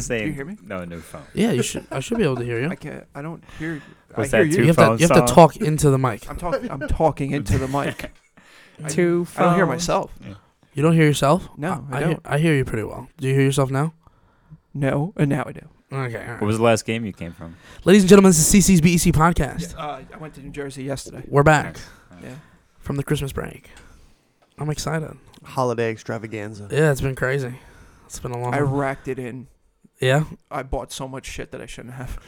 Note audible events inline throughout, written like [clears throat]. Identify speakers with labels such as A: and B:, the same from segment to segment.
A: saying.
B: hear me?
A: No, no phone.
C: Yeah, you should. I should be able to hear you.
B: I can't. I don't hear.
A: What's
B: I hear
A: that,
C: You
B: you.
C: have to.
A: phone
C: You have to
A: song.
C: talk into the mic.
B: I'm talking. I'm talking into the mic. I-
D: Two
B: I [laughs] don't hear
D: phones.
B: myself.
C: You don't hear yourself?
B: No, I
C: I, hear,
B: don't.
C: I hear you pretty well. Do you hear yourself now?
B: No, and now I do.
C: Okay. all right.
A: What was the last game you came from?
C: Ladies and gentlemen, this is CC's BEC E podcast.
B: Uh, I went to New Jersey yesterday.
C: We're back
B: Yeah.
C: from the Christmas break. I'm excited.
E: Holiday extravaganza.
C: Yeah, it's been crazy. It's been a long.
B: I racked it in.
C: yeah.
B: I bought so much shit that I shouldn't have.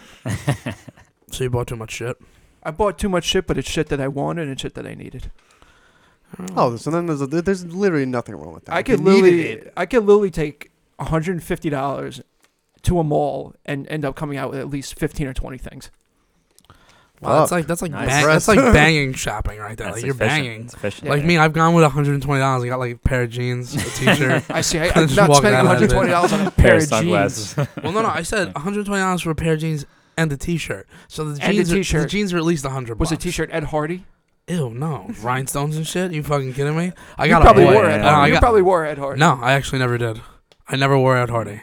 C: So you bought too much shit.
B: I bought too much shit, but it's shit that I wanted and shit that I needed.
E: Oh, so then there's, a, there's literally nothing wrong with that.
B: I
E: If you
B: could
E: needed
B: literally,
E: it,
B: I could literally take hundred and fifty dollars to a mall and end up coming out with at least fifteen or twenty things.
C: Wow, that's
E: Fuck.
C: like that's like
A: Nice.
C: bang, that's like banging shopping right there. like you're banging.
A: Especially
C: Like me, I've gone with 120 dollars. I got like a pair of jeans, a t-shirt.
B: I see. I,
C: Just
B: I'm not
C: walk
B: spending
C: out
B: one
C: of
B: hundred
C: it.
B: twenty dollars on a
A: pair
B: pair
A: of [laughs]
B: of jeans.
A: sunglasses.
C: well, no, no,
B: [laughs]
C: I said 120 dollars for a pair of jeans and a t-shirt. So the
B: And a
C: jeans, Are, the
B: t-shirt.
C: jeans are at least 100.
B: Was a
C: bucks.
B: T-shirt Ed Hardy?
C: Ew, no
B: [laughs]
C: rhinestones and shit. You fucking kidding me? I
B: You
C: got
B: probably
C: a boy.
B: wore Ed
A: it.
C: No, I
B: Hardy. You
C: got-
B: probably wore Ed Hardy.
C: No, I actually never did. I never wore out Hardy.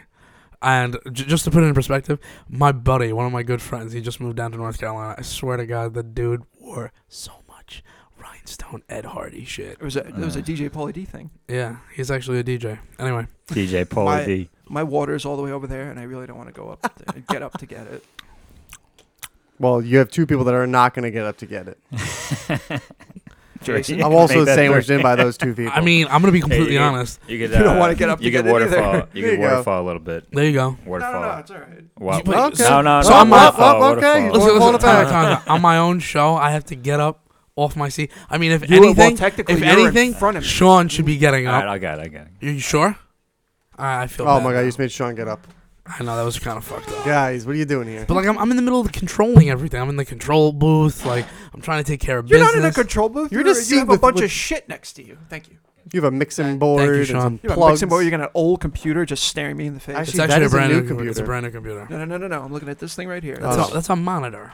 C: And j- just to put it in perspective, my buddy, one of my good friends, he just moved down to North Carolina. I swear to God, the dude wore so much rhinestone Ed Hardy shit.
B: It was a it was a DJ Pauly D thing.
C: Yeah, he's actually a DJ. Anyway,
A: DJ Paul
B: My-
A: D.
B: My water's all the way over there, and I really don't want to go up there [laughs] and get up to get it.
E: Well, you have two people that are not going to get up to get it.
A: [laughs]
B: Jason,
E: I'm also
A: Make that
E: sandwiched
A: three.
E: in by those two people.
C: I mean, I'm gonna be completely
A: yeah.
C: honest.
A: You, could,
B: You don't
A: uh,
B: wanna get up
A: You
B: to
A: get
B: get it either.
A: waterfall. You
E: There
A: get
E: you go.
A: waterfall a little bit.
C: There you go.
A: Waterfall.
B: it's all right.
A: Wow.
C: But- Okay.
A: No, no,
E: So
A: no.
E: I'm up,
A: waterfall, waterfall.
E: up, okay. Let's
A: [laughs]
C: Listen, listen,
E: Well, well,
C: time,
E: uh,
C: time, time. on my own show, I have to get up off my seat. I mean, if
B: You were- well,
C: anything,
B: technically,
C: if
B: you were in
C: anything,
B: front of me.
C: Sean should be getting
A: All right,
C: up.
A: I got it. I got it.
C: You sure? I, I feel.
E: oh
C: bad
E: my God,
C: now.
E: you just made Sean get up.
C: I know that was kind of fucked up.
E: Guys, what are you doing here?
C: But like I'm, I'm in the middle of controlling everything. I'm in the control booth. Like I'm trying to take care of
B: You're
C: business.
B: not in a control booth.
E: You're
B: You're,
E: just
B: just you have
E: seeing
B: a bunch
E: with-
B: of shit next to you. Thank you.
E: You have a
B: Thank
E: mixing
B: you,
E: board. and
C: Sean.
E: some
B: You have a
E: plugs.
B: mixing board. You're got an old computer just staring me in the face.
E: Actually,
C: it's
E: that
C: actually a
E: is a
C: brand
E: new
C: new computer. It's a
E: computer.
C: brand new computer.
B: [laughs] no, no, no, no, no. I'm looking at this thing right here.
E: Oh.
C: That's, a, that's a monitor.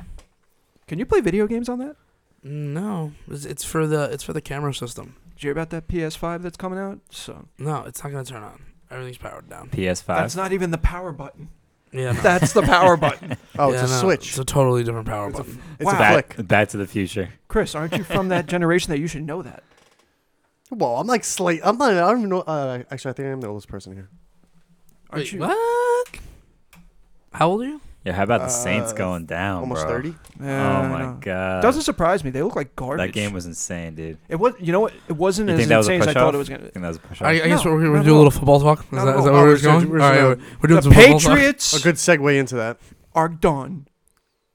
B: Can you play video games on that?
C: No, it's, it's for the it's for the camera system.
B: Did you hear about that PS5 that's coming out? So
C: No, it's not gonna turn on. Everything's powered down.
B: that's
A: PS5.
B: not even the power button.
C: Yeah.
B: [laughs]
C: no.
B: That's the [laughs] power button.
E: Oh,
C: Yeah,
E: it's a
C: no,
E: switch.
C: It's a totally different power
E: It's a-
C: button.
E: It's a
B: wow.
E: flick.
A: Back, back to the future.
B: Chris, aren't you from that generation that you should know that?
E: Well, I'm like slate. I'm not. I don't even know. Uh, actually, I think I'm the oldest person here.
B: Aren't
C: Wait,
B: you?
C: what? How old are you?
A: Yeah, how about the Saints
E: Uh,
A: going down,
E: Almost
A: Oh, bro?
E: thirty.
B: Yeah,
A: Oh
B: I
A: my
B: know.
A: god.
B: Doesn't surprise me. They look like garbage.
A: that game was insane, dude.
B: It was. You know what? It wasn't
A: You
B: as
A: think that was a
B: insane as I
A: push-off?
B: thought it was gonna.
A: I think that was a push
C: I, I guess
B: No,
C: we're, we're
B: not
C: gonna
B: at
C: do a
B: all.
C: little football talk. Is
B: Not
C: that,
B: at
C: is that
B: all.
C: where
E: Oh,
C: we're
E: we're just-
C: going?
E: we're
C: All
E: just
C: right,
E: gonna-
C: we're, we're doing
B: The
C: some football talk.
B: Patriots
E: A good segue into that.
B: are done.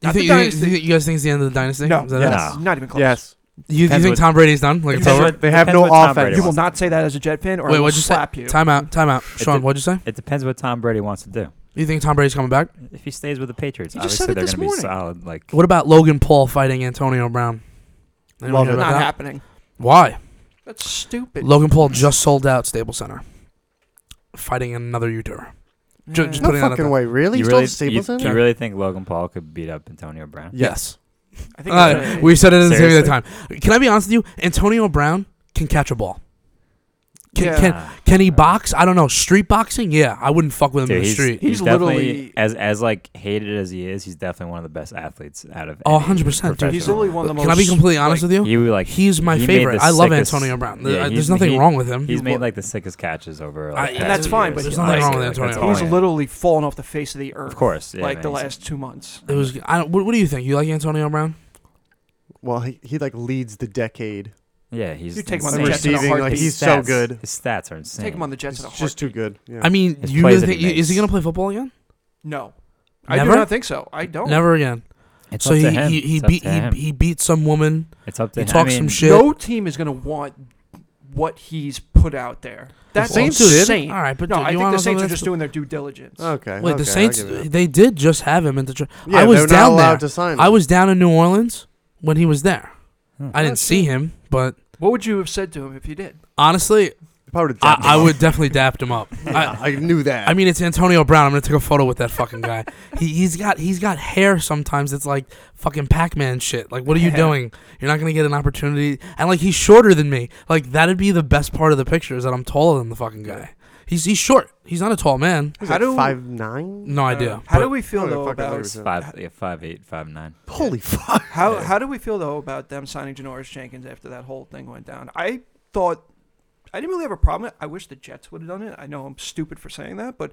C: You
B: Not the
C: think, you, think-
B: dynasty.
C: you think- you guys think it's the end of the dynasty?
B: No,
C: Is that
A: Yes.
C: it?
A: Nah.
B: not even close.
E: Yes.
C: You, you
A: Depends
C: think
A: what-
C: Tom Brady's done? Like it's
B: Depends
C: over?
A: what-
E: They have
A: depends
E: no
A: what Tom
E: offense.
A: Brady
B: You will
A: wants.
B: not say that as a Jet fan, or
C: Wait,
B: I will
C: what'd you say?
B: slap you.
C: Time out. Time out. Sean,
A: did-
C: what'd you say?
A: It depends what Tom Brady wants to do.
C: You think Tom Brady's coming back?
A: If he stays with the Patriots,
B: You just
A: obviously
B: said it
A: they're
B: this
A: gonna be
B: morning.
A: solid. Like
C: What about Logan Paul fighting Antonio Brown? Anyone
E: Love
C: hear
E: it.
B: Not
C: about that?
B: happening.
C: Why?
B: That's stupid.
C: Logan Paul just sold out Stable Center, fighting another YouTuber. ju- just
B: Yeah.
E: No
C: putting it out
E: fucking
C: there.
E: way. Really?
A: you
E: You
A: really,
E: still
A: you,
E: have Staples
A: you
E: in it?
A: really think Logan Paul could beat up Antonio Brown?
C: Yes,
B: I think
C: Uh,
B: it's-
C: we said it at the same
A: Seriously.
C: time. Can I be honest with you? Antonio Brown can catch a ball. Can,
B: Yeah.
C: can, can he box? I don't know. Street boxing? Yeah, I wouldn't fuck with him in
A: Dude,
C: the
A: he's,
C: street.
A: he's
B: He's
A: definitely
B: literally-
A: as as like hated as he is, he's definitely one of the best athletes out of.
C: Oh,
A: any
C: 100%, dude.
B: He's
A: professional.
B: literally one of the most.
C: Can I be completely honest with you?
A: He would, like
C: he's my
A: he made
C: favorite.
A: the
C: I love
A: sickest-
C: Antonio Brown. There-
A: yeah,
C: I-
A: he's-
C: there's nothing
A: he-
C: wrong with him.
A: He's made like the sickest catches over.
C: I-
A: Like,
C: and
A: past
B: that's
A: few
B: fine,
A: years.
B: but
C: There's
B: he's
C: nothing
A: Like,
C: wrong with
A: that's
C: Antonio
A: all
C: Brown.
B: He's
A: I am.
B: literally fallen off the face of the earth.
A: Oh, Of course, yeah,
B: like the
A: man, he's-
B: last two months.
C: It was. I don't. What, what do you think? You like Antonio Brown?
E: Well, he, he like leads the decade.
A: Yeah, he's
B: You take him on
A: insane.
B: the Jets in a
E: Receiving, like,
B: heartbeat.
E: he's so good.
A: His stats are insane.
B: Take him on the Jets
E: He's
B: in a
E: just too
B: heartbeat.
E: good. Yeah.
C: I mean,
A: His
C: you
A: plays
C: really
A: that
C: think
A: he
C: is he
A: makes.
C: gonna play football again?
B: No, I do
C: Never?
B: not think so. I don't.
C: Never again.
A: It's
C: so
A: up
C: he,
A: to him.
C: he he
A: It's up
C: beat
A: to him.
C: he, he beat some woman.
A: It's up to
C: He
A: him. I
C: talked some
A: mean,
C: shit.
B: No team is going to want what he's put out there. That's
C: Saints did.
B: insane.
C: All right, but
B: no,
C: dude,
B: I
C: you
B: think
C: wanna
B: the
C: know
B: Saints are just
C: something that's-
B: doing their due diligence.
E: Okay.
C: Wait,
E: okay,
C: the
E: I'll
C: Saints
E: give you that.
C: they did just have him in the. Tra-
E: Yeah,
C: I
E: they're
C: was
E: not
C: down
E: allowed
C: there.
E: to sign.
C: I
E: him.
C: was down in New Orleans when he was there.
A: Hmm.
C: I didn't see him, but
B: What would you have said to him if you did?
C: honestly,
E: Probably
C: I,
E: dapped him
C: I
E: up.
C: would definitely dapped
A: [laughs]
C: him up.
E: Yeah,
C: I,
E: [laughs] I knew that.
C: I mean, it's Antonio Brown. I'm gonna take a photo with that
B: [laughs]
C: fucking guy. he, he's got he's got hair sometimes. It's like fucking Pac-Man shit. Like, what are you
B: Yeah.
C: doing? You're not gonna get an opportunity. And like, he's shorter than me. Like, that'd be the best part of the picture is that I'm taller than the fucking guy. He's he's short. He's not a tall man.
E: He's
B: How
E: like
B: do-
E: five nine?
C: No idea.
B: Uh, How
C: but
B: do we feel
E: Probably
B: though
E: fucking
B: about
E: 100%.
A: Five, yeah, five, eight, five, nine.
E: Holy fuck! [laughs]
B: how
A: Yeah.
B: how do we feel though about them signing Janoris Jenkins after that whole thing went down? I thought I didn't really have a problem. with it. I wish the Jets would have done it. I know I'm stupid for saying that, but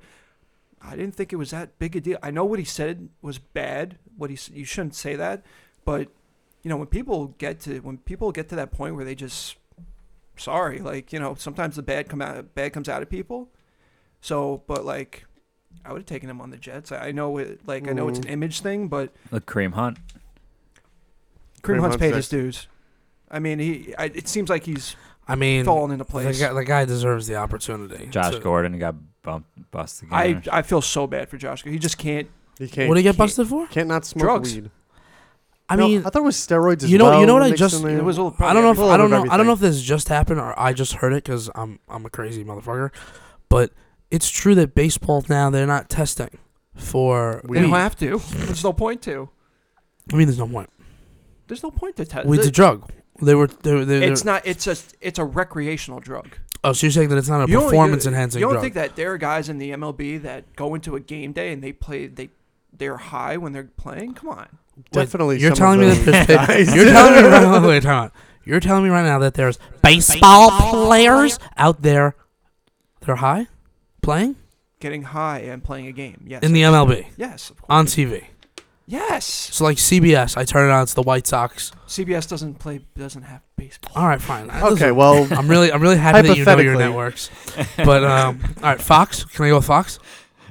B: I didn't think it was that big a deal. I know what he said was bad. What he s- you shouldn't say that, but you know when people get to when people get to that point where they just sorry, like you know sometimes the bad come out bad comes out of people. So, but like. I would have taken him on the Jets. I I know it, like I know it's an
E: Mm.
B: image thing, but
A: Look, Kareem Hunt.
B: Kareem
E: Kareem
B: Hunt's
E: Hunt's
B: paid his
E: next.
B: dues. I mean, he. I, it seems like he's
C: I mean,
B: fallen into
C: the
B: place.
C: guy, the guy deserves the opportunity.
A: Josh
C: to-
A: Gordon got bumped, busted again.
B: I I feel so bad for Josh. He just can't.
E: You can't.
C: What did he get
B: can't-
C: busted for?
E: can't not smoke
B: Drugs.
E: weed.
C: I
E: No,
C: mean,
E: I thought it was steroids. As
C: you know- you
E: well
C: know what I
E: mixed
C: just-
E: in
B: It
E: there.
B: was all.
C: I don't know if [laughs]
E: Full
C: I don't
E: of
C: know I don't know
E: everything.
C: if this just happened or I just heard it because I'm I'm a crazy motherfucker, but it's true that baseball now they're not testing for.
E: We
B: They don't
E: weed.
B: have to. There's no point to.
C: I mean, there's no point.
B: There's no point to test.
C: Weed's a drug. They were they were. They, they,
B: Uh, It's not. It's a. It's a recreational drug.
C: oh, so you're saying that it's not a
B: You don't- you-
C: performance enhancing
B: You don't
C: drug?
B: think that there are guys in the MLB that go into a game day and they play they they're high when they're playing? Come on.
E: Definitely.
C: You're
E: some
C: telling
E: of
C: me
E: those [laughs]
C: that there's
E: guys.
C: you're telling me right now, [laughs] wait, time out. You're telling me right now that there's baseball players out there. They're high, playing
B: Getting high and playing a game. Yes.
C: in the MLB
B: yes. of course.
C: on TV.
B: Yes.
C: So like CBS, I turn it on. It's the White Sox.
B: CBS doesn't play. Doesn't have baseball.
C: All right, fine.
E: Okay,
C: [laughs]
E: well,
C: I'm really, I'm really happy that you know your
E: Hypothetically.
C: networks. But um, all right, Fox. Can I go with Fox?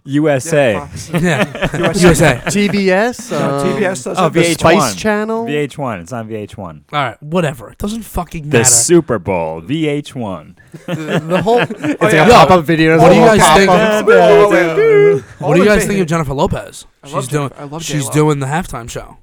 A: USA.
B: Yeah, Fox.
C: Yeah,
B: USA.
C: USA.
E: TBS.
B: [laughs] No,
E: Um,
B: TBS doesn't.
A: oh,
E: The
A: VH1.
E: Spice Channel.
A: VH1. It's on VH1.
C: All right, whatever. It doesn't fucking
A: The
C: matter.
A: Super Bowl. VH1.
E: the whole. It's like
B: Oh, yeah.
E: a pop-up video.
C: What do you guys think-
B: [laughs] Whoa, whoa, whoa,
E: think?
C: what do you guys think of Jennifer Lopez?
B: I love
C: She's doing,
B: Jennifer- I love
C: she's
B: J-Lo.
C: doing the halftime show.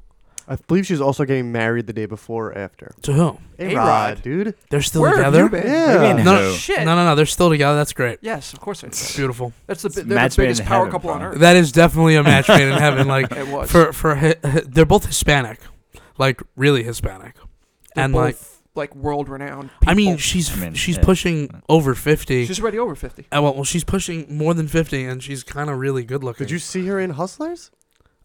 E: I believe she's also getting married the day before or after.
C: To who?
E: A
B: A-Rod.
E: Rod, dude.
C: They're still
B: Where have you
C: together.
B: been?
E: Yeah.
A: What do you mean,
C: No,
A: who?
B: Shit.
C: No, no, no. They're still together. That's great.
B: Yes, of course it's
C: Beautiful.
B: That's the, they're
A: match
B: the
A: made
B: biggest
A: in
B: power
A: heaven,
B: couple on
A: bro.
B: earth.
C: That is definitely a match made in
B: [laughs]
C: heaven. Like
B: it was.
C: for for hi- hi- they're both Hispanic, like really Hispanic,
B: They're
C: and like
B: both, like world renowned.
C: I mean she's
A: I mean,
C: she's
A: yeah.
C: pushing over fifty.
B: she's already over fifty.
C: Uh, well, well, she's pushing more than fifty, and she's kind of really good looking.
E: Did you see her in Hustlers?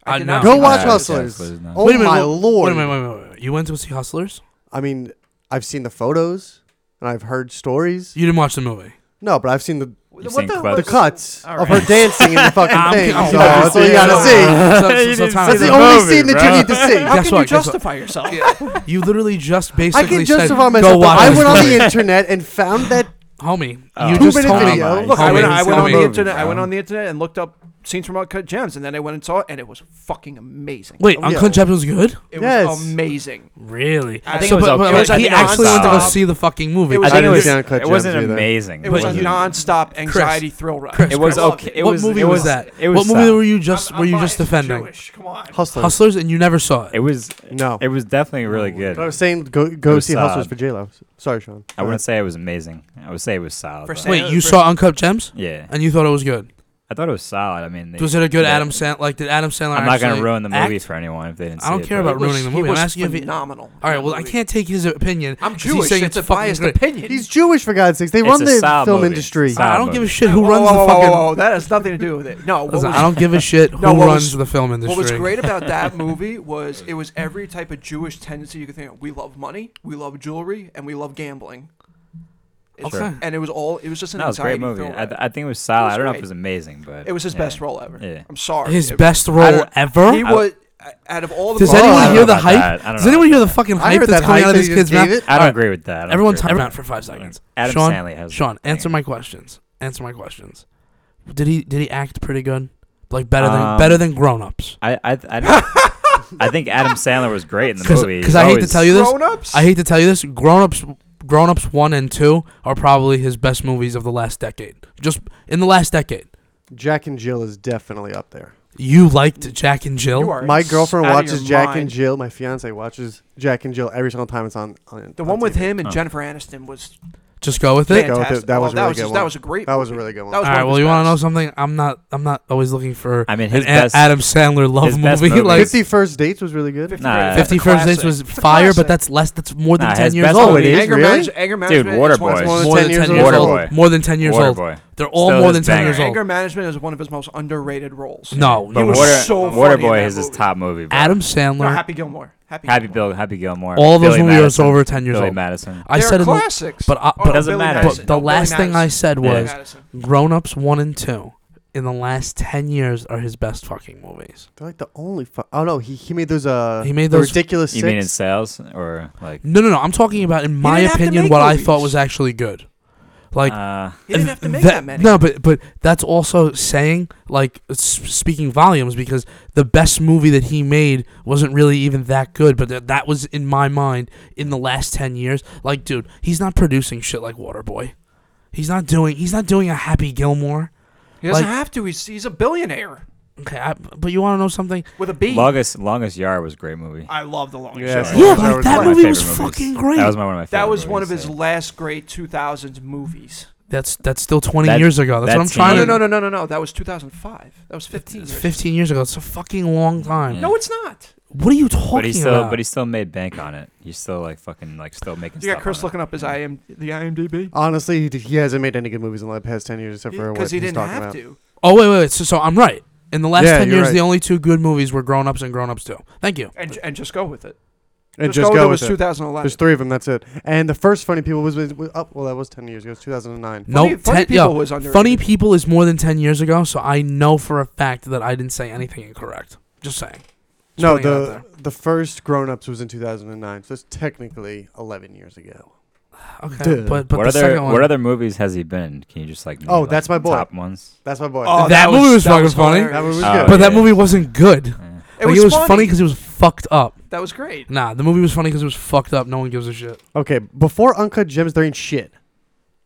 C: I
B: I did not
C: know.
E: Go
B: see
E: watch
B: that.
E: Hustlers.
A: Hustlers, no.
E: Oh
C: Wait a minute,
E: my
C: well,
E: lord!
C: Wait, wait, wait, wait, wait. You went to see Hustlers?
E: I mean, I've seen the photos and I've heard stories.
C: You didn't watch the
E: [laughs]
C: movie.
E: No, but I've seen the
A: You've
B: What
A: seen
B: the-
A: clips.
E: the
B: what-
E: cuts
B: All
E: of
B: right.
E: her dancing in the fucking thing.
C: I'm
E: so
C: confused.
E: that's all you gotta see.
A: [laughs]
C: So- so-
A: You
C: so
A: didn't
C: time
A: see
C: out.
E: That's the
A: the
E: only
A: movie,
E: scene that you
A: bro.
E: need to
B: How
E: see.
C: Guess
B: can you
C: what, guess what?
B: justify yourself?
C: You literally just
E: I
C: basically
E: can justify
C: said,
E: myself.
C: "Go watch."
E: I
C: this
E: went on
C: movie."
E: the internet and found that
C: homie.
A: Oh.
C: you
A: Two
C: just
E: minute
C: told me.
E: video.
A: my
B: Look, I
C: Tell
B: went,
C: me,
B: I went
C: tell
B: on
C: me.
B: the internet. I
A: Bro.
B: went on the internet and looked up scenes from Uncut Gems, and then I went and saw it, and it was fucking amazing.
C: Wait,
B: it was,
E: on-
C: Uncut Gems was good.
E: Yes.
B: amazing.
C: Really?
B: I
A: think
C: so,
A: it was
C: but, but
A: okay.
C: like,
A: It was
C: he
A: like
C: actually went to go
A: nonstop.
C: see the fucking movie.
B: It was-
A: I think
E: didn't
A: it was.
E: see Uncut
A: It wasn't
E: Gems either.
A: amazing.
B: It was a
A: but-
E: Wasn't-
B: non-stop anxiety thrill ride.
C: Chris,
A: It was
B: I loved
A: okay.
B: it.
A: It
C: What
A: was,
C: movie
A: it
C: was
A: was,
C: that?
A: It was uh,
C: what movie
A: solid.
C: were you just
B: I'm-
C: were
B: I'm
C: you just
B: biased. I'm
C: defending?
B: Jewish. Come on.
E: Hustlers.
C: Hustlers, and you never saw
A: It
C: it.
A: was.
E: No,
A: It was definitely
C: Oh,
A: really good.
E: but I was saying go go
A: It was
E: see Hustlers
A: sad.
E: for J Lo. Sorry, Sean.
A: I wouldn't say it was amazing. I would say it was solid.
B: For
A: but-
B: Sam-
C: Wait,
B: Yeah,
C: you
B: first-
C: saw Uncut Gems
A: Yeah,
C: and you thought it was good.
A: I thought it was solid. I mean, they-
C: Was it a good
A: they-
C: Adam Sandler? Like did Adam Sandler?
A: I'm not gonna
C: actually
A: ruin the
C: act?
A: movie for anyone if they didn't.
C: I don't
A: see it,
C: care
A: but-
C: about ruining the
B: He
C: movie. I'm
B: was
C: asking if he-
B: phenomenal.
C: All right, well I can't take his opinion.
B: I'm
C: 'cause he's
B: Jewish.
C: saying
B: It's a
C: fucking
B: biased
C: great.
B: opinion.
E: He's Jewish for God's sakes. They
A: It's
E: run
A: a
E: the
A: solid
E: film
A: movie.
E: industry.
A: Solid.
C: I don't
A: Sandler.
C: give a shit who
B: Whoa,
C: runs
B: whoa,
C: the
B: whoa, whoa,
C: fucking.
B: whoa, That has nothing to do with it.
C: [laughs]
B: No, what was,
C: Listen, I don't
B: [laughs]
C: give a shit who
B: No, what
C: runs
B: was-
C: the film industry.
B: what was great about
C: [laughs]
B: that movie was it was every type of Jewish tendency you could think of. We love money, we love jewelry, and we love gambling. It's-
A: Okay.
B: And it was all. It was just an
A: No, it was a great
B: anxiety
A: movie.
B: thriller.
A: I, th- I think it was solid.
B: was
A: I don't know
B: great.
A: if it was amazing, but
B: it was his
A: yeah.
B: best role ever.
A: Yeah.
B: I'm sorry.
C: His
B: It-
C: best
B: I
C: role
B: don't-
C: ever.
B: He was out of all the.
C: Does
E: Oh, I
C: anyone
E: don't
C: hear
E: know
C: the
A: about that.
C: hype?
A: I don't
C: Does
A: know
C: anyone
A: about
C: hear the
A: that.
C: fucking
E: I
C: hype
E: heard
C: that's
E: that
C: coming
E: hype
C: out of
E: that
C: these
E: you
C: kids'
E: just
C: mouth?
E: gave it.
A: I
C: All
A: don't
C: right,
A: agree with that. I don't
C: Everyone,
A: care.
C: time out for five seconds.
A: Adam
C: Sean,
A: Sandler has
C: Sean, answer my questions. Answer my questions. Did he did he act pretty good? Like better than
A: Um,
C: better than grown ups?
A: I
C: [laughs]
A: I I, I think Adam Sandler was great in the
C: Because
A: movie.
C: I
A: He's
C: hate to
A: always-
C: tell you this.
B: grown ups.
C: I hate to tell you this. Grown ups grown ups one and two are probably his best movies of the last decade. Just in the last decade.
E: Jack and Jill is definitely up there.
C: You liked Jack and Jill.
B: You are
E: My
B: s-
E: girlfriend
B: out of
E: watches
B: your
E: Jack and
B: mind.
E: Jill. My fiance watches Jack and Jill every single time it's on. on
B: The
E: on
B: one with
E: TV.
B: him and
A: Oh.
B: Jennifer Aniston was
C: Just go with it.
E: go with it.
B: fantastic.
E: That was a
B: Well,
E: really
B: that was
E: good
B: just-
E: one.
B: that was a great.
E: That was a
B: movie.
E: really good one.
B: That
C: All
B: was
C: right.
B: one of
C: Well,
B: his
C: you want to know
B: best.
C: something? I'm not. I'm not always looking for
A: I mean,
C: an
A: his
C: A-
A: best.
C: Adam Sandler love
A: his best
C: movie.
A: movie
C: Like
A: is-
E: Fifty First Dates was really good.
A: Nah.
B: That's a
C: Fifty First Dates
B: classic.
C: was
B: It's a
C: fire, but
B: classic.
C: that's less. That's more than
A: Nah,
C: ten
A: his
C: years
A: best
E: Oh,
B: Oh,
E: it
C: old.
E: is?
B: anger
E: really?
B: management, anger
A: Dude,
B: management. is one of
E: Waterboy.
B: his-
E: More
C: More
E: than
C: than
E: 10
C: ten
E: years
C: years
E: old.
C: old. More than ten years old.
A: Waterboy.
C: They're all
A: Still
C: more
A: his
C: than ten
A: banger.
C: years old.
B: Anger management is one of his most underrated roles.
C: No,
B: He
A: But
C: you-
B: was
A: Water,
B: so funny in
A: Waterboy
B: that
A: is his
B: movie.
A: top movie. bro.
C: Adam
B: No,
C: Sandler.
B: Happy Gilmore. Happy.
A: Happy
B: Gilmore.
A: Bill, Happy Gilmore.
C: All those
A: Billy
C: movies
A: Madison,
C: over ten years
A: Billy
C: old.
A: Madison.
C: I
B: They're
C: said, in the,
B: classics.
C: but I-
B: Oh,
A: but-
B: no,
A: Doesn't
B: Billy
A: matter.
B: Madison.
C: but the
B: No, Billy
C: last thing I
B: Madison.
C: said
B: Billy
A: Yeah.
C: was
B: Madison.
C: Grown Ups One and Two. In the last ten years, are his best fucking movies.
E: They're like the only. Fu- oh no, he, he made those. Uh,
C: He made
E: the
C: those-
E: ridiculous.
A: You mean in
E: Six.
A: sales or like?
C: No, no, no. I'm talking about, in my
B: didn't have to
C: opinion,
B: make
C: what I
B: movies.
C: thought was actually good. Like
A: uh,
B: He didn't have to make
C: That-
B: that, many.
C: No, but but that's also saying like s- speaking volumes because the best movie that he made wasn't really even that good, but th- that was in my mind in the last ten years. Like, dude, he's not producing shit like Waterboy. He's not doing. He's not doing a Happy Gilmore.
B: he doesn't
C: like-
B: have to. He's he's a billionaire
C: Okay, I, but you want to know something?
B: with a B.
A: longest longest yard was a great movie.
B: I love the long
E: Yeah,
B: shot.
E: so-
C: yeah,
E: that
C: like
E: was
C: that
E: one of my
C: movie was
A: favorite movies.
C: fucking great.
A: That was my, one of my. Favorite
B: That was one of
A: movies,
B: his
A: so.
B: last great 2000s movies.
C: that's that's still twenty
A: That-
C: years ago. That's what I'm
A: that's
B: No,
C: trying
B: no,
C: to.
A: mean-
B: no, no, no, no, no. That was 2005. That was 15
C: It's
B: years.
C: Fifteen years ago. It's a fucking long time.
A: Yeah.
B: No, it's not.
C: What are you talking
A: But he still,
C: about?
A: but he still made bank on it. He's still like fucking like still making.
B: uh, You
A: stuff
B: got Chris
A: on it.
B: looking up his IM, the IMDb
E: Honestly, he, did- he hasn't made any good movies in the past ten years, except for what
B: because he
E: he's
B: didn't
E: talking
B: have
E: about.
B: to.
C: Oh wait, wait, wait. So, so I'm right. In the last
E: Yeah,
C: ten
E: you're
C: years,
E: right.
C: the only two good movies were Grown Ups and Grown Ups Two. Thank you.
B: And, and just go with it.
E: And
B: just, go, with it. was
E: it. There's
B: 2011.
E: three of them. That's it. And the first funny people was, was, was up. Well, that was ten years ago. It was 2009.
C: No,
B: Funny- Funny
C: ten- yo,
B: People was underrated.
C: funny people is more than ten years ago, so I know for a fact that I didn't say anything incorrect. Just saying. Just
E: No,
C: putting it out
E: the the first Grown Ups was in 2009, so it's technically 11 years ago.
C: there. okay,
E: Dude.
C: but but
A: what
C: the
A: other
C: second one.
A: what other movies has he been? in? Can you just like name,
E: Oh,
A: like,
E: that's my boy.
A: top ones?
E: That's my boy.
B: Oh,
C: Oh, that movie was
B: that
C: fucking funny.
E: that one
B: hilarious.
E: was
A: Oh,
E: good.
C: but that
A: yeah.
C: movie wasn't good.
A: Yeah.
B: It
C: Like,
B: was,
C: it was funny because it was fucked up.
B: That was great.
C: Nah, the movie was funny because it was fucked up. No one gives a shit.
E: Okay, before Uncut Gems, there ain't shit.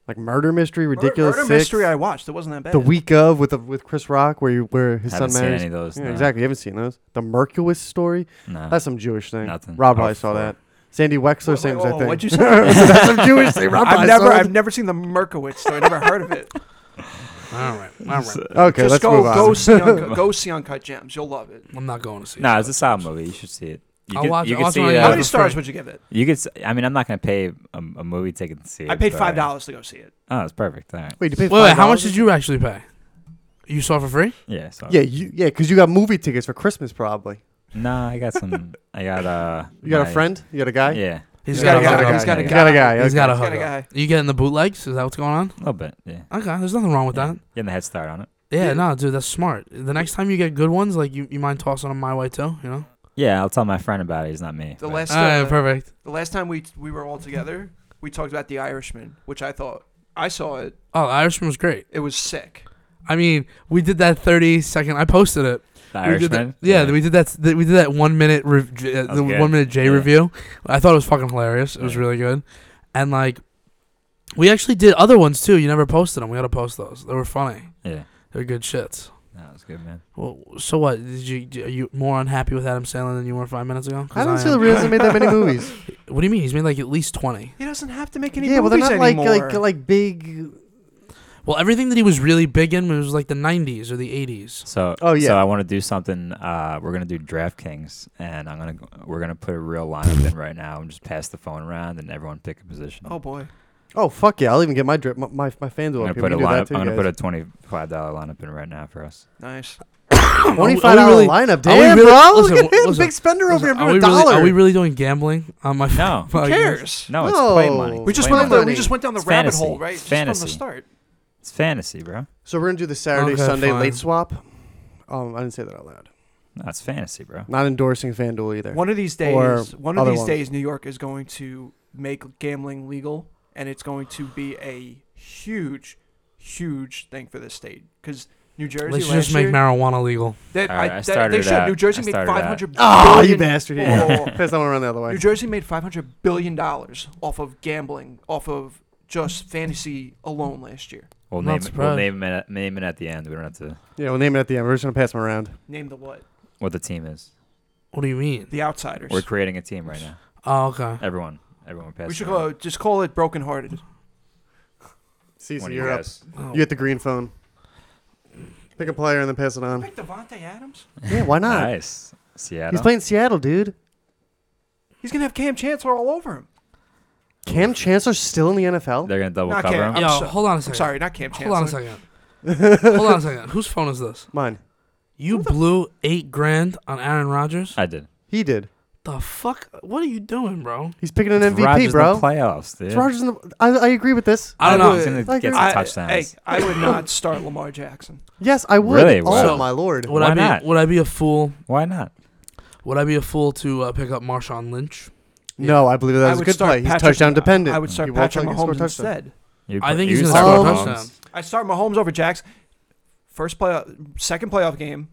E: Like murder mystery, ridiculous
B: Murder
E: Six,
B: mystery I watched. It wasn't that bad.
E: the week of with the, with Chris Rock, where you, where his
A: Haven't
E: son
A: seen
E: marries.
A: any of those.
E: Yeah,
A: no.
E: exactly. You haven't seen those. The Mercury story.
A: No.
E: That's some Jewish thing.
A: Nothing.
E: Rob
A: Oh,
E: probably saw
A: fuck.
E: that. Sandy Wexler,
B: Whoa,
E: same
B: whoa,
E: as I
B: whoa,
E: think.
B: oh, what'd you say?
E: [laughs] That's some
B: [laughs]
E: Jewish thing. Rob
B: I've
E: probably
B: never,
E: saw
B: I've
E: it.
B: never seen the Merkowitz story. I never heard of it.
C: All right, all right.
E: [laughs] Okay,
B: Just
E: let's
B: go,
E: move on.
B: go see,
E: [laughs]
B: Uncut, go see Uncut Gems. You'll love it.
C: I'm not going to see.
A: Nah,
C: it.
A: it's a solid movie. You should see it. You
C: I'll
A: could,
C: watch it.
A: you
C: I'll
A: could
C: watch
A: see.
C: it on
B: How
C: Yeah,
A: Uh,
B: many
C: for
B: stars
C: free.
B: would you give it?
A: you could. s- I mean, I'm not gonna pay a, a movie ticket to see it.
B: I paid
A: but-
B: five dollars to go see it.
A: Oh, it's perfect. All right.
E: Wait, you paid
C: Wait, wait. How
E: $5?
C: much did you actually pay? You saw it for free?
A: Yeah. So.
E: Yeah, you yeah, because you got movie tickets for Christmas probably.
A: Nah, I got some. I got uh.
E: You got
A: my-
E: a friend? You got a guy?
A: Yeah,
E: He's got a
C: hook
E: guy,
C: up.
E: he's
A: got a
E: You got a guy.
C: He's
E: okay.
C: got a
B: He's
C: hook.
B: got a
C: up.
B: guy.
C: You getting the bootlegs? Is that what's going on?
A: a little bit. Yeah.
C: Okay, there's nothing wrong with
A: Yeah.
C: that.
A: Getting the head start on it.
C: Yeah,
B: Yeah.
C: no, dude, that's smart. The next time you get good ones, like you, you mind tossing them my way too, you know?
A: Yeah, I'll tell my friend about it. He's not me.
B: The
A: but-
B: last
C: All right,
B: uh,
C: perfect.
B: the last time we we were all together, we talked about The Irishman, which I thought I saw it.
C: Oh, the Irishman was great.
B: It was sick.
C: I mean, we did that thirty second. I posted it.
A: The
C: We did that-
A: Irishman.
C: yeah, we did that. th- We did that one minute. Rev- j- uh,
A: That
C: the
A: was good.
C: one minute J
A: Yeah.
C: review. I thought it was fucking hilarious. It was
A: Yeah.
C: really good, and like, we actually did other ones too. You never posted them. We gotta post those. They were funny.
A: Yeah,
C: They were good shits.
A: that was good, man.
C: Well, so what? Did you? Are you more unhappy with Adam Sandler than you were five minutes ago? 'Cause
E: I don't see
C: am.
E: the reason made that many movies. [laughs]
C: What do you mean? He's made like at least twenty.
B: He doesn't have to make any
E: yeah, well, they're
B: movies
E: not like
B: anymore.
E: like like big.
C: Well, everything that he was really big in was like the 90s or the 80s.
A: So,
E: Oh, yeah.
A: So I want to do something. Uh, we're gonna do DraftKings, and I'm gonna go- we're gonna put a real lineup in right now and just pass the phone around and everyone pick a position.
B: oh boy,
E: Oh fuck yeah! I'll even get my drip. My my, my fans
A: I'm
E: will
A: gonna
E: up here.
A: put a
E: We can do that
A: lineup.
E: too,
A: I'm gonna
E: guys.
A: put a twenty-five dollar lineup in right now for us.
B: nice.
E: twenty-five
C: Are
E: dollar
C: we really-
E: lineup.
C: are we
E: Damn,
C: really-
E: bro!
C: listen,
E: Look at him,
C: listen,
E: big spender over here.
C: are,
E: bro,
C: we
E: A
C: really,
E: dollar.
C: are we really doing gambling on my [laughs]
A: No.
C: phone?
B: Who cares?
A: No, it's play money.
E: No.
B: We just
A: Play
B: went
E: Wait a
A: money.
B: on the, we
E: minute.
B: just went down the
A: It's
B: rabbit
A: fantasy.
B: hole, right?
A: It's
B: Just from
A: fantasy.
B: the start.
A: It's fantasy, bro.
E: So we're gonna do the Saturday
C: Okay,
E: Sunday
C: fine.
E: late swap. Um, I didn't say that out loud.
A: No, it's fantasy, bro.
E: Not endorsing FanDuel either.
B: One of these
E: Or
B: days, one of
E: other
B: these
E: ones.
B: days, New York is going to make gambling legal, and it's going to be a huge, huge thing for this state because New Jersey
C: Let's
B: last
C: just make
B: year,
C: marijuana legal.
B: that,
A: All right,
B: I,
A: I
B: that-
A: started
B: they
A: it
B: should.
A: out.
B: New Jersey
A: I
B: made
A: started it out.
B: five hundred
E: Ah, you
B: billion-
E: bastard!
B: Whoa, whoa,
E: Yeah.
B: whoa.
E: [laughs] Piss that one around the other way.
B: New Jersey made five hundred billion dollars off of gambling, off of just fantasy alone last year.
A: We'll
C: I'm
A: name
C: not
A: it. We'll
C: surprised.
A: name it, at, name it at the end. We don't have to
E: Yeah, we'll name it at the end. We're just gonna pass them around.
B: Name the what?
A: what the team is.
C: What do you mean?
B: The Outsiders.
A: We're creating a team right now.
C: Oh, okay.
A: Everyone, everyone pass.
B: we should
A: it around.
B: go, just call it Broken
E: [laughs]
B: Hearted.
A: One
E: Cece,
A: of you
E: you're up.
A: guys.
C: Oh.
E: You get the green phone. Pick a player and then pass
A: [laughs]
E: it on.
B: Pick Devontae Adams.
E: Yeah, why not?
A: Nice. Seattle.
E: He's playing Seattle, dude.
B: He's gonna have Cam Chancellor all over him.
E: Cam Chancellor's still in the NFL?
A: They're gonna double
B: Not
A: cover him.
B: Cam. I'm
C: Yo,
B: so-
C: hold on a
B: I'm
C: second.
B: sorry, not Cam Chancellor.
C: Hold on a second. hold on a second. Whose phone is this?
E: Mine.
C: You blew eight grand on Aaron Rodgers.
A: I did.
E: He did.
C: The fuck? What are you doing, bro?
E: He's picking an
A: It's
E: MVP,
A: Rodgers in
E: bro.
A: the playoffs, dude.
E: It's Rodgers in the, I, I agree with this.
C: I don't know.
A: He's gonna
E: I
A: get
E: agree.
A: some
B: I, hey,
A: touchdowns.
B: I would not start Lamar Jackson.
E: Yes, I would.
A: Really?
E: Oh
A: Wow.
E: my lord.
C: Would
A: Why
C: I be?
A: not?
C: Would I be a fool?
A: Why not?
C: Would I be a fool to uh, pick up Marshawn Lynch?
E: No, I believe that
B: I
E: was a
B: would
E: good
B: start
E: play. He's
B: Patrick-
E: touchdown dependent.
B: I would
E: He
B: start
E: won't
B: Patrick
E: fucking score
B: Mahomes
E: touchdown.
B: instead.
A: You
C: I
A: put-
C: think
A: you
C: he's gonna
A: start
E: score a
A: Mahomes.
C: touchdown.
B: I start Mahomes over Jackson. First playoff, second playoff game,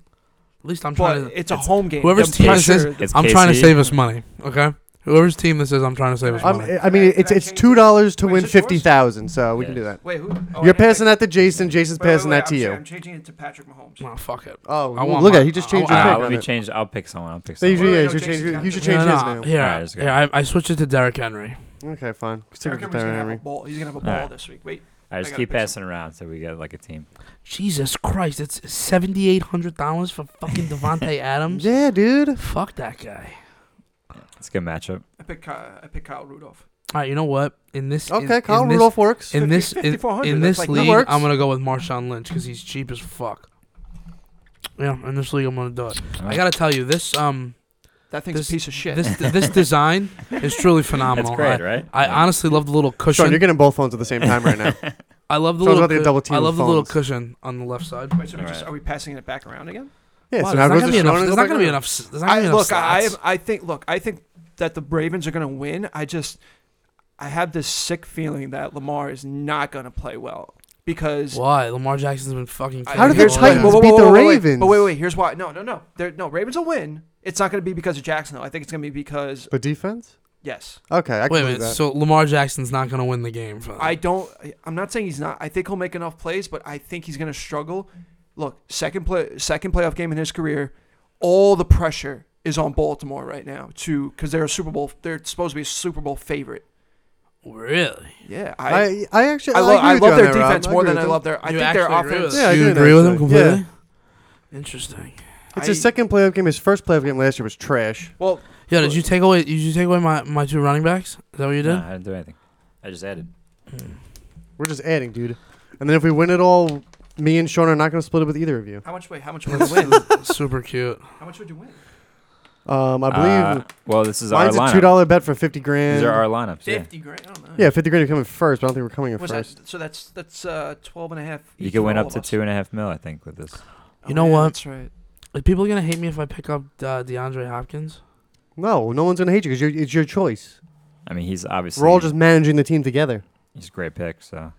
C: At least I'm trying
B: but
C: to.
B: it's a home game.
C: whoever's
B: The
C: team this
B: pressure-
C: is,
A: It's
C: I'm trying to
A: KC.
C: save us money. Okay. Whoever's team this is, I'm trying to save us
B: I'm-
C: money.
E: Um, I mean, it's it's two dollars to
B: Wait,
E: win
B: is it yours?
E: fifty thousand, so we
A: Yeah.
E: can do that.
B: Wait, who? oh,
E: You're
B: I-
E: passing
B: I-
E: that to Jason. Jason's
B: wait, wait,
E: passing
B: wait,
E: that to
B: I'm-
E: you.
B: I'm changing it to Patrick Mahomes.
C: Oh, fuck it.
E: Oh,
C: I want
E: look at
C: my-
E: he just
C: I
E: changed
C: want-
E: your
A: Uh,
C: I
E: pick.
A: let
E: on
A: me
E: it.
A: change. I'll pick someone. I'll pick
E: So you,
A: someone.
E: should-
B: Wait,
E: yeah, you
B: no,
E: should change.
B: Jason's got
E: You
B: it.
E: should
B: No,
E: change
C: no,
E: his
C: no,
E: name.
C: Yeah,
A: Alright, it's good.
C: yeah. I, I switched it to Derrick Henry.
E: Okay, fine. Stick
B: Eric Henry's
E: with Derrick
B: gonna have a
E: Henry.
B: ball. He's gonna have a
A: All right.
B: ball this week. Wait,
A: I
B: I
A: just
B: gotta
A: keep
B: pick
A: passing around so we get like a team.
C: Jesus Christ! It's seventy eight hundred dollars for fucking Devontae Adams.
E: Yeah, dude.
C: Fuck that guy.
A: It's a good matchup.
B: I pick Ky- I pick Kyle Rudolph.
C: All right, you know what? In this, in-
E: Okay,
C: in
E: Kyle
C: this-
E: Rudolph works.
C: in
B: 50
C: this in,
B: 5400,
C: in
B: that's
C: this
B: like- that
C: league,
E: works.
C: I'm gonna go with Marshawn Lynch because he's cheap as fuck. Yeah, in this league, I'm gonna do it. I gotta tell you, this um,
B: That thing's
C: This-
B: a piece of shit.
E: [laughs]
C: this this design is truly
A: That's
C: phenomenal.
A: great, right?
C: I, I
A: Yeah.
C: honestly love the little cushion.
E: Sean, you're getting both phones at the same time right now.
A: [laughs]
C: I love the
E: Sean's
C: little.
E: about to get
C: cu-
E: double teamed
C: I
E: with
C: love the little
E: phones.
C: cushion on the left side.
B: Wait, so we
A: All
B: just,
A: right.
B: are we passing it back around again?
E: Yeah,
C: Wow,
E: so now
C: there's
E: it
C: not
E: goes
C: gonna be
E: to
C: enough.
E: Sean and
C: There's
E: goes
C: not
E: back
C: gonna be
E: around.
C: enough. s- There's not
B: I
C: gonna be enough.
B: look. I
C: stats.
B: I think look. I think that the Ravens are gonna win. I just I have this sick feeling that Lamar is not gonna play well because
C: Why Lamar Jackson's been fucking.
B: I-
E: How did the
B: here's-
C: killing me all
B: wait, wait,
C: year.
E: Titans beat
B: wait,
E: the
B: wait, wait, wait.
E: Ravens?
B: But wait, wait. Here's why. No, no, no. There, no. Ravens will win. It's not gonna be because of Jackson though. I think it's gonna be because
E: The defense?
B: yes.
E: Okay, I can
C: Wait a
E: believe
C: minute.
E: that.
C: So Lamar Jackson's not gonna win the game for them.
B: I don't. I- I'm not saying he's not. I think he'll make enough plays, but I think he's gonna struggle. Look, second play, second playoff game in his career. All the pressure is on Baltimore right now to because they're a Super Bowl. They're supposed to be a Super Bowl favorite.
C: really.
B: Yeah, I
E: I, I actually
B: I, love
E: agree
B: I
E: with
B: love
E: you
B: their
E: on that, Rob.
B: defense more
E: agree
B: than
E: with
B: I
E: that.
B: love their. I
C: You
B: think their
C: actually agree
B: offense.
C: with
E: Yeah, I
C: you
E: do
C: agree with him
E: actually. Yeah.
C: completely. Interesting.
B: I-
E: It's his second playoff game. His first playoff game last year was trash.
B: Well,
C: Yo, did you take away? Did you take away my, my two running backs? Is that what you did?
E: [laughs]
A: No, I didn't do anything. I just added.
E: We're just adding, dude. And then if we win it all, me and Sean are not going to split it with either of you.
B: how much? Wait, how much would you
E: [laughs]
B: win?
C: Super cute.
B: how much would you win?
E: Um, I
A: Uh,
E: believe
A: well, this is
E: mine's
A: our
E: a
A: lineup.
E: two dollar bet for fifty grand.
A: These are our lineups. Yeah.
B: grand. I don't know.
E: yeah, fifty grand are coming first, but I don't think we're coming in
B: Was
E: first.
B: that, so that's that's uh, 12 and a half.
A: You
B: each
A: could
B: for
A: win
B: all
A: up
B: of
A: to
B: us.
A: two and a half mil, I think, with this.
C: You know
B: yeah,
C: what?
B: That's right.
C: Are people gonna hate me if I pick up uh, DeAndre Hopkins?
E: No, no one's going to hate you because it's your choice.
A: I mean, he's obviously
E: We're all just managing the team together.
A: he's a great pick. So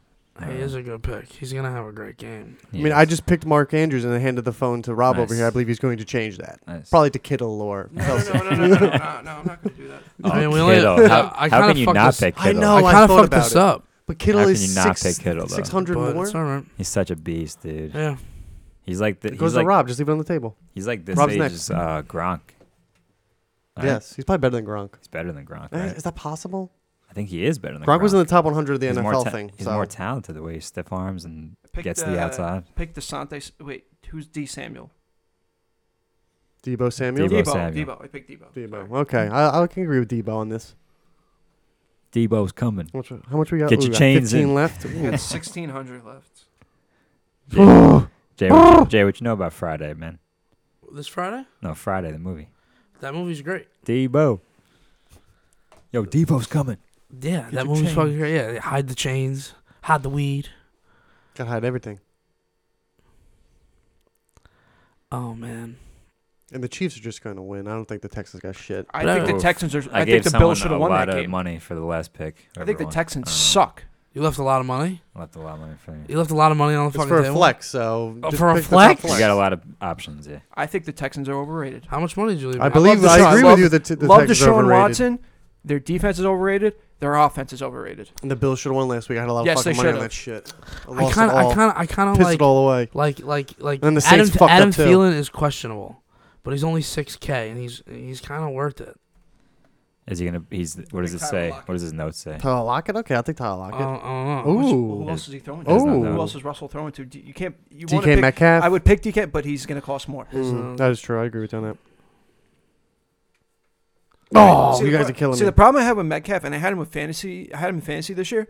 C: He is a good pick. He's gonna have a great game.
E: I mean, I just picked Mark Andrews and I handed the phone to Rob over
A: Nice.
E: here. I believe he's going to change that.
A: nice.
E: Probably to Kittle or
B: No,
E: Kelsey.
B: no, no, no, no, no, no, no, no, I'm not gonna do that.
A: Oh,
C: I mean, we only- [laughs]
A: Kittle. How,
C: I- I
A: how
C: kinda
A: can you
C: fucked
A: not
C: this-
A: pick
E: I
A: Kittle?
E: know,
C: I
E: Oh, I
C: kind of
E: thought
C: fucked
E: about
C: this
E: it.
C: up.
E: [laughs] But Kittle
A: How can
E: is
A: you not
E: six,
A: pick Kittle, though?
E: 600
C: but
E: more.
C: It's all right.
A: He's such a beast, dude.
C: Yeah.
A: He's like the,
E: It goes
A: he's
E: to
A: like
E: Rob. Just leave it on the table.
A: he's like this
E: Rob's next.
A: age's uh, Gronk. Right?
E: Yes, he's probably better than Gronk.
A: he's better than Gronk.
E: Eh,
A: Right?
E: Is that possible?
A: I think he is better than Gronk.
E: Gronk, was in the top 100 of the
A: He's more
E: NFL
A: ta-
E: thing.
A: He's
E: so.
A: more talented the way he stiff arms and
B: Pick
A: gets to
B: the-
A: the outside.
B: Pick Desante. Wait, who's D Samuel?
E: Debo Samuel.
A: Debo
B: Debo.
A: Samuel.
B: Debo. I picked Debo.
E: Debo.
B: Sorry.
E: Okay, I, I can agree with Debo on this.
A: Debo's coming.
E: [laughs] How much, how much we got?
A: Get your
E: we got
A: chains
E: 15
A: in.
E: left.
B: We
A: [laughs]
B: got 1600 left.
A: Jay, Jay, what, Jay, what you know about Friday, man?
C: This Friday,
A: No, Friday the movie.
C: that movie's great.
A: Debo. Yo, Debo's coming.
C: Yeah,
A: Get
C: that
A: your
C: movie's
A: chains.
C: fucking great. Yeah, hide the chains, hide the weed.
E: Gotta hide everything.
C: Oh man.
E: And the Chiefs are just going to win. I don't think the Texans got shit.
B: I
C: But I-
B: think the
A: Oof.
B: Texans are.
A: I,
B: I,
A: gave
B: think the
A: someone
B: Bills should
A: a
B: have won
A: lot
B: that
A: of
B: game.
A: money for the last pick.
B: I think the
A: Everyone. I
B: Texans
A: don't know.
B: suck.
C: You left a lot of money.
A: I left a lot of money for you.
C: You left a lot of money on the
E: It's
C: fucking
E: for a
C: table.
E: flex, so
C: Oh,
E: just
C: for a
E: pick the top
C: flex?
A: You got a lot of options, yeah.
B: I think the Texans are overrated.
C: How much money did you leave?
E: I
C: me?
E: believe
B: love
E: I
B: Deshaun-
E: agree
B: love-
E: with you that t- the
B: Love
E: Texans are
B: Deshaun
E: overrated.
B: Watson. Their defense is overrated. Their offense is overrated.
E: And the Bills should have won last week. I had a lot of
B: Yes,
E: fucking
B: they
E: money on
B: should've.
E: that shit. I
C: I
E: lost
C: kind of,
E: it all.
C: I kind of, I kind of
E: pissed
C: like,
E: it all away.
C: like, like, like.
E: And the
C: Adam,
E: Saints fucked up,
C: Adam
E: too.
C: Thielen is questionable, but he's only six k, and he's he's kind of worth it.
A: Is he gonna? He's. What does it
B: Tyler
A: say?
B: Lockett.
A: What does his note say?
E: Tyler Lockett? Okay, I'll take
C: Uh,
E: Tyler
B: Um,
E: Lockett.
C: uh,
E: Ooh.
B: Who else is he throwing to?
A: There's
E: no
B: Who
E: doubt.
B: else is Russell throwing to? D- You can't. You want to
E: DK
B: pick?
E: Metcalf?
B: I would pick DK, but he's going to cost more.
C: There's
E: Mm,
C: no-
E: that is true. I agree with you on that. Oh,
B: See,
E: you
B: the
E: guys
B: pro-
E: are killing
B: See,
E: me.
B: the problem I have with Metcalf, and I had him with fantasy. I had him in fantasy this year.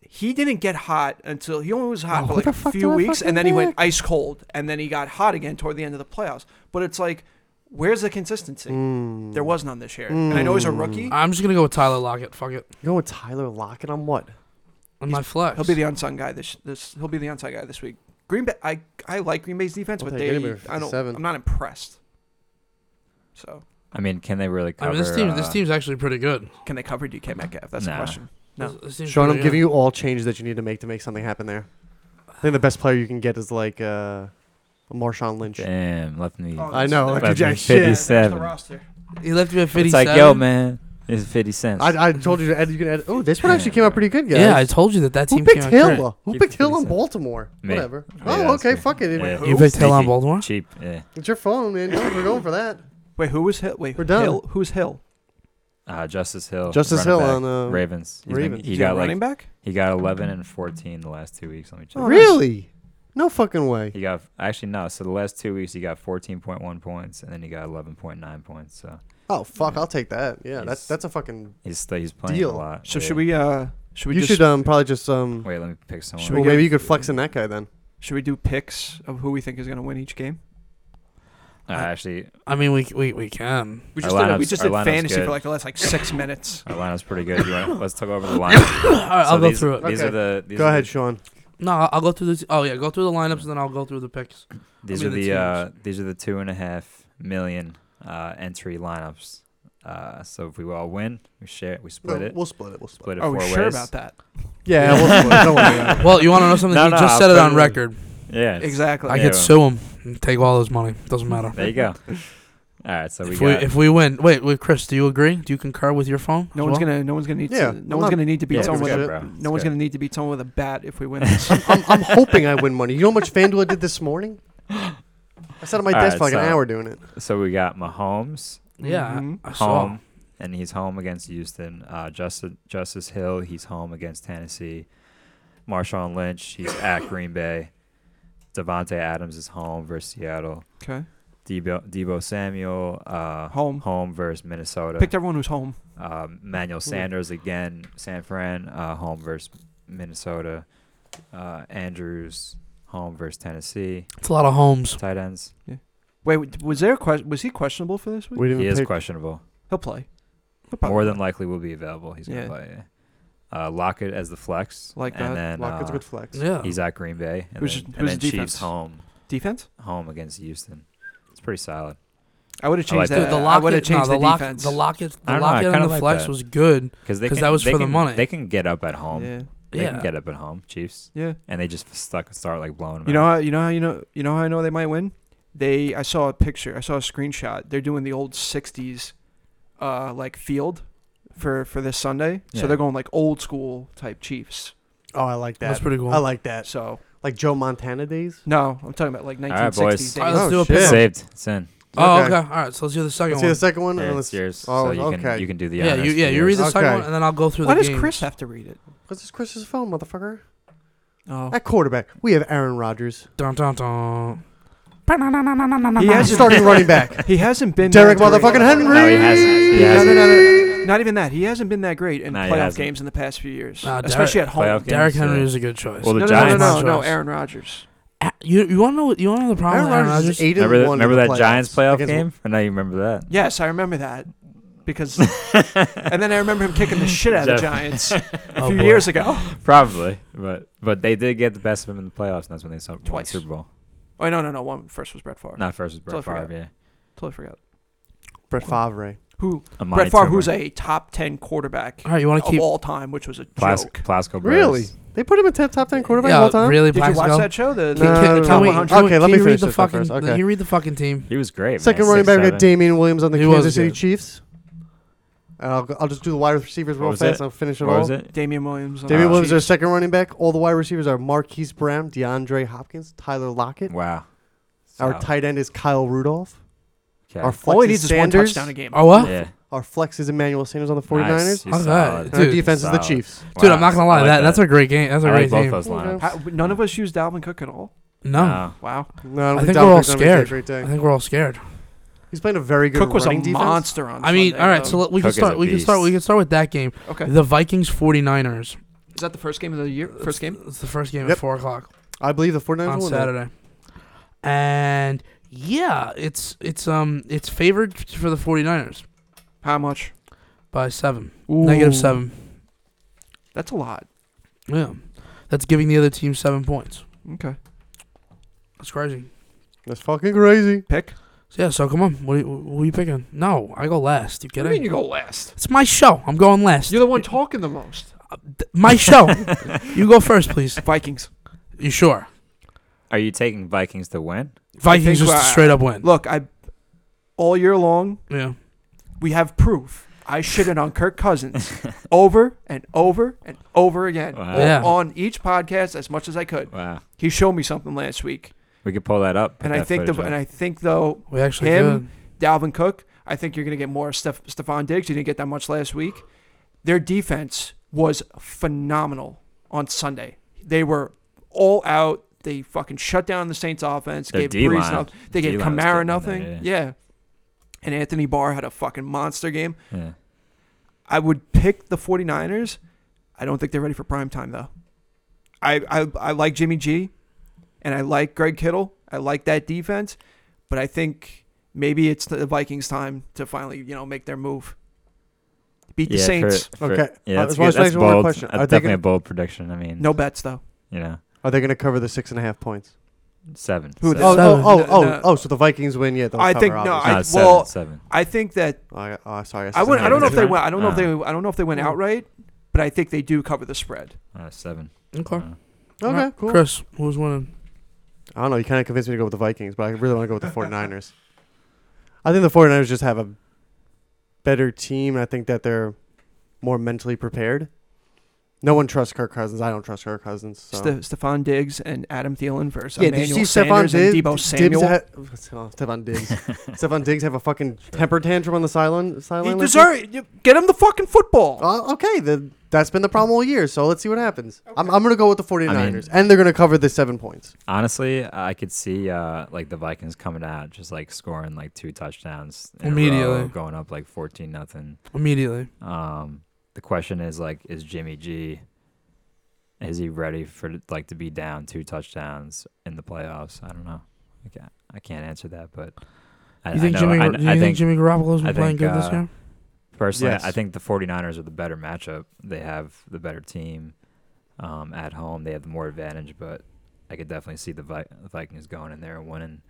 B: He didn't get hot until he only was hot
E: Oh,
B: for
E: what
B: like
E: the
B: a
E: fuck
B: few
E: did I
B: weeks,
E: fucking
B: and then he went
E: pick?
B: ice cold, and then he got hot again toward the end of the playoffs. But it's like, where's the consistency?
E: Mm.
B: There was none this year, and I know he's a
E: Mm.
B: rookie.
C: I'm just gonna go with Tyler Lockett. Fuck it.
E: You going with Tyler Lockett on what?
C: On my flex.
B: He'll be the unsung guy this this. He'll be the unsung guy this week. Green Bay. I I like Green Bay's defense,
E: I'll
B: but
E: take
B: they.
E: anybody for
B: I don't.
E: 57.
B: I'm not impressed. So
A: I mean, can they really
C: I
A: cover?
C: mean, this team. This
A: uh,
C: team's actually pretty good.
B: can they cover DK Metcalf? That's
A: Nah.
B: the question. No.
C: This- this team's
E: Sean,
C: pretty
E: I'm giving
C: good.
E: you all change that you need to make to make something happen there. I think the best player you can get is like uh, Marshawn Lynch.
A: Damn, left me.
B: Oh,
E: I know,
B: that's-
A: But
E: like you
B: that's-
E: jack
A: it's
E: shit.
A: 57.
B: roster.
C: He left you at 57.
A: It's like, yo, man, it's fifty cents.
E: I, I told you to add. You can add. Oh, this one actually came out pretty good, guys.
C: Yeah, I told you that that
E: Who
C: team
E: picked
C: came out
E: Hill?
C: great.
E: Who
A: Keep
E: picked
A: it
E: Hill in
A: 57.
E: Baltimore?
A: Me.
E: Whatever.
A: Yeah,
E: Oh,
A: that's
E: okay.
A: me.
E: Fuck it.
A: Yeah.
C: You picked Hill on
A: Sneaky.
C: Baltimore.
A: cheap. Yeah.
E: It's your phone, man. We're going for that.
B: Wait, who was Hill? Wait,
E: We're done.
B: Hill, who's Hill?
A: Uh, Justice Hill.
E: Justice Hill
A: running back,
E: on uh,
A: Ravens. He's been-
E: Ravens.
A: he
B: Is
A: got
B: a
A: like
B: running back.
A: he got eleven and fourteen the last two weeks. Let me check.
B: Oh, nice.
E: Really? No fucking way.
A: He got actually no. So the last two weeks he got fourteen point one points, and then he got eleven point nine points. So
E: Oh fuck! I'll take that. Yeah, that's
A: He's-
E: that's a fucking.
A: he's still he's playing
E: Deal.
A: a lot.
B: So
A: Yeah.
B: should we? uh Should we
E: You
B: just?
E: should um probably just um.
A: Wait, let me pick someone.
B: Should
E: well,
B: we
E: maybe
B: get-
E: you could flex in that guy then.
B: should we do picks of who we think is going to win each game?
A: uh, actually,
C: I mean, we we we can.
B: We
A: Our
B: just did,
A: lineup's-
B: we just
A: our
B: did
A: lineup's
B: fantasy
A: good.
B: for like the last
A: [laughs]
B: like six minutes.
A: our lineup's pretty good. You want, let's talk
C: [laughs]
A: over the lineup.
C: All right, I'll
A: So
C: go
A: these-
C: through it.
A: These
E: Okay.
A: are the these
E: Go
A: are
E: ahead,
A: the-
E: Sean.
C: No, I'll, I'll go through the. Oh yeah, go through the lineups and then I'll go through the picks.
A: These
C: I
A: are
C: mean, the
A: the uh, these are the two and a half million uh, entry lineups. Uh, so if we all win, we share it. We split
E: No,
A: it.
E: We'll split it. We'll
A: split
E: split it.
A: it
C: oh,
A: four
B: Are we
A: ways.
B: sure about that?
E: Yeah, [laughs] we'll split it. Don't worry about it.
C: Well, you want to know something?
A: No,
C: you
A: no,
C: just
A: I'll
C: said it
A: put
C: on
A: it-
C: record.
A: Yeah.
B: Exactly.
C: I
A: Yeah.
C: could sue him and take all his money. Doesn't matter.
A: There you go.
C: [laughs]
A: All right, so we
C: if
A: got
C: we if we win, wait, wait, Chris, do you agree? Do you concur with your phone?
B: No
C: as
B: one's
C: well?
B: gonna. No one's gonna need. to,
E: Yeah,
B: no
E: I'm
B: one's
E: not-
B: gonna need to beat
E: Yeah,
B: someone
E: it's
B: with
E: good,
B: a.
A: bro. It's
B: No one's
A: good.
B: gonna need to beat someone with a bat
A: [laughs]
B: if we win. this.
E: I'm, I'm hoping I win money. You know how much FanDuel I did
A: [gasps]
E: this morning? I sat at my
A: All right,
E: desk for like an
A: so-
E: hour doing it.
A: so we got Mahomes
C: Yeah, I-
B: Mhm.
C: I saw.
A: Mm-hmm. home, and he's home against Houston. Uh, Justice Justice Hill, he's home against Tennessee. Marshawn Lynch,
C: [coughs]
A: he's at Green Bay. Devonte Adams is home versus Seattle.
B: Okay.
A: Debo, Debo Samuel, uh,
B: Home.
A: home versus Minnesota.
B: Picked everyone who's home.
A: Um, Manuel Sanders again, San Fran, uh, home versus Minnesota. Uh, Andrews, home versus Tennessee.
C: It's a lot of homes.
A: Tight ends.
B: Wait, was there a question? Was he questionable for this week?
E: We didn't
A: He is
E: pick-
A: questionable.
B: He'll play. He'll probably
A: More
B: play.
A: than likely will be available. He's going to
B: Yeah.
A: play. Uh, Lockett as the flex.
B: Like that.
A: and then
E: Lockett's a
A: uh,
E: good flex.
C: Yeah.
A: he's at Green Bay. And
B: Who's-
A: then, and
B: who's
A: then
B: the
A: Chiefs
B: defense?
A: home,
B: defense.
A: home against Houston. It's pretty solid.
B: I would have
A: like
B: changed
A: that.
B: that.
C: Dude, the
B: I would have
C: Lockett, no,
B: changed
C: the,
B: the,
C: Lock-
B: defense.
C: the Lockett,
A: I
C: the
A: don't know, I
C: Lockett, and
A: kinda
C: the
A: like
C: flex
A: that.
C: was good.
A: Because they
C: 'Cause
A: can,
C: that was
A: they
C: for the
A: can-
C: money.
A: They can get up at home.
B: Yeah.
A: They
C: yeah,
A: can get up at home, Chiefs.
B: Yeah.
A: And they just stuck, start like blowing them
B: You know,
A: out.
B: how, you know how you know you know how I know they might win. They, I saw a picture, I saw a screenshot. They're doing the old '60s, uh, like field, for for this Sunday.
A: Yeah.
B: So they're going like old school type Chiefs.
E: Oh, I like
C: that's
E: that.
C: pretty cool.
E: I like
A: Uh,
E: that.
B: So
E: Like Joe Montana days.
B: no, I'm talking about like 1960s.
A: right, boys.
B: days.
C: All right, let's
E: Oh,
C: do a
E: shit.
C: pick.
A: Saved. It's in.
C: Oh, okay.
E: Okay.
C: All right, so let's do the second
E: Let's see
C: one.
E: the second one.
A: Yeah,
E: and
A: it's
E: let's,
A: yours.
E: Oh,
A: so you
E: okay.
A: can you can do the
C: yeah, you
A: honors
C: yeah,
A: for
C: you
A: yours.
C: read the second
E: Okay.
C: one, and then I'll go through
B: Why
C: the
B: does
C: games.
B: Chris have to read it?
E: What's this Chris's phone, motherfucker?
B: Oh,
E: At quarterback, we have Aaron Rodgers.
C: Dun, dun, dun.
B: He has
E: starting running [laughs]
B: [laughs]
E: back.
B: he hasn't been
E: Derek
B: that great.
E: motherfucking Henry.
A: No, he [laughs] hasn't. He
B: No,
A: hasn't.
B: no, no, no, no. Not even that. He hasn't been that great in
A: No, he
B: playoff
A: hasn't.
B: games in the past few years,
C: Nah, Derek-
B: especially at home.
A: Playoff games,
C: Derrick Henry
A: yeah.
C: is a good choice.
A: Well, the
B: no, no, no,
A: Giants.
B: no, no, no,
C: Giants.
B: Aaron Rodgers.
C: Ah, you you want to know you want to know the problem?
E: Aaron
C: with Aaron
E: Rodgers is
C: Rodgers?
E: eight and
A: Remember that,
E: one.
A: remember
E: in the
A: that Giants playoff
E: against-
A: game? I know you remember that.
B: Yes, I remember that
A: [laughs]
B: because, [laughs] and then I remember him kicking the shit out of the Giants a
C: Oh,
B: few
C: boy.
B: years ago.
A: [laughs] Probably, but but they did get the best of him in the playoffs, and that's when they saw won the
B: Twice.
A: Super Bowl.
B: Oh no, no, no. One first was Brett Favre.
A: Not first was Brett
B: Totally
A: Favre.
B: forgot.
A: Yeah,
B: Totally forgot.
E: Brett Favre.
B: Who?
A: Amani
B: Brett Favre,
A: Cooper.
B: who's a top ten quarterback
C: All right, you want to
B: of
C: keep
B: all time, which was a
A: Plas-
B: joke.
A: Plasco Brothers.
E: Really? They put him in top top ten quarterback
C: yeah,
E: all time.
C: really?
B: Did you watch
C: Plaxico?
B: that show? The,
E: No,
B: the
E: no, no,
B: top
E: no.
B: 100.
E: Okay, let me
C: you read
E: finish
C: the
E: this one
C: fucking,
E: first.
C: can
E: Okay.
C: you read the fucking team.
A: He was great.
E: Second
A: man.
E: running
A: Six,
E: back, we
A: seven.
E: got Damian Williams on the
C: He
E: Kansas
C: was
E: City
C: good.
E: Chiefs. And I'll, I'll just do the wide receivers
A: What
E: real
A: was
E: fast.
A: it?
E: and I'll finish it
A: What
E: all.
A: was it?
B: Damian Williams. on
E: Damian
B: the
E: Williams is our
B: Uh, Chiefs.
E: second running back. All the wide receivers are Marquise Brown, DeAndre Hopkins, Tyler Lockett.
A: Wow.
E: Our
A: Solid.
E: tight end is Kyle Rudolph.
A: Okay.
E: Our flex
B: All he
E: is
B: needs is one
E: Sanders.
B: touchdown a game.
C: Oh what?
A: yeah.
E: Our flex is Emmanuel Sanders on the 49ers.
A: Nice. He's
C: Okay.
A: solid.
E: And our
C: Dude,
E: defense is
A: solid.
E: the Chiefs.
C: Dude,
A: Wow.
C: I'm not gonna
A: I
C: lie.
A: like
C: that, that's a great game. That's a
A: I like
C: great
A: both
C: game.
A: those
E: Okay.
A: lineups.
B: How- none of us used Dalvin Cook at all.
C: No,
B: Wow.
E: No, I, don't
C: I think
E: Dalvin
C: we're all
E: Cook's having a
C: scared.
E: Great
C: I
E: day.
C: think we're all scared.
E: He's He's playing a very good
B: Cook was a
E: running defense.
B: monster on.
C: I mean,
B: Sunday,
C: all right.
B: though.
C: So let- we can
A: Cook is
C: start.
A: a
C: We can start. We
A: beast.
C: can start with that game.
B: um, okay,
C: The Vikings 49ers.
B: is that the first game of the year? First game.
C: It's the first game
E: Yep.
C: at four o'clock
E: I believe the 49ers
C: on
E: will win that.
C: Saturday. And yeah, it's it's um it's favored for the 49ers
B: How much?
C: by seven, negative
B: Ooh,
C: seven.
B: That's a lot.
C: Yeah, that's giving the other team seven points.
B: Okay.
C: That's crazy.
E: That's fucking crazy.
B: Pick.
C: So, yeah. So come on. What are you, who are you picking? No, I go last. You
B: What do you mean
C: kidding?
B: you go last?
C: It's my show. I'm going last. Uh,
B: You're the one talking the most. [laughs]
C: my show. you go first, please.
B: Vikings.
C: You sure?
A: Are you taking Vikings to win?
C: Vikings
B: think,
C: just a
B: uh,
C: straight up win.
B: Look, I all year long
C: Yeah.
B: we have proof. I shitted on Kirk Cousins
A: [laughs]
B: over and over and over again
A: Wow.
B: o-
C: Yeah.
B: on each podcast as much as I could.
A: Wow.
B: He showed me something last week,
A: We could pull that up. put
B: and I
A: that
B: think
A: footage
B: the, and
A: up.
B: I think though
C: We actually
B: Him? Dalvin Cook, I think you're going to get more Steph- Stephon Diggs. You didn't get that much last week. Their defense was phenomenal on Sunday. They were all out. They fucking shut down the Saints offense.
A: Their
B: gave Breeze
A: D-line-
B: nothing. They gave
A: D-line was getting
B: Kamara
A: in
B: nothing.
A: there,
B: yeah. And Anthony Barr had a fucking monster game.
A: yeah.
B: I would pick the 49ers. I don't think they're ready for prime time though. I, I I like Jimmy G and I like Greg Kittle. I like that defense, but I think maybe it's the Vikings time to finally, you know, make their move. Beat the
A: Yeah, for-
B: Saints.
A: for-
E: Okay.
A: Yeah,
E: Uh,
A: that's,
E: so I
A: good.
E: just
A: that's
E: have one more
A: bold.
E: question.
A: Uh,
E: Are they
A: definitely
E: gonna-
A: a bold prediction. I mean,
B: No bets though.
A: you know,
E: Are they going to cover the six and a half points?
A: seven.
B: Who
A: seven.
E: Oh,
C: Seven.
E: oh, oh, oh,
B: No.
E: oh, so the Vikings win. Yeah, they'll
B: I
E: cover,
B: think- no,
A: No,
E: obviously.
B: I-
A: seven,
B: well,
A: seven.
B: I think that
E: I, oh, sorry.
B: I would
A: Seven
B: I don't know if they
A: different?
B: went I don't know if they
A: Ah.
B: I don't know if they went
C: Hmm.
B: outright, but I think they do cover the spread.
A: Uh, seven.
C: have. Okay.
A: Uh,
E: Okay, cool.
C: Chris, who's winning?
E: I don't know. You kind of convinced me to go with the Vikings, but I really want to go with the 49ers. I think the 49ers just have a better team. I think that they're more mentally prepared. No one trusts Kirk Cousins. I don't trust Kirk Cousins. So.
B: Ste- Stephon Diggs and Adam Thielen versus
E: yeah, did
B: Emmanuel
E: you see Stephon
B: Sanders
E: Diggs?
B: and Debo
E: Diggs
B: Samuel.
E: ha- oh, Stephon Diggs. Stephon Diggs have a fucking temper tantrum on the sideline.
B: he
E: sideline last week?
B: deserve get him the fucking football.
E: Uh, okay, the, that's been the problem all year. So let's see what happens. I'm, I'm going to go with the 49ers, and they're going to cover the seven points.
A: Honestly, I could see uh, like the Vikings coming out, just like scoring like two touchdowns in a row,
C: Immediately.
A: going up like fourteen nothing.
C: Immediately.
A: Um, the question is like, is Jimmy G? Is he ready for like to be down two touchdowns in the playoffs? I don't know. I can't, I can't answer that, but I,
C: You think
A: I know.
C: Jimmy?
A: I,
C: Do you
A: I
C: think
A: think
C: Jimmy Garoppolo's
A: I
C: been playing
A: think,
C: good this
A: uh,
C: year?
A: personally,
E: Yes.
A: I think the 49ers are the better matchup. They have the better team um, at home. They have the more advantage, but I could definitely see the Vi- Vikings going in there and winning.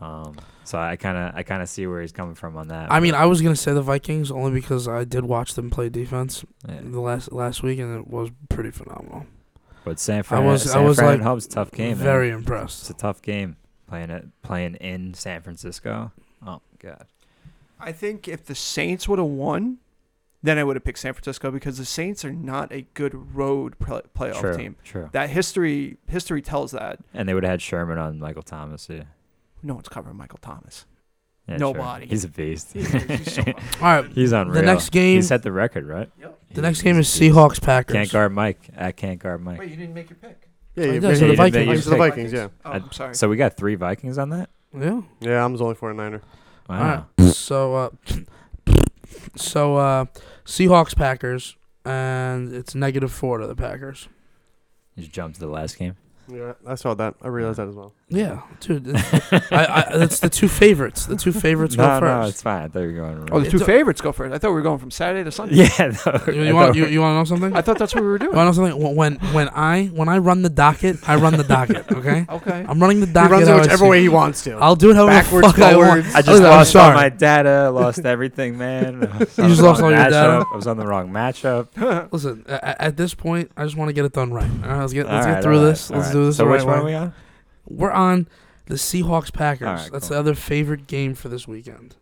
A: Um, so I kind of I kind of see where he's coming from on that.
C: I mean,
A: but,
C: I was gonna say the Vikings only because I did watch them play defense
A: yeah.
C: the last last week and it was pretty phenomenal.
A: but San
C: I
A: Fran,
C: was- I
A: San
C: was,
A: Fran
C: like,
A: at home's a tough game. man.
C: Very
A: It's
C: impressed.
A: a tough game playing it playing in San Francisco. Oh god.
B: I think if the Saints would have won, then I would have picked San Francisco because the Saints are not a good road play- playoff
A: True.
B: team.
A: True.
B: That history history tells that.
A: And they would have had Sherman on Michael Thomas. Yeah.
B: No one's covering Michael [laughs] Thomas.
A: yeah sure.
B: Nobody.
A: He's a beast. [laughs]
C: All right.
A: he's unreal.
C: The next game.
A: He set the record, right?
B: Yep.
A: He's-
C: The next game is
A: he's a beast.
C: Seahawks Packers.
A: Can't guard Mike. I can't guard Mike.
B: you didn't make your pick.
E: Yeah,
C: Oh,
E: you
C: yeah,
E: picked
A: so the
E: the Vikings.
A: Vikings-
E: Oh, you
A: you
E: said the
A: picked-
E: Vikings, yeah.
B: Oh,
A: I-
B: I'm sorry.
A: So we got three Vikings on that.
C: Yeah.
E: Yeah, I'm only 49er.
A: Wow.
C: All right. So uh, [clears throat] so uh, Seahawks Packers and it's negative four to the Packers.
A: You just jumped to the last game.
E: Yeah, I saw that. I realized that as well.
C: Yeah, dude. it's- I, I, that's the
A: [laughs]
C: two favorites. The two favorites
A: no,
C: go
A: no,
C: first.
A: it's fine. I thought you were going.
B: oh,
A: Oh,
B: the two
C: It's a-
B: favorites go first. I thought we were going from Saturday to Sunday.
A: [laughs] yeah. No,
C: You,
A: I
C: want
A: thought
C: you,
A: we-
C: you want to know something?
B: I thought that's what we were
C: You [laughs]
B: doing.
C: want to know something? Wh- When when I when I run the docket, I run
A: [laughs]
C: the docket. Okay,
B: Okay.
C: I'm running the
E: He
C: docket.
E: runs it
C: how I
E: whichever
C: see-
E: way he wants to.
C: I'll do it however
E: Backwards,
C: the fuck I want.
E: forwards.
A: I just
C: Listen, Oh, I'm
A: lost all
C: sorry.
A: my data. Lost everything, man.
C: [laughs]
A: I was
C: You
A: on
C: just
A: the
C: lost
A: wrong
C: all your data?
A: matchup. I was on the wrong matchup.
B: [laughs]
C: Listen, a- a- at this point, I just want to get it done right. All right, let's get
A: All
C: let's get
A: right,
C: through
A: all right,
C: this.
A: all
C: Let's
A: right.
C: do this.
A: So
C: the
A: which
C: right
A: one are
C: way.
A: we on?
C: We're on the Seahawks Packers.
A: All right,
C: That's
A: cool.
C: the other favorite game for this weekend.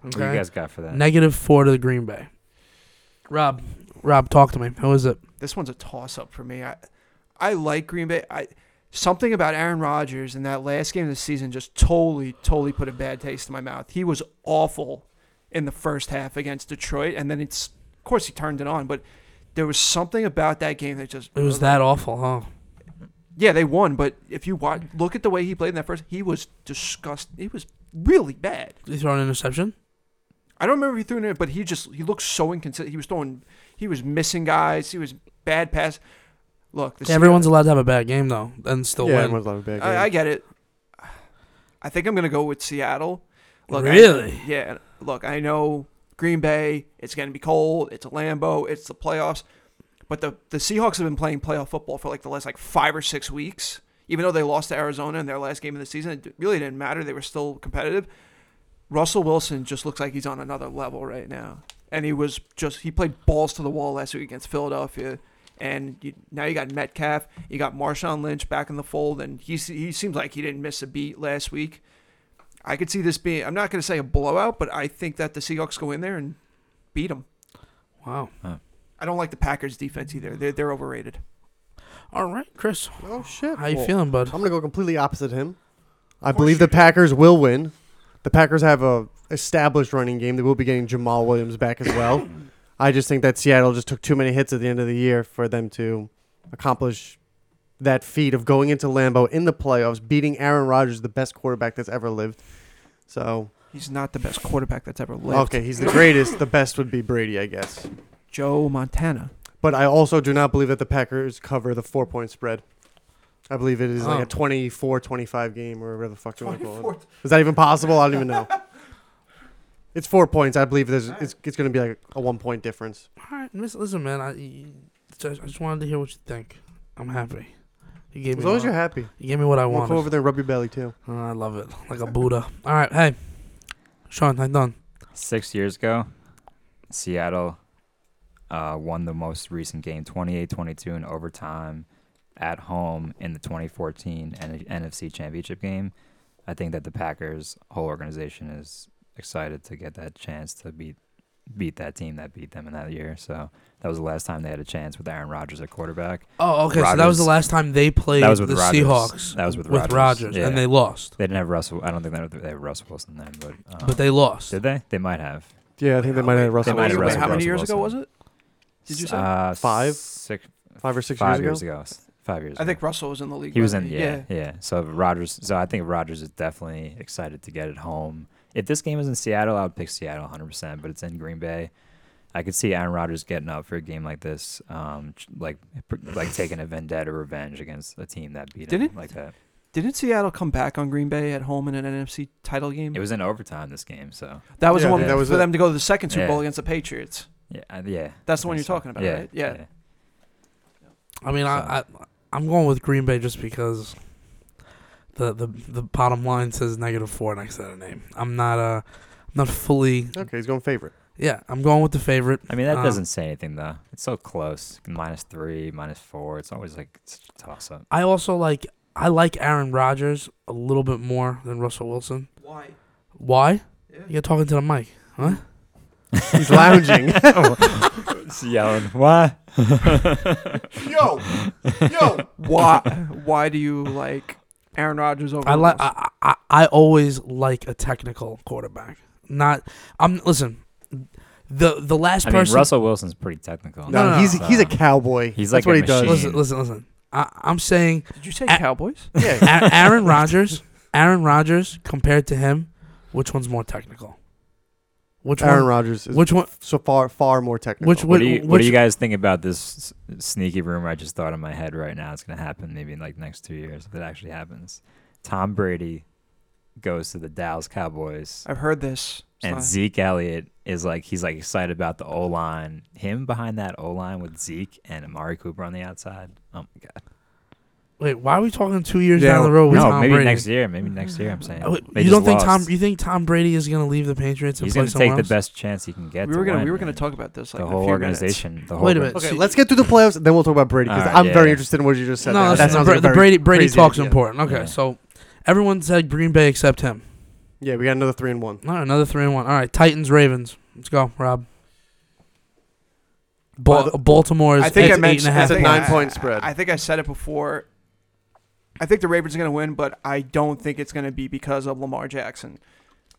A: What you guys got for that?
C: Negative four to the Green Bay. Rob, Rob, talk to me. How is it?
B: this one's a toss up for me. I I like Green Bay. I something about Aaron Rodgers in that last game of the season just totally totally put a bad taste in my mouth. He was awful in the first half against Detroit and then it's of course he turned it on, but there was something about that game that just
C: It was that awful, huh?
B: Yeah, they won, but if you watch look at the way he played in that first, he was disgust he was really bad.
C: Did he throw an interception?
B: I don't remember if he threw it, but he just he looked so inconsistent. He was throwing, he was missing guys. He was bad pass. Look, the
C: Yeah, everyone's allowed to have a bad game though, and still
E: yeah,
C: win.
E: everyone's loving big.
B: I, I get it. I think I'm gonna go with Seattle. Look, I-
C: Really?
B: yeah. Look, I know Green Bay. It's gonna be cold. It's a Lambo. It's the playoffs. But the the Seahawks have been playing playoff football for like the last like five or six weeks. Even though they lost to Arizona in their last game of the season, it really didn't matter. They were still competitive. Russell Wilson just looks like he's on another level right now, and he was just he played balls to the wall last week against Philadelphia. And you, now you got Metcalf, you got Marshawn Lynch back in the fold, and he se- he seems like he didn't miss a beat last week. I could see this being. I'm not going to say a blowout, but I think that the Seahawks go in there and beat them.
C: Wow.
B: I don't like the Packers defense either. They're they're overrated.
C: All right, Chris.
E: oh shit!
C: How you
E: Well,
C: feeling, bud?
E: I'm gonna go completely opposite him. I
B: course
E: believe
B: you
E: the
B: do.
E: Packers will win. The Packers have a established running game. They will be getting Jamal Williams back as
B: [coughs]
E: well. I just think that Seattle just took too many hits at the end of the year for them to accomplish that feat of going into Lambeau in the playoffs, beating Aaron Rodgers, the best quarterback that's ever lived. So
B: He's not the best quarterback that's ever lived.
E: okay, he's the greatest. The best would be Brady, I guess.
B: Joe Montana.
E: But I also do not believe that the Packers cover the four point spread. I believe it is like
C: Oh.
E: a 24 25 game or whatever the fuck you want to call it. Is that even possible? I don't even [laughs] know. It's four points. I believe there's, it's, it's going to be like a one point difference.
C: All right, miss, listen, man. I, you- I just I just wanted to hear what you think. I'm happy. You gave
E: As
C: me.
E: long as
C: what,
E: you're happy.
C: you gave me what I
E: We'll
C: wanted.
E: come over there and rub your belly too.
C: Oh, I love it, like a Buddha. All right, hey, Sean, I'm done.
A: Six years ago, Seattle uh, won the most recent game, 28-22 in overtime at home in the 2014 N- NFC Championship game. I think that the Packers whole organization is excited to get that chance to beat beat that team that beat them in that year. So that was the last time they had a chance with Aaron Rodgers at quarterback.
C: Oh, okay. So that was the
A: Rodgers.
C: last time they played
A: That was with
C: the
A: Rodgers.
C: Seahawks.
A: That was with
C: with
A: Rodgers,
C: Rodgers,
A: yeah.
C: and they lost.
A: They didn't have Russell. I don't think they they had Russell Wilson then, but um,
C: But they lost.
A: did they? They might have.
E: Yeah, I think they might have
A: They
E: Russell.
A: might have
E: Wilson.
B: Wait,
A: Russell
B: How many
A: Wilson.
B: years ago was it? Did you say?
A: uh,
E: Five?
A: six,
E: Five or six
A: five
E: years
A: ago? S- Five years.
B: I think
A: ago.
B: Russell was in the league.
A: he was
B: by
A: in.
B: then.
A: Yeah, yeah, So Rodgers. So I think Rodgers is definitely excited to get it home. If this game is in Seattle, I would pick Seattle 100, percent but it's in Green Bay. I could see Aaron Rodgers getting up for a game like this, um, ch- like pr- like taking a vendetta revenge against a team that beat him
B: Didn't-
A: like that.
B: Didn't Seattle come back on Green Bay at home in an NFC title game?
A: It was in overtime this game, so
B: that was
E: Yeah,
B: the one
A: that
E: was
B: for
E: it.
B: them to go to the second Super
A: Yeah.
B: Bowl against the Patriots.
A: yeah, I- yeah. I
B: That's the one
A: think
B: you're talking about, right? Yeah.
C: I mean, I, I
A: So-
C: I'm going with Green Bay just because the the the bottom line says negative four next to that name. I'm not uh I'm not fully
E: Okay, he's going [laughs] favorite.
C: yeah. I'm going with the favorite.
A: I mean, that
C: Uh,
A: doesn't say anything though. It's so close, minus three, minus four. It's always like such a toss up.
C: I also like I like Aaron Rodgers a little bit more than Russell Wilson.
B: Why?
C: Why? You're talking to the mic.
E: He's [laughs] lounging.
A: yelling, "Why?"
E: yo, yo.
B: Why? [laughs] Why do you like Aaron Rodgers over?
C: I like
B: Russell?
C: I, I I always like a technical quarterback. Not I'm listen. The the last
A: I mean,
C: person
A: Russell Wilson's pretty technical.
E: No,
C: No, no,
E: he's
A: no.
E: he's a cowboy.
A: He's like
E: That's
A: a
E: what he
A: machine.
E: does.
C: listen listen listen. I, I'm saying
B: Did you say
C: I-
B: Cowboys?
E: Yeah.
C: [laughs] A-
A: [laughs]
C: Aaron Rodgers. Aaron Rodgers compared to him, which one's more technical? Which
E: Aaron
C: one?
E: Rodgers is
C: Which one?
E: so far far more technical.
C: Which
A: What
C: one?
A: do, you,
C: Which,
A: what do you guys think about this s- sneaky rumor I just thought in my head right now? It's going to happen maybe in like next two years if it actually happens. Tom Brady goes to the Dallas Cowboys,
B: I've heard this. It's
A: and
B: not-
A: Zeke Elliott is like he's like excited about the O line. Him behind that O line with Zeke and Amari Cooper on the outside. Oh my god.
C: wait, why are we talking two years
E: Yeah,
C: down the road with
A: no,
C: Tom
A: maybe
C: Brady?
A: next year. Maybe next year. I'm saying.
C: Oh, wait,
A: They
C: you
A: just
C: don't think Tom?
A: lost.
C: You think Tom Brady is gonna leave the Patriots and
A: He's
C: play
A: going to
C: somewhere
A: take the
C: else?
A: best chance he can get.
B: we were
A: to
B: gonna
A: win,
B: we were gonna
A: and
B: talk about this like
A: the
B: in a
A: whole
B: few
A: organization. The whole
C: Wait a
A: [laughs]
C: minute.
E: Okay,
B: See-
E: let's get through the playoffs, then we'll talk about Brady because
A: Alright,
E: I'm
A: yeah,
E: very
A: yeah.
E: interested in what you just said.
C: no,
E: there.
C: listen,
E: that sounds
C: Bra-
E: like a
C: the
E: very
C: Brady Brady
E: crazy
C: talk's
E: idea.
C: important. Okay,
A: Yeah.
C: so everyone said Green Bay except him.
E: Yeah, we got another three and one.
C: All right, another three and one. All right, Titans Ravens. Let's go, Rob. Bal-
E: By the-
C: Baltimore is
B: I think
C: it's
B: I mentioned
C: eight and a
B: I
C: half.
E: It's a
B: think-
E: nine
B: I-
E: point spread.
B: I think I said it before. I think the Ravens are going to win, but I don't think it's going to be because of Lamar Jackson.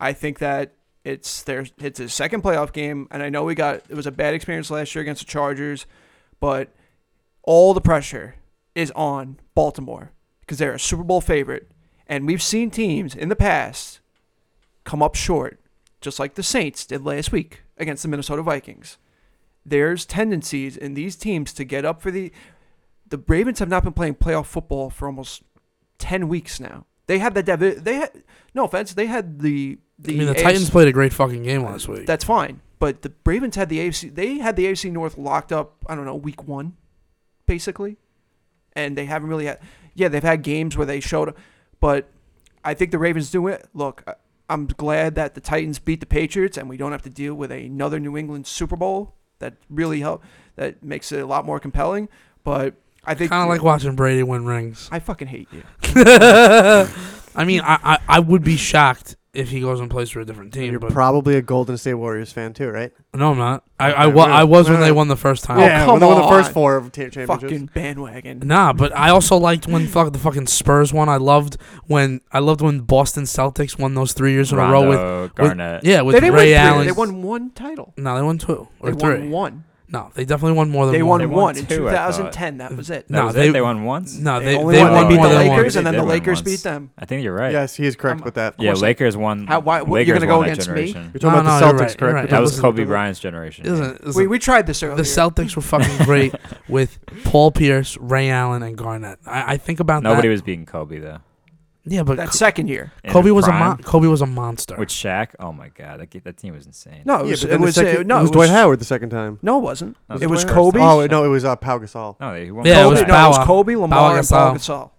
B: I think that it's their it's his second playoff game, and I know we got it was a bad experience last year against the Chargers, but all the pressure is on Baltimore because they're a Super Bowl favorite, and we've seen teams in the past come up short, just like the Saints did last week against the Minnesota Vikings. There's tendencies in these teams to get up for the. The Ravens have not been playing playoff football for almost ten weeks now. They had the devi- they had no offense. They had the the,
C: I mean, the
B: AFC
C: Titans played a great fucking game last week.
B: that's fine. But the Ravens had the AFC. They had the AFC North locked up. I don't know, week one, basically, and they haven't really had. Yeah, they've had games where they showed, but I think the Ravens do it. Look, I- I'm glad that the Titans beat the Patriots, and we don't have to deal with another New England Super Bowl. That really help. That makes it a lot more compelling. But I think
C: Kind of like watching Brady
B: [laughs]
C: win rings.
B: I fucking hate you.
C: I mean, I, I, I would be shocked if he goes and plays for a different team.
E: You're
C: But
E: probably a Golden State Warriors fan too, right?
C: no, I'm not. I, I,
E: Yeah,
C: wa-
E: we're-
C: I was when
E: we're-
C: they won the first time.
E: yeah,
B: come
E: when they won the first
B: on.
E: four of ta- championships.
B: Fucking bandwagon.
C: Nah, but I also liked when fuck the fucking Spurs won. I loved when I loved when Boston Celtics won those three years in a row with
A: Rondo, Garnett.
C: yeah
B: they
C: with
B: didn't
C: Ray
B: win three.
C: Allen.
B: They won one title.
C: No, they won two or
B: They
C: three.
B: won one.
C: No, they definitely won more than
B: They
C: one.
B: won,
A: They won
B: one in
A: two, I thought.
B: 2010. That was it.
A: That
C: No,
A: was
C: they-
A: it? they won once.
C: No,
B: Uh, They
C: they
B: only
C: they
B: won-
C: won
B: they
C: beat
B: beat
C: the
B: the
C: Lakers.
B: Lakers,
A: They
B: and then
A: did
B: the
A: win
B: Lakers
A: once.
B: beat them.
A: I think you're right.
E: Yes, he is correct
B: I'm-
E: with that.
A: Yeah,
B: Almost-
A: Lakers won.
B: How- why- what,
A: Lakers
B: you're gonna go
A: won that
B: against me?
A: generation.
E: You're talking
C: No, no,
E: about the
C: you're
E: Celtics,
C: right, you're
E: correct?
C: right.
A: That was
C: Listen,
A: Kobe Bryant's generation.
C: Listen, listen,
B: We, we tried this earlier.
C: the Celtics were fucking great with Paul Pierce, Ray Allen, and Garnett. I, I think about
A: Nobody
C: that.
A: was beating Kobe though.
C: yeah, but
B: that
C: Co-
B: second year.
A: In
C: Kobe
A: his
C: was a
A: prime,
C: mon- Kobe was a monster.
A: With Shaq, oh my god, that, ge- that team was insane.
B: No, it
E: Yeah,
B: was,
E: but
B: it
E: then the
B: was, uh,
E: second-
B: no,
E: it was Dwight Howard the second time.
B: No, it wasn't.
A: No,
B: it was
A: the first
B: Kobe.
A: time.
E: Oh no, it was uh, Pau Gasol.
A: no, they won. back.
C: Yeah, it
B: Kobe- no,
C: was
B: it was
C: Bauer.
B: Kobe, Lamar,
C: Bauer
B: and Paul Gasol.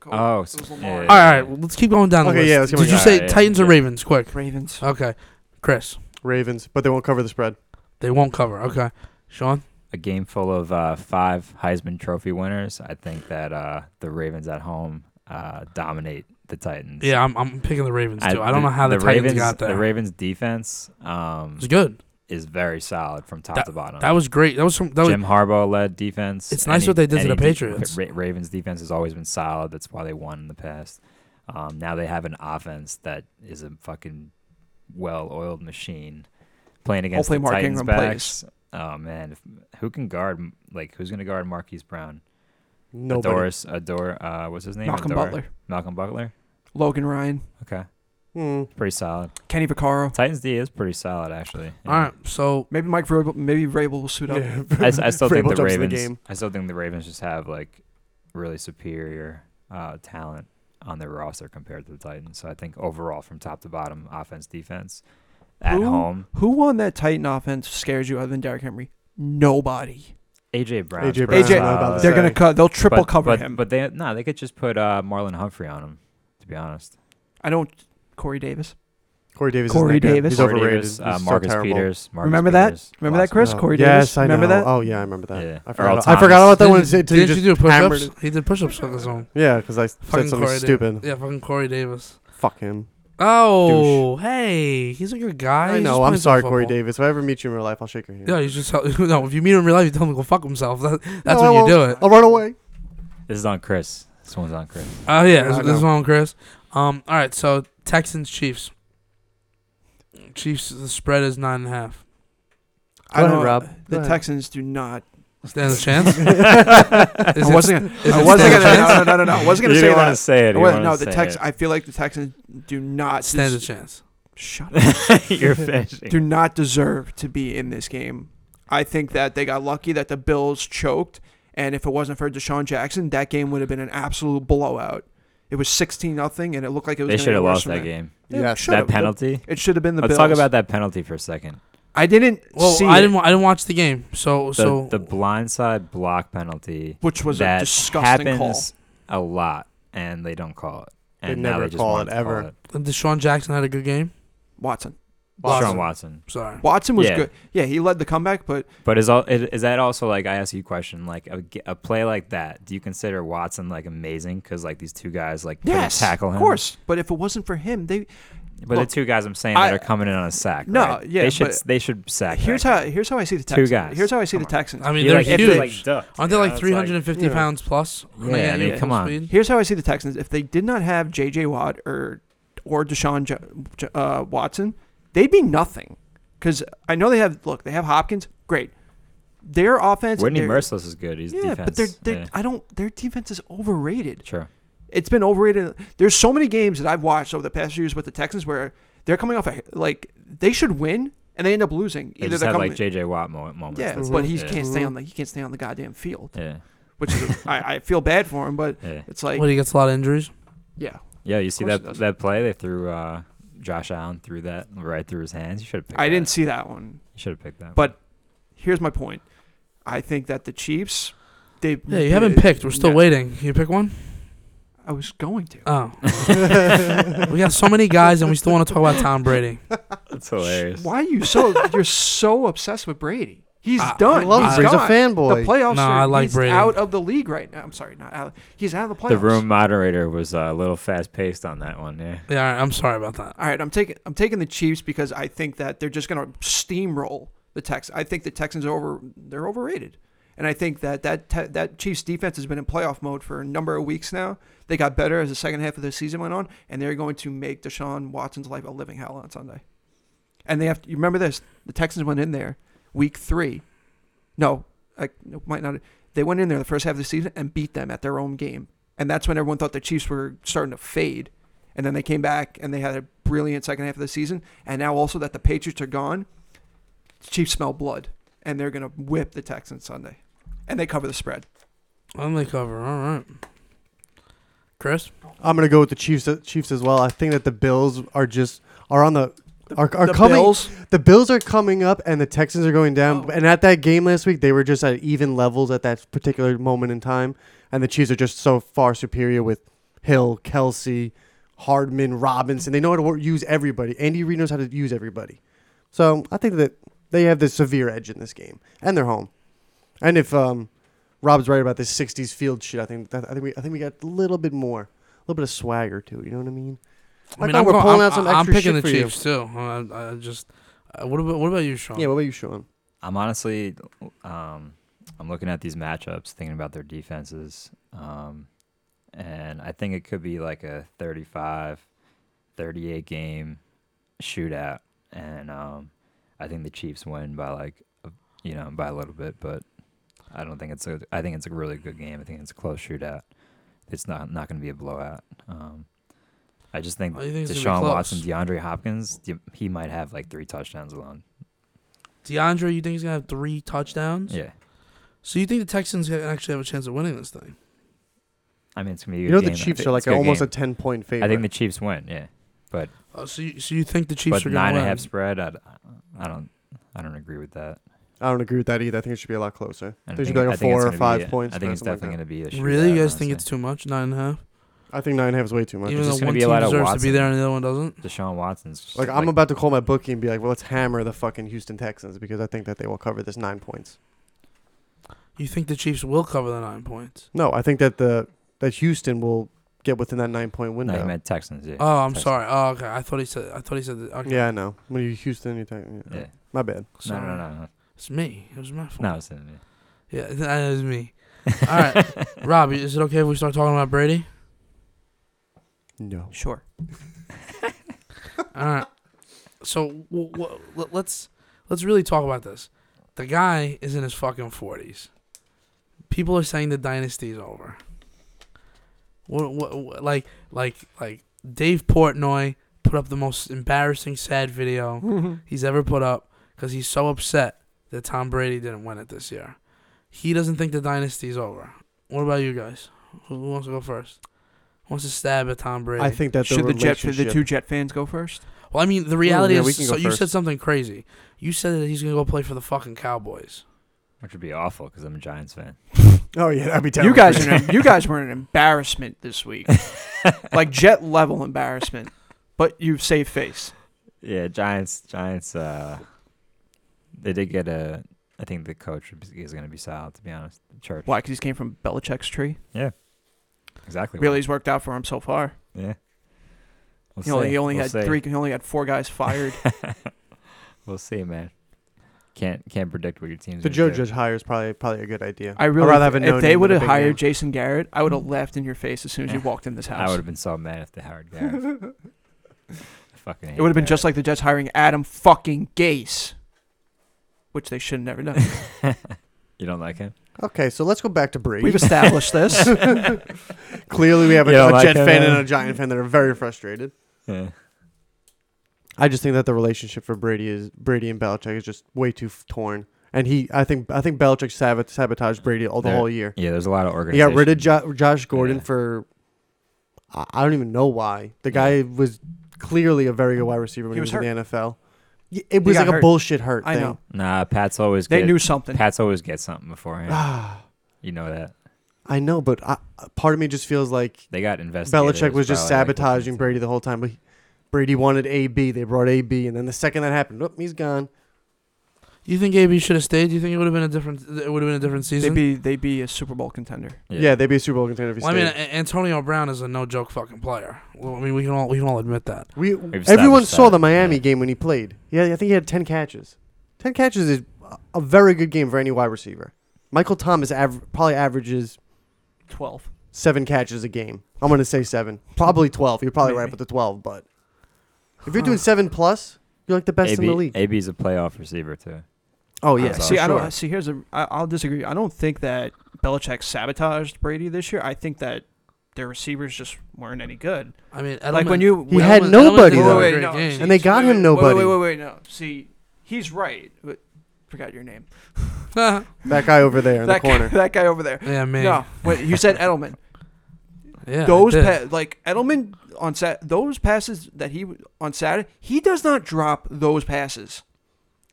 B: Kobe.
A: Oh,
B: it was
A: yeah,
B: Lamar.
A: yeah,
C: all
A: yeah.
C: right, all right, let's keep going down the
E: Okay,
C: list.
E: yeah, let's keep
C: Did you
A: going.
C: say
A: Yeah, yeah,
C: Titans or
A: yeah.
C: Ravens? Quick.
B: Ravens.
C: Okay, Chris,
E: Ravens, but they won't cover the spread.
C: they won't cover. Okay, Sean.
A: a game full of uh, five Heisman Trophy winners. I think that uh, the Ravens at home uh, dominate the Titans.
C: Yeah, I'm, I'm picking the Ravens
A: I-
C: too. I, don't know how the, Titans
A: Ravens,
C: got there.
A: The Ravens defense um,
C: it was good.
A: is very solid from top to bottom.
C: That was great. That was some. That was
A: Jim Harbaugh led defense.
C: It's nice what they did to the
A: de-
C: Patriots.
A: Ra- Ravens defense has always been solid. That's why they won in the past. Um, now they have an offense that is a fucking well-oiled machine playing against
B: Hopefully
A: the
B: Mark
A: Titans
B: Ingram
A: backs. Oh man, if, who can guard? Like who's going to guard Marquise Brown?
E: Nobody.
A: Doris Ador. Uh, what's his name?
B: Malcolm
A: Ador-
B: Butler.
A: Malcolm Butler.
B: Logan Ryan.
A: Okay,
E: Hmm.
A: pretty solid.
B: Kenny Vaccaro.
A: Titans D is pretty solid actually. Yeah.
C: all right. So
B: Maybe Mike Vrabel, maybe Vrabel will suit up.
E: Yeah.
A: I,
E: [laughs]
A: s- I still
E: Vrabel
A: think the
E: jumps in the
A: Ravens.
E: game.
A: I still think the Ravens just have like really superior uh, talent on their roster compared to the Titans. So I think overall, from top to bottom, offense, defense, at
B: Who?
A: home,
B: Who on that Titan offense scares you other than Derrick Henry? Nobody.
A: AJ Brown. uh,
E: AJ
B: Brown's AJ
E: about
B: They're
E: Sorry.
B: gonna cut. They'll triple
A: but,
B: cover
A: but,
B: him.
A: But they no, they could just put uh, Marlon Humphrey on him. To be honest,
B: I don't. Corey Davis.
E: Corey Davis. isn't
B: Corey
E: that good.
B: Davis.
E: He's
A: Corey
E: overrated.
A: Davis,
E: He's
A: uh,
E: so
A: Marcus
E: terrible.
A: Peters. Marcus
B: Remember that?
A: Peters,
B: Remember that,
A: Lost-
B: Chris?
E: No.
B: Corey
E: yes,
B: Davis.
E: I
B: Remember
E: know.
B: that?
E: Oh yeah, I remember that.
A: Yeah.
E: I
A: Earl
E: forgot. I forgot about that one.
C: didn't,
E: until you
C: didn't
E: just
C: you do
E: hammered
C: push-ups?
E: it.
C: He did push-ups on his own.
E: Yeah, because I said
C: Fucking
E: something
C: Corey
E: stupid.
C: Davis. Yeah, fucking Corey Davis.
E: Fuck him.
C: Oh, hey, he's a good guy.
E: I
C: He's just
E: know. I'm
C: playing some
E: sorry, Corey
C: football.
E: Davis. If I ever meet you in real life, I'll shake your hand.
C: Yeah, you just tell, [laughs] no. If you meet him in real life, you tell him to go fuck himself. That, that's
E: No, I
C: when you do
E: won't. Oh,
C: it.
E: I'll run away.
A: This is on Chris. This one's on
B: [laughs]
A: Chris.
C: Oh yeah, this,
E: I
C: this is
E: know.
C: on Chris. Um, all right. So Texans Chiefs. Chiefs. The spread is nine and a half.
E: Go
B: I
E: ahead,
B: don't.
E: Rob. Go
B: The
E: ahead.
B: Texans do not.
E: [laughs]
C: Stand a chance.
A: [laughs]
C: Is
B: I
C: it-
B: wasn't. Gonna,
C: is
B: I
C: it
B: wasn't
C: stand a
B: gonna.
C: chance?
B: No, no, no, no. I wasn't gonna
A: you
B: say
A: didn't want
B: that.
A: to say it.
B: I
A: You wanted
B: wasn't- no,
A: to
B: the
A: say
B: Tex.
A: it.
B: I feel like the Texans do not
C: Stand a
B: des-
C: chance. [laughs]
B: Shut
A: [laughs]
B: up.
A: You're fishing.
B: do not deserve to be in this game. I think that they got lucky that the Bills choked, and if it wasn't for Deshaun Jackson, that game would have been an absolute blowout. It was sixteen nothing, and it looked like it was.
A: they
B: gonna
A: should
B: get
A: have
B: worse
A: lost
B: from
A: that
B: there.
A: game.
B: They
E: Yes.
B: should
A: That
B: have. The-
A: penalty.
B: It should have been the
A: Let's
B: Bills.
A: talk about that penalty for a second.
B: I didn't
C: Well,
B: see
C: I
B: it,
C: didn't. wa- I didn't watch the game. So
A: the,
C: so
A: the blindside block penalty
B: which was a
A: that
B: disgusting call.
A: happens a lot, and they don't call it.
E: They
A: And now
E: never
A: they just
E: call
A: want
E: it
A: to
E: ever.
A: Call it.
C: Deshaun Jackson had a good game.
B: Watson.
E: Watson.
A: Sean Watson,
C: Sorry.
B: Watson was
A: Yeah.
B: good. Yeah, he led the comeback, but
A: but is all is, is that also like I ask you a question like a, g- a play like that? Do you consider Watson like amazing because like these two guys like couldn't
B: yes,
A: tackle him?
B: of course. But if it wasn't for him, they
A: But
B: Look,
A: the two guys I'm saying that
B: I-
A: are coming in on a sack.
B: No,
A: right?
B: yeah,
A: they should
B: but-
A: they should sack.
B: here's
A: that
B: how
A: guy.
B: here's how I see the
A: Two
B: Texans.
A: guys.
B: Here's how I see the
A: Come on.
B: Texans.
C: I mean,
A: He,
C: they're
A: like, hit
C: huge.
A: it like ducked,
C: Aren't they
A: you know?
C: like
A: It's
C: 350
E: Yeah.
C: pounds plus? When they
A: Yeah,
C: get
A: I
C: you
A: mean,
C: at
A: come
C: full
A: on.
C: speed?
B: Here's how I see the Texans. If they did not have J.J. Watt or or Deshaun J- J- uh, Watson, they'd be nothing. Because I know they have. Look, they have Hopkins. Great. Their offense.
A: Whitney
B: their-
A: Merciless is good. He's
B: Yeah,
A: defense.
B: but they're, they're,
A: yeah.
B: I don't. Their defense is overrated.
A: Sure.
B: It's been overrated. There's so many games that I've watched over the past years with the Texans where They're coming off a like they should win and they end up losing.
A: They
B: Either
A: just
B: they're
A: had
B: coming,
A: like J.J. Watt mo- moments.
B: yeah,
A: That's-
B: but
C: it.
B: he
A: Yeah.
B: can't stay on
C: Mhm.
B: the he can't stay on the goddamn field,
A: yeah,
B: which is [laughs] I, I feel bad for him, but
A: yeah,
B: it's like
C: what he gets a lot of injuries.
B: yeah,
A: yeah. You see
B: course
A: that
B: it does.
A: that play they threw uh, Josh Allen threw that right through his hands. You should have picked.
B: I
A: that.
B: didn't see that one.
A: You should have picked that.
B: But here's my point. I think that the Chiefs they
C: Yeah, you haven't picked. We're still
B: yeah.
C: waiting. Can you pick one?
B: I was going to.
E: [laughs]
C: Oh, we got so many guys, and we still want to talk about Tom Brady.
A: that's hilarious.
B: Why are you so you're so obsessed with Brady? He's
C: I- I
B: done.
E: I love
B: He's
E: him. He's a
B: gone. The
E: fanboy.
B: playoffs.
C: No,
B: are-
C: I like
B: he's
C: Brady.
B: out of the league right now. I'm sorry, not out. He's out of the playoffs.
A: The room moderator was uh, a little fast paced on that one. Yeah,
C: Yeah, all right, I'm sorry about that.
B: All right, I'm taking I'm taking the Chiefs because I think that they're just going to steamroll the Texans. I think the Texans are over they're overrated. And I think that that te- that Chiefs defense has been in playoff mode for a number of weeks now. They got better as the second half of the season went on, and they're going to make Deshaun Watson's life a living hell on Sunday. And they have to, you remember this: the Texans went in there week three. No, I it might not. They went in there the first half of the season and beat them at their own game, and that's when everyone thought the Chiefs were starting to fade. And then they came back and they had a brilliant second half of the season. And now also that the Patriots are gone, the Chiefs smell blood and they're going to whip the Texans Sunday. And they cover the spread.
C: I'm the cover. All right, Chris.
E: I'm gonna go with the Chiefs. Chiefs as well. I think that the Bills are just are on the are, are
B: the
E: coming.
B: Bills,
E: The Bills are coming up, and the Texans are going down.
B: Oh.
E: And at that game last week, they were just at even levels at that particular moment in time. And the Chiefs are just so far superior with Hill, Kelsey, Hardman, Robinson. They know how to wor- use everybody. Andy Reid knows how to use everybody. So I think that they have the severe edge in this game, and they're home. And if um, Rob's right about this '60s field shit, I think that, I think we I think we got a little bit more, a little bit of swagger to it. You know what I mean? I thought
C: I'm
E: we're
C: go-
E: pulling
C: I'm-
E: out some
C: I'm
E: extra
C: picking the
E: shit for you.
C: Chiefs too. I, I just. Uh, what about what about you, Sean?
E: Yeah. What about you, Sean?
A: I'm honestly, um, I'm looking at these matchups, thinking about their defenses, um, and I think it could be like a 35, 38 game shootout, and um, I think the Chiefs win by like, a- you know, by a little bit, but I don't think it's a. I think it's a really good game. I think it's a close shootout. It's not not going to be a blowout. Um, I just think
C: Oh, you think it's gonna be
A: Deshaun
C: close?
A: Watson, DeAndre Hopkins, d- he might have like three touchdowns alone.
C: DeAndre, you think he's gonna have three touchdowns?
A: Yeah.
C: So you think the Texans can actually have a chance of winning this thing?
A: I mean, it's gonna be. A
E: You
A: good
E: know the
A: game.
E: Chiefs
A: It's
E: are like
A: a good
E: almost
A: game.
E: a ten point favorite.
A: I think the Chiefs win. Yeah,
C: Oh, so you, so you think the Chiefs
A: but
C: are gonna
A: nine and
C: win?
A: a half spread. I, I don't. I don't agree with that.
E: I don't agree with that either. I think it should be a lot closer.
A: I
E: I
A: don't
E: think it should
A: think-
E: be like
A: I think
E: a
A: it's
E: four or
A: gonna be
E: five
A: a-
E: points.
A: I think it's definitely going to be a shootout.
C: Really, you guys think
A: honestly.
C: it's too much? Nine and a half?
E: I think nine and a half is way too much.
C: Even
A: just
C: though
A: gonna
C: one
A: be a
C: team
A: lot of
C: deserves to be
A: Watson.
C: there and the other one doesn't.
A: Deshaun Watson's? just
E: like I'm about to call my bookie and be like, well, let's hammer the fucking Houston Texans because I think that they will cover this nine points.
C: You think the Chiefs will cover the nine points?
E: No, I think that the that Houston will get within that nine point
A: No, he
E: window.
A: meant Texans.
B: Uh,
A: Yeah.
C: Oh, I'm
A: Texans.
C: sorry. Oh, okay. I thought he said. I thought he said. That. Okay.
E: yeah, I know. When you Houston, you think, yeah.
A: Yeah.
E: my bad.
A: No,
C: Sorry.
A: no, no, no.
C: It's me. It was my fault.
A: No, it's in me.
C: Yeah, [laughs] that
A: [laughs]
C: is me. All right, Rob, is it okay if we start talking about Brady?
E: No,
B: sure.
C: All right. So w- w- l- let's let's really talk about this. The guy is in his fucking forties. People are saying the dynasty's over. What, what, what, like like like Dave Portnoy put up the most embarrassing sad video he's ever put up because he's so upset that Tom Brady didn't win it this year. He doesn't think the dynasty's over. What about you guys? Who who wants to go first? Who wants to stab at Tom Brady?
E: [laughs] I think that
B: Should the Jet the
E: relationship-
B: two Jet fans go first?
C: Well, I mean, the reality
E: yeah, we
C: is,
E: can
C: so
E: go
C: you said
E: first.
C: something crazy. You said that he's gonna go play for the fucking Cowboys.
A: Which would be awful because I'm a Giants fan.
E: Oh yeah, that'd be terrible.
B: You guys, are, you guys were an embarrassment this [laughs] week, [laughs] like Jet level embarrassment. But you saved face.
A: [laughs] Yeah, Giants. Giants. Uh, they did get a. I think the coach is going to be solid. To be honest, Church.
B: Why? Because he's came from Belichick's tree.
A: Exactly.
B: Really, he's worked out for him so far.
A: Yeah. We'll
B: He only,
A: see.
B: he only
A: We'll
B: had
A: see.
B: three. He only had four guys fired.
A: [laughs] We'll see, man. Can't can't predict what your team's
E: the
A: gonna
E: Joe
A: do.
E: Judge hire is probably probably a good idea.
B: I
E: I'd
B: really,
E: rather have a no
B: if they
E: name
B: would
E: than a
B: have
E: big
B: hired
E: name.
B: Jason Garrett, I would have laughed in your face as soon as you walked in this
A: I
B: house.
A: would have been so mad if they hired Garrett.
E: [laughs]
A: I fucking. Hate
B: It would have been just like the Jets hiring Adam fucking Gase, which they should have never
A: [laughs]
B: done.
A: You don't like
E: [laughs]
A: him? [laughs]
E: Okay, so let's go back to Brady.
B: We've established this.
E: [laughs] Clearly, we have a,
A: You don't
E: a
A: like
E: Jet
A: him,
E: fan
A: uh,
E: and a Giant fan that are very frustrated.
A: Yeah.
E: I just think that the relationship for Brady is Brady and Belichick is just way too f- torn. And he, I think, I think Belichick sabot- sabotaged Brady all the
A: There-
E: whole year.
A: Yeah, there's a lot of
E: He
A: organization.
E: got rid of jo- Josh Gordon
A: Yeah.
E: for I I don't even know why. The guy was clearly a very good wide receiver when
B: He
E: he
B: was
E: was, in the NFL. Y- It was
B: got
E: like a
B: hurt.
E: bullshit hurt.
B: I
E: thing.
B: know.
A: Nah, Pat's always
B: They
A: get,
B: knew
A: [laughs]
B: something.
A: Pat's always get something beforehand.
E: Ah,
A: you know that
E: [sighs] I know, but I, part of me just feels like
A: they got invested.
E: Belichick was just sabotaging Brady the whole time. But he- Brady wanted AB. They brought AB, and then the second that happened, whoop, he's gone.
C: You think AB should have stayed? You think it would have been a different? It would have been a different
B: They'd
C: season.
B: be they'd be a Super Bowl contender.
E: Yeah, they'd be a Super Bowl contender if he
C: well, I
E: stayed.
C: mean, A- Antonio Brown is a no joke fucking player. Well, I mean, we can all we can all admit that.
E: we
A: We've
E: everyone
A: established
E: saw
A: that,
E: the Miami
A: yeah.
E: game when he played. Yeah, I think he had ten catches. Ten catches is a- a very good game for any wide receiver. Michael Thomas aver- probably averages
B: Twelve.
E: seven catches a game. I'm gonna say seven, probably twelve. You're probably right
B: Maybe.
E: with the twelve, but if you're doing seven plus, you're like the best
A: AB,
E: in the league.
A: AB's a playoff receiver too.
E: oh yeah,
A: Uh,
E: for
B: see, I
E: sure.
B: don't see. Here's a. I, I'll disagree. I don't think that Belichick sabotaged Brady this year. I think that their receivers just weren't any good.
C: I mean, Edelman,
B: like when you
E: He had nobody,
C: didn't have a
E: though.
C: great
B: Wait, wait, no,
C: game.
E: And they
B: see,
E: got
B: wait,
E: him
B: wait,
E: nobody.
B: Wait, wait, wait, no. See, he's right. But forgot your name.
E: that guy over there in the
B: that guy, [laughs]
E: corner.
B: that guy over there.
C: [laughs] yeah, man.
B: No, wait, you
C: [laughs]
B: said Edelman.
C: Yeah, I
B: those
C: did.
B: pa- like Edelman on sat those passes that he w- on Saturday, he does not drop those passes.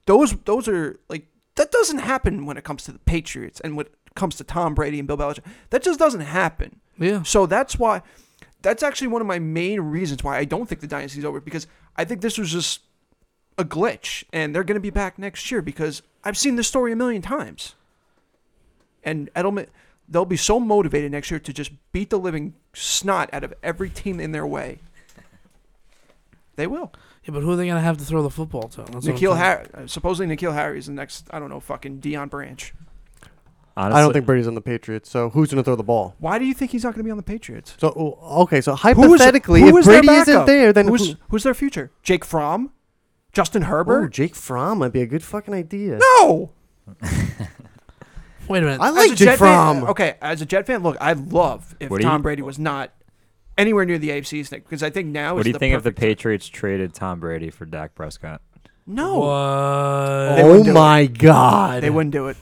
B: Those those are like that doesn't happen when it comes to the Patriots and when it comes to Tom Brady and Bill Belichick. That just doesn't happen.
C: Yeah.
B: So that's why that's actually one of my main reasons why I don't think the dynasty's over because I think this was just a glitch and they're going to be back next year because I've seen this story a million times. And Edelman they'll be so motivated next year to just beat the living snot out of every team in their way. They will.
C: Yeah, but who are they gonna have to throw the football to? That's what I'm
B: Nikhil
C: saying.
B: Harry, supposedly Nikhil Harry is the next, I don't know, fucking Dion Branch.
A: Honestly,
E: I don't think Brady's on the Patriots, so who's gonna throw the ball?
B: Why do you think he's not going to be on the Patriots?
E: So oh, okay, so
B: Who is-
E: hypothetically,
B: who
E: if
B: is their
E: Brady isn't
B: backup?
E: there, then
B: who's
E: who-
B: who's their future? Jake Fromm, Justin
E: oh,
B: Herbert.
E: Jake Fromm might be a good fucking idea.
B: No,
C: Wait a minute.
E: I
B: As
E: like
B: a
E: Jake
B: Jet fan-
E: Fromm.
B: okay, as a Jet fan, look, I love if
A: What do you-
B: Tom Brady was not anywhere near the AFC snake because I think now
A: What
B: is
A: do you
B: the
A: think if the
B: perfect-
A: Patriots traded Tom Brady for Dak Prescott?
B: No,
C: What?
B: They wouldn't do it.
E: oh my god,
B: they wouldn't do it.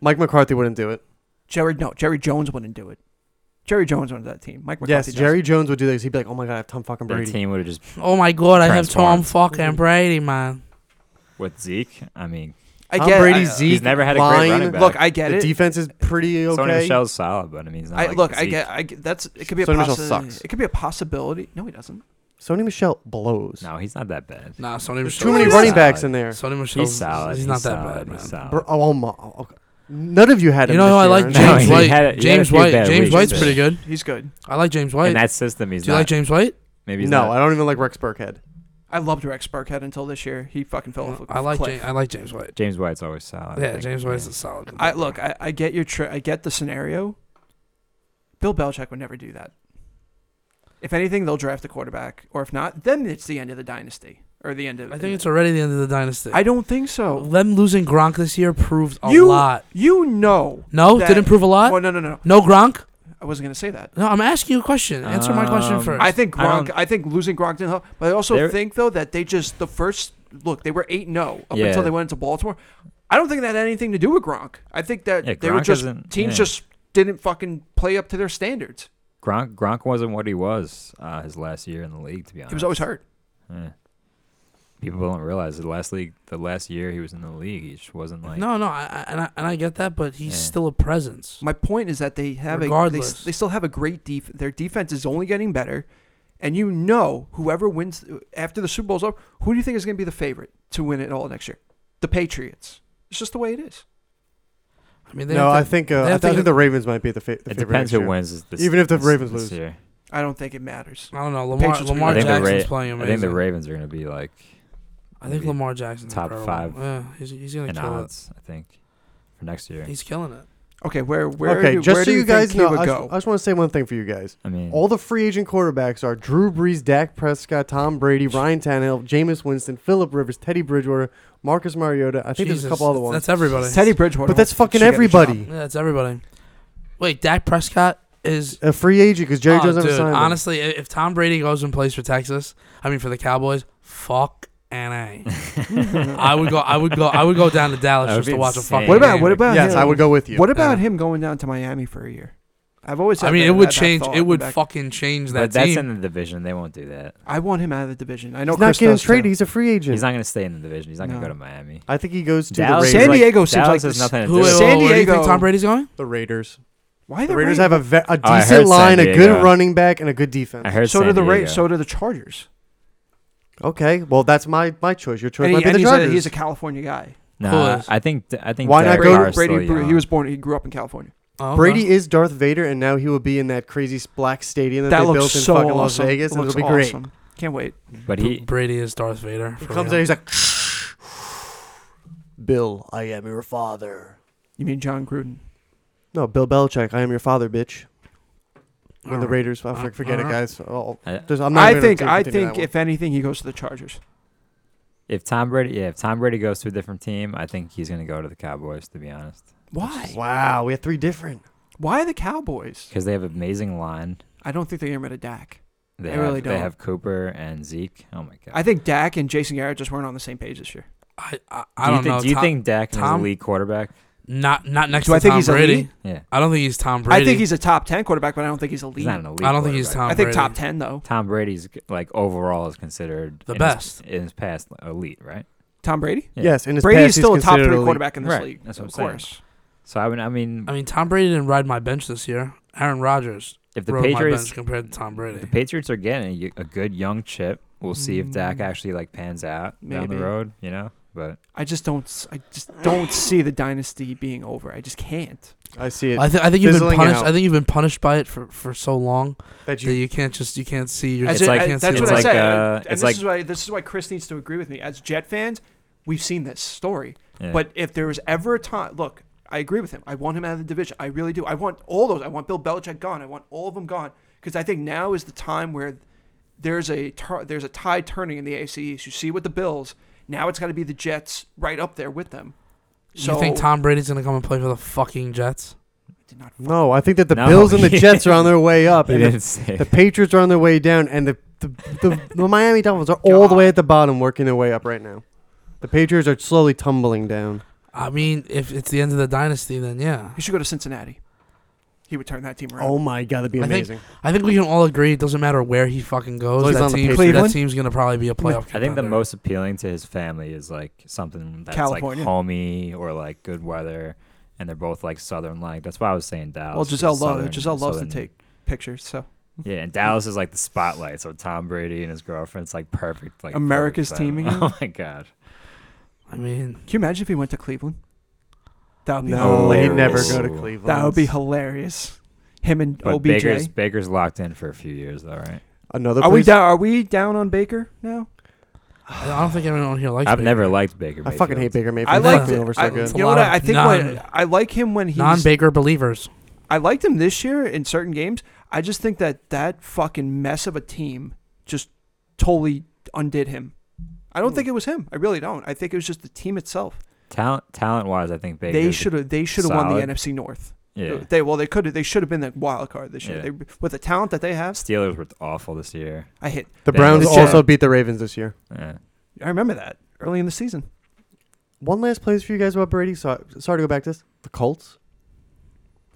E: Mike McCarthy wouldn't do it.
B: Jerry, no, Jerry Jones wouldn't do it. Jerry Jones wanted that team. Mike McCarthy.
E: yes,
B: doesn't.
E: Jerry Jones would do this. He'd be like, "Oh my god, I have Tom fucking
A: Their
E: Brady."
A: team would have just
C: Oh my god, I have Tom
A: Transformed.
C: fucking Brady, man.
A: with Zeke. I mean,
B: I
E: Tom
B: get
E: Brady,
B: I- uh,
E: Zeke,
A: he's never had a
E: Vine,
A: great running back.
B: Look, I get
E: the
B: it.
E: defense is pretty okay.
A: Sony Michelle's solid, but I mean, he's not
B: I,
A: like
B: look, I
A: Zeke.
B: get. I get. That's it. Could be a
E: Sonny Michel
B: possi-
E: sucks.
B: It could be a possibility. No, he doesn't.
E: Sony Michelle
A: [laughs]
E: blows.
A: No, he's not that bad.
C: Nah, Sonny
E: There's
C: Michelle's
E: too many
A: he's
E: running
A: solid.
E: backs in there.
C: Sonny Michelle's
A: He's solid.
C: He's not
A: he's
C: that
A: solid,
C: bad, man.
A: He's solid.
E: Bro, oh, my, okay. None of you had him.
C: You know who I like?
E: this year.
A: No,
C: James
A: he had
C: White.
A: a- he had a
C: James
A: few
C: White.
A: bad
C: James
A: weeks,
C: White's
A: but-
C: pretty good.
B: He's good.
C: I like James White.
A: In that system, he's
C: Do you
A: not.
C: like James White?
A: maybe he's
E: No,
A: not.
E: I don't even like Rex Burkhead.
B: I loved Rex Burkhead until this year. He fucking fell off. a
C: I like
B: cliff.
C: James, I like James White.
A: James White's always solid. I
C: Yeah,
A: think.
C: James White's a solid.
B: I look. I, I get your. Tri- I get the scenario. Bill Belichick would never do that. If anything, they'll draft a quarterback, or if not, then it's the end of the dynasty or the end of.
C: I think it's already the end of the dynasty.
B: I don't think so.
C: them losing Gronk this year proved a
B: You-
C: lot.
B: You know.
C: No,
B: that-
C: didn't prove a lot.
B: Well, no, no, no.
C: No Gronk.
B: I wasn't gonna say that.
C: No, I'm asking you a question. Answer my question
A: Um,
C: first.
B: I think
A: I don't-
B: Gronk. I, think losing Gronk didn't help. But I also
A: They're-
B: think though that they just the first look they were eight and zero up
A: Yeah.
B: until they went into Baltimore. I don't think that had anything to do with Gronk. I think that
A: Yeah,
B: they were
A: Gronk
B: just
A: isn't-
B: teams
A: yeah.
B: just didn't fucking play up to their standards.
A: Gronk Gronk wasn't what he was uh, his last year in the league. To be honest,
B: He was always hurt.
A: Yeah. People don't realize the last league, the last year he was in the league, he just wasn't like.
C: no, no, I, I, and I and I get that, but he's
A: Yeah.
C: still a presence.
B: My point is that they have a they s-
C: Regardless.
B: they, still have a great def. Their defense is only getting better, and you know whoever wins after the Super Bowl's over, who do you think is going to be the favorite to win it all next year? The Patriots. It's just the way it is.
C: I mean, they
E: No,
C: have to-
E: I think uh,
C: they
E: I,
C: have
E: th- I
C: to-
E: think the Ravens might be the, fa- the
A: It
E: favorite.
A: depends
E: next
A: who
E: year.
A: wins. This,
E: Even if the
A: this-
E: Ravens
A: this
E: lose.
A: year.
B: I don't think it matters.
C: I don't know. Lamar
B: Patriots
C: Lamar
A: I think the
C: Jackson's
A: Ra-
C: playing
A: I
C: amazing.
A: think the Ravens are going to be like
C: I think
A: maybe
C: Lamar Jackson's
A: top
C: incredible.
A: five
C: Yeah, he's, he's gonna
A: in
C: kill it.
A: odds. I think for next year.
C: He's killing it.
B: Okay, where where
E: okay,
B: do,
E: just
B: where
E: so
B: do
E: you, guys
B: think he
E: know,
B: would
E: I,
B: go?
E: just, I just want to say one thing for you guys.
A: I mean,
E: All the free agent quarterbacks are Drew Brees, Dak Prescott, Tom Brady, Ryan Tannehill, Jameis Winston, Philip Rivers, Teddy Bridgewater, Marcus Mariota. I think there's a
C: Jesus,
E: couple other
C: that's-
E: ones.
C: That's everybody.
B: Teddy Bridgewater.
E: but that's
B: should
E: fucking
B: get a job.
E: everybody.
C: Yeah, that's everybody. Wait, Dak Prescott is.
E: A free agent because Jerry
C: Oh,
E: Jones never
C: dude,
E: signed him.
C: honestly, i- if Tom Brady goes and plays for Texas, I mean for the Cowboys, fuck NA. I would go. I would go. I would go down to Dallas
A: That would
C: just to
A: be
C: watch a
A: insane.
C: fucking.
B: What about
C: game.
B: what about
E: Yes,
B: him?
E: I would go with you.
B: What about
C: Yeah.
B: him going down to Miami for a year? I've always. Had
C: I mean,
B: that-
C: it would
B: had that
C: change.
B: thought
C: It
B: in
C: would
B: the back-
C: fucking change that
A: but that's
C: team.
A: in the division. They won't do that.
B: I want him out of the division. I know
E: He's not
B: Chris
E: getting
B: does, too.
E: traded. He's a free agent.
A: He's not going to stay in the division. He's not going
B: No.
A: to go to Miami.
E: I think he goes to
A: Dallas,
E: the
B: San
E: Raiders.
A: like-
B: Diego seems
A: Dallas
B: like
A: has
B: this-
A: nothing to
C: who,
A: do. with
B: San
A: it.
C: San Diego. Where do you think
B: Diego-
C: Tom Brady's going?
E: the Raiders.
B: Why
E: The Raiders
B: Ra-
E: have a, ve- a
A: I heard
E: decent
A: San
E: line, a good
A: Diego.
E: running back, and a good defense.
A: I heard
B: So
A: San
B: do the
A: Diego.
B: Ra- So do the Chargers.
E: Okay, well that's my my choice. Your choice
B: And,
E: might
B: he,
E: be
B: and
E: the
B: he's, a,
E: Chargers.
B: he's a California guy.
A: Nah,
C: is-
A: I think I think
E: Why not
A: Derek
E: go to
A: Carr's still
B: Brady, Brady
A: young.
B: he was born. He grew up in California.
C: Oh, okay.
E: Brady is Darth Vader, and now he will be in that crazy s- black stadium that,
B: That
E: they
B: looks
E: built
B: so
E: in fucking
B: awesome.
E: Las Vegas,
B: It
E: and
B: looks
E: it'll be great.
B: awesome. Can't wait.
A: but
C: B-
A: he
C: Brady is Darth Vader.
E: He
C: for
E: comes
C: real.
E: in, he's like, [sighs] "Bill, I am your father."
B: You mean John Gruden?
E: No, Bill Belichick, I am your father, bitch. When the
C: Alright.
E: Raiders, I
C: Uh,
E: forget- forget it,
C: alright.
E: guys. Oh,
A: I-
E: there's- I'm not
B: I
E: even gonna
B: think.
E: take-
B: I
E: continue
B: think
E: that
B: if anything, he goes to the Chargers.
A: if Tom Brady yeah if Tom Brady goes to a different team, I think he's going to go to the Cowboys. To be honest,
E: one.
B: Why?
E: wow, we have three different.
B: Why the Cowboys?
A: because they have amazing line.
B: I don't think they're getting rid of Dak.
A: They
B: I
A: have,
B: really
A: They
B: don't.
A: have Cooper and Zeke. Oh my god.
B: I think Dak and Jason Garrett just weren't on the same page this year.
C: I, I,
A: Do
C: I
A: you
C: don't
A: think,
C: know.
A: Do you
C: Tom-
A: think Dak is a
C: Tom-
A: lead quarterback?
C: not not next
B: Do
C: to
B: I think
C: Tom
B: he's
C: Brady?
B: elite?
A: Yeah.
C: I don't think he's Tom Brady.
B: I think he's a top ten quarterback, but I don't think he's elite.
A: He's not an elite.
C: I don't think he's
A: quarterback.
C: Tom.
B: I think
C: Brady.
B: top ten though.
A: Tom Brady's like overall is considered
C: The
A: in his-
C: best.
A: in his past like, elite, right?
B: Tom Brady.
A: Yeah.
E: Yes, and his
B: Brady
E: past,
B: is still a
E: he's
B: top
E: considered
B: three
E: elite.
B: quarterback in this
A: Right,
B: league.
A: that's what
B: of
A: I'm saying.
B: course.
A: So I mean, I mean,
C: I mean, Tom Brady didn't ride my bench this year. Aaron Rodgers
A: if the
C: rode my
A: Patriots
C: bench compared to Tom Brady.
A: the Patriots are getting a, y- a good young chip, we'll see if Dak
B: Mm.
A: actually like pans out down the
B: Maybe.
A: road, you know. But
B: I just don't. s- I just don't see the dynasty being over. I just can't.
E: I see it.
C: I, th- I think you've been
E: Fizzling
C: punished.
E: out.
C: I think you've been punished by it for, for so long
E: that
C: that
E: you,
C: you can't just you can't see your.
A: It's
B: As it-
A: like-
B: I-
C: can't
B: that's
C: see
A: it's
B: what I
A: like,
B: said.
A: uh,
B: and
A: it's
B: this
A: like-
B: is why this is why Chris needs to agree with me. As Jet fans, we've seen this story.
A: yeah.
B: But if there was ever a time, look, I agree with him. I want him out of the division. I really do. I want all those. I want Bill Belichick gone. I want all of them gone because I think now is the time where there's a tur there's a tide turning in the AFC East. You see with the Bills. Now it's got to be the Jets right up there with them. So
C: you think Tom Brady's gonna come and play for the fucking Jets?
B: I did not
E: no, I think that the
A: No.
E: Bills
B: [laughs]
E: and the Jets are on their way up,
A: he
E: and the,
A: didn't say.
E: the Patriots are on their way down, and the the, the, the Miami Dolphins are all the way at the bottom, working their way up right now. The Patriots are slowly tumbling down.
C: I mean, if it's the end of the dynasty, then yeah.
B: He should go to Cincinnati. He would turn that team around.
E: Oh my god, that'd be
C: I think-
E: amazing.
C: I think we can all agree it doesn't matter where he fucking
E: As long
C: goes.
E: as
C: That,
E: he's on the
C: team, that
B: Cleveland?
C: team's gonna probably be a playoff.
A: I think the
C: contender.
A: most appealing to his family is like something that's
B: California.
A: like homey or like good weather, and they're both like southern like. That's why I was saying Dallas.
B: well,
A: is
B: Giselle
A: southern-
B: loves Giselle loves
A: southern-
B: to take pictures. So
A: Yeah, and Dallas is like the spotlight. So Tom Brady and his girlfriend's like perfect. Like
B: America's
A: perfect family. [laughs]
B: teaming
A: Oh my god.
C: I mean,
B: can you imagine if he went to Cleveland? That would be
E: No,
B: hilarious.
E: Oh, he'd never go to
A: That
E: Cleveland.
B: That would be hilarious. Him and
A: But
B: OBJ.
A: Baker's Baker's locked in for a few years though, right?
E: another.
B: Are we
E: place-
B: down? Are we down on Baker now?
C: I I don't think everyone here likes.
A: I've
C: Baker.
A: never liked Baker.
E: I fucking
A: Mayfield.
E: hate Baker Mayfield.
B: I
E: He's
B: liked
E: fucking
B: it.
E: over so
B: I,
E: good.
B: you know what? I, I think
C: Non-
B: when, I like him when he's.
C: non-Baker believers.
B: I liked him this year in certain games. I just think that that fucking mess of a team just totally undid him. I don't
E: Hmm.
B: think it was him. I really don't. I think it was just the team itself.
A: Talent talent wise, I think Baker.
B: they should have. They should have won the
A: solid.
B: NFC North.
A: Yeah.
B: They well, they could. have They should have been the wild card this year.
A: Yeah.
B: They, with the talent that they have,
A: Steelers were awful this year.
B: I hit.
E: The
A: Bengals.
E: Browns
B: The Jets.
E: also beat the Ravens this year.
A: Yeah.
B: I remember that early in the season.
E: One last place for you guys about Brady. So, sorry to go back to this. The Colts.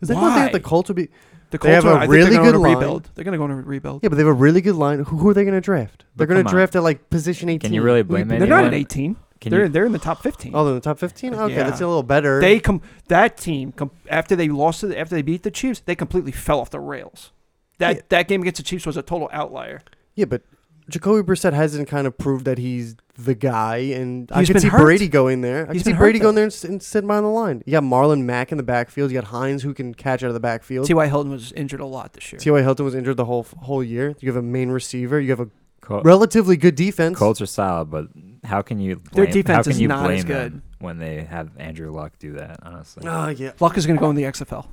E: Is anyone think that the
B: Why?
E: Colts would be?
B: The
E: They have
B: Colts are,
E: a
B: I think
E: really
B: they're gonna
E: good line.
B: rebuild. They're going to go on a rebuild.
E: Yeah, but they have a really good line. Who, who are they going to draft? They're
A: But
E: going
A: come
E: to
A: on.
E: draft at like position 18.
A: Can you really blame
E: They're
B: They're not
A: anyone?
B: an 18.
A: Can
B: they're
A: you,
B: they're in the top 15.
E: Oh, they're in the top 15. Okay,
B: Yeah.
E: that's a little better.
B: They com- that team com- after they lost to the, after they beat the Chiefs, they completely fell off the rails. That
E: Yeah.
B: that game against the Chiefs was a total outlier.
E: yeah, but Jacoby Brissett hasn't kind of proved that he's the guy, and I
B: He's
E: could
B: been
E: see
B: hurt.
E: Brady going there. I
B: He's
E: could see
B: been hurt,
E: Brady
B: though.
E: going there and, s- and sitting behind the line. You got Marlon Mack in the backfield. You got Hines who can catch out of the backfield.
B: T.Y. Hilton was injured a lot this year.
E: T.Y. Hilton was injured the whole whole year. You have a main receiver. You have a
A: Col-
E: relatively good defense.
A: Colts are solid, but how can you blame,
B: Their
A: how
B: defense
A: can
B: is
A: you
B: not
A: blame
B: as good.
A: them when they have Andrew Luck do that? Honestly,
E: Oh, yeah.
B: Luck is going to go in the XFL.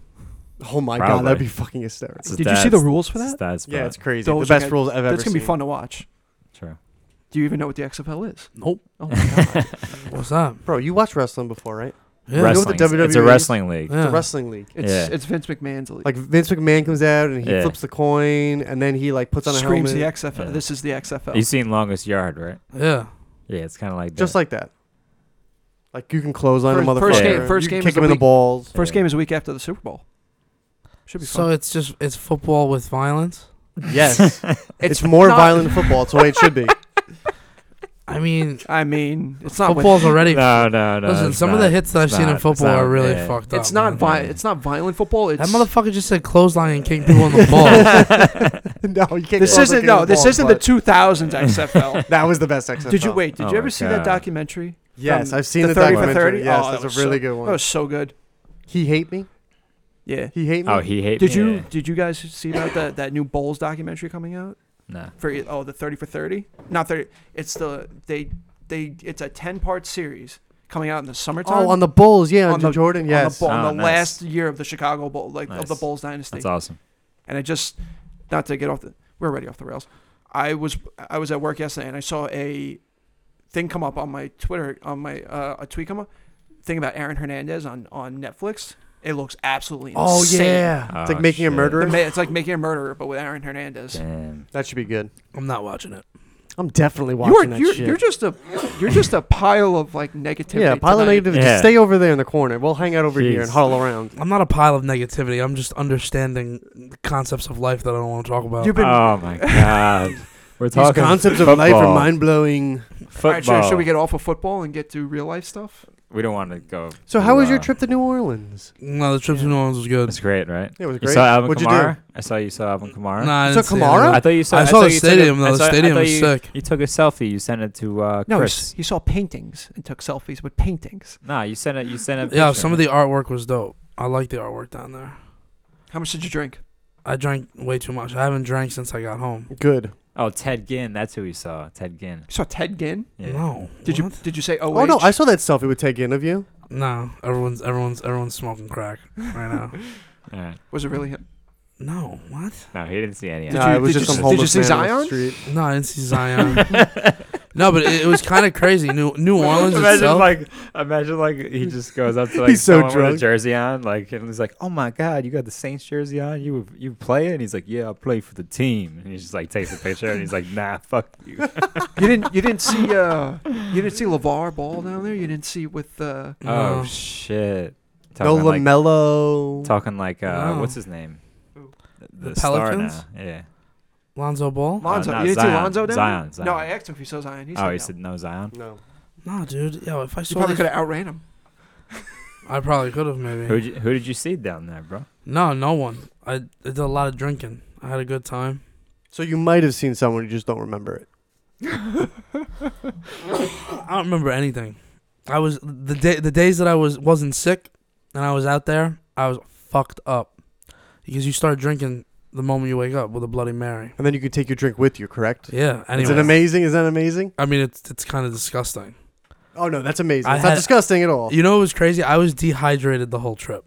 E: Oh, my God.
A: Probably.
E: That'd be fucking hysterical.
A: It's
B: Did you see the rules for that?
A: Stats,
E: Yeah,
A: but-
E: it's crazy.
B: Those
E: the
B: are
E: best
B: gonna-
E: rules I've ever
B: That's
E: seen.
B: going to be fun to watch.
A: true.
B: Do you even know what the XFL is?
C: Nope. [laughs]
B: Oh my god.
C: What's up?
E: Bro, you watched wrestling before, right?
C: Yeah.
E: Rest-
A: Wrestling. it's a
E: WWE is?
A: wrestling league.
C: Yeah.
E: It's a wrestling league.
B: It's
A: Yeah.
B: it's Vince McMahon's league.
E: Like Vince McMahon comes out and he
A: Yeah.
E: flips the coin, and then he like puts on a
B: screams
E: helmet.
B: the XFL.
A: Yeah.
B: This is the XFL.
A: You've seen Longest Yard, right?
C: Yeah.
A: Yeah, it's kind of like
E: Just
A: that.
E: like that. Like you can clothesline a
B: First-
E: motherfucker.
B: first
A: game-
B: first
E: you can
B: game
E: kick
B: is the
E: him in the
B: week-
E: balls.
B: First
A: Yeah.
B: game is a week after the Super Bowl. Should be
C: So
B: fun.
C: it's just it's football with violence.
E: Yes,
A: [laughs]
E: it's, more
B: not-
E: violent than football. It's the way it should be.
C: I [laughs] mean,
B: I mean, it's not. Win-
C: football's already.
A: no, no, no.
C: listen,
A: it's
C: some of
A: not.
C: the hits that I've
A: it's
C: seen
A: not-
C: in
A: it's
C: football
A: not,
C: are really
A: yeah.
C: fucked up.
B: it's not
C: man.
B: vi- It's not violent football. It's
C: That motherfucker just said clothesline and kick people
A: [laughs]
C: in the balls.
E: no, you can't.
B: This
E: clothesline
B: isn't
E: kick
B: no.
E: the
B: This
E: balls,
B: isn't the
E: but
A: [laughs]
B: 2000s XFL.
E: [laughs] that was the best XFL.
B: Did you wait? Did
A: Oh
B: you
A: my
B: ever see that
A: God.
B: documentary?
E: Yes,
B: from
E: I've seen the,
B: thirty for
E: documentary.
B: thirty.
E: Yes,
B: oh, that
E: that's
B: was
E: a really
B: so,
E: good one.
B: That was so good.
E: he hate me.
B: Yeah.
E: He hate me.
A: Oh, he hate.
B: Did
A: me?
B: you
A: Yeah.
B: did you guys see about that that new Bulls documentary coming out
A: Nah.
B: for oh the thirty for thirty? Not thirty. It's the they they it's a ten part series coming out in the summertime.
E: oh, on the Bulls. Yeah,
B: on
E: on
B: the-
E: Jordan. Yes.
B: on the, on
A: Oh,
B: the
A: nice.
B: last year of the Chicago Bull like of the
A: Nice.
B: Bulls dynasty.
A: That's awesome.
B: and I just not to get off the we're already off the rails. I was I was at work yesterday and I saw a thing come up on my Twitter on my uh, a tweet come up thing about Aaron Hernandez on on Netflix. It looks absolutely
E: Oh
B: insane.
E: yeah, it's like
A: Oh,
E: making a
A: shit.
B: The
E: murderer.
B: ma- it's like making a murderer, but with Aaron Hernandez.
A: Damn.
E: that should be good.
C: I'm not watching it.
E: I'm definitely watching
B: You are
E: that
B: you're,
E: shit.
B: you're just a you're just a pile of like negativity.
E: yeah, pile of
B: tonight.
E: negative.
A: Yeah.
E: Just stay over there in the corner. We'll hang out over here and
A: Jeez.
E: huddle around.
C: I'm not a pile of negativity. I'm just understanding the concepts of life that I don't want to talk about.
B: You've been
A: Oh my god. We're
E: These
A: talking
E: concepts of
A: football.
E: life are mind blowing.
A: Football.
B: all right, sure, should we get off of football and get to real life stuff?
A: We don't want to go.
E: So,
A: too,
E: how was your
A: uh,
E: trip to New Orleans?
C: no, the trip to New Orleans was good.
A: It's great, right?
E: It was
A: You
E: great.
A: saw Alvin
E: What'd
A: Kamara.
E: you do?
A: I saw you saw Alvin Kamara.
C: Nah, I
E: You saw
C: didn't see it.
E: Kamara?
A: I thought you saw.
C: I saw
A: thought
C: the
A: you took a-
C: stadium though.
A: I saw- I
C: The stadium
A: thought
C: was
A: you,
C: sick.
A: You took a selfie. You sent it to uh,
B: No, he s-
A: Chris.
B: he saw paintings and took selfies with paintings.
A: Nah, you sent it. You sent it.
C: Yeah, some of the artwork was dope. I like the artwork down there.
B: How much did you drink?
C: I drank way too much. I haven't drank since I got home.
E: Good.
A: Oh, Ted Ginn. That's who we saw. Ted Ginn.
B: You saw Ted Ginn?
A: Yeah.
C: No.
B: Did you
C: What?
B: did you say oh
E: Oh no, I saw that selfie with Ted Ginn of you.
C: No. Everyone's everyone's everyone's smoking crack right now.
A: All right.
B: was it really him?
C: [laughs] no. What?
A: No, he didn't see any. of
B: Did
A: it.
E: Nah,
B: you-
E: it was
B: did
E: just
A: [laughs]
B: you-
E: some
B: did you
E: homeless
B: see
E: man on the
B: Zion?
E: street.
C: No, I didn't see Zion. no, but it, it was kind of crazy. New New Orleans
A: Imagine
C: itself.
A: like, imagine like he just goes up to like
E: He's so
A: someone with a
E: drunk.
A: jersey on, like, and he's like, "Oh my God, you got the Saints jersey on? You you play it?" And he's like, "Yeah, I play for the team." And he just like takes a picture, and he's like, "Nah, [laughs] fuck you."
B: [laughs] You didn't you didn't see uh you didn't see LeVar Ball down there? You didn't see with uh
A: Oh
C: No.
A: shit!
E: No
A: like,
E: Lamelo.
A: talking like uh,
C: No.
A: what's his name?
B: Who?
A: The,
C: The
A: star
C: Pelicans?
A: now. Yeah.
C: Lonzo Ball.
B: Lonzo.
A: no,
B: you didn't see
A: Zion.
B: Lonzo down
A: Zion,
B: there?
A: Zion.
B: No, I asked him if he saw Zion. He said
A: oh,
B: no.
A: he said no Zion.
E: No.
C: No, dude. Yo, if I
B: You
C: saw
B: probably
C: this,
B: could have outran him.
C: I probably could have maybe.
A: Who who did you see down there, bro?
C: No, no one. I, I did a lot of drinking. I had a good time. [coughs]
E: So you might have seen someone, you just don't remember it.
C: I don't remember anything. I was the day the days that I was wasn't sick and I was out there. I was fucked up because you start drinking the moment you wake up with a Bloody Mary.
E: And then you could take your drink with you, correct?
C: Yeah. Anyway,
E: Is it amazing? Is that amazing?
C: I mean, it's it's kind of disgusting.
E: Oh no, that's amazing.
C: I
E: it's
C: had-
E: not disgusting at all.
C: You know, it was crazy. I was dehydrated the whole trip.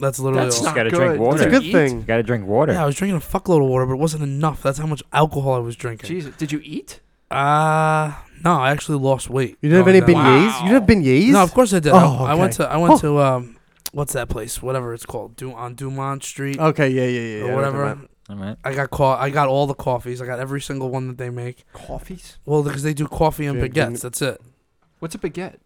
C: That's literally
B: That's
C: all.
A: just
B: not
A: gotta
B: good.
A: drink water.
E: it's a
A: Did
E: good
B: Did you eat?
E: thing.
A: You gotta drink water.
C: Yeah, I was drinking a fuckload of water, but it wasn't enough. That's how much alcohol I was drinking.
B: Jesus, did you eat?
C: Uh no, I actually lost weight.
E: You didn't have
C: going
E: any
C: down.
E: beignets? You didn't have beignets?
C: No, of course I did. I-
E: Oh,
C: I, went
E: okay.
C: to I went to um, what's that place? Whatever it's called, du- on Dumont Street
E: Okay, yeah, Oh, yeah, yeah. yeah I know
C: or
E: what you're talking
C: whatever.
E: about.
A: All right.
C: I got caught. I got all the coffees. I got every single one that they make.
B: Coffees?
C: Well, because they do coffee and
E: Yeah,
C: baguettes. That's it.
B: What's a baguette?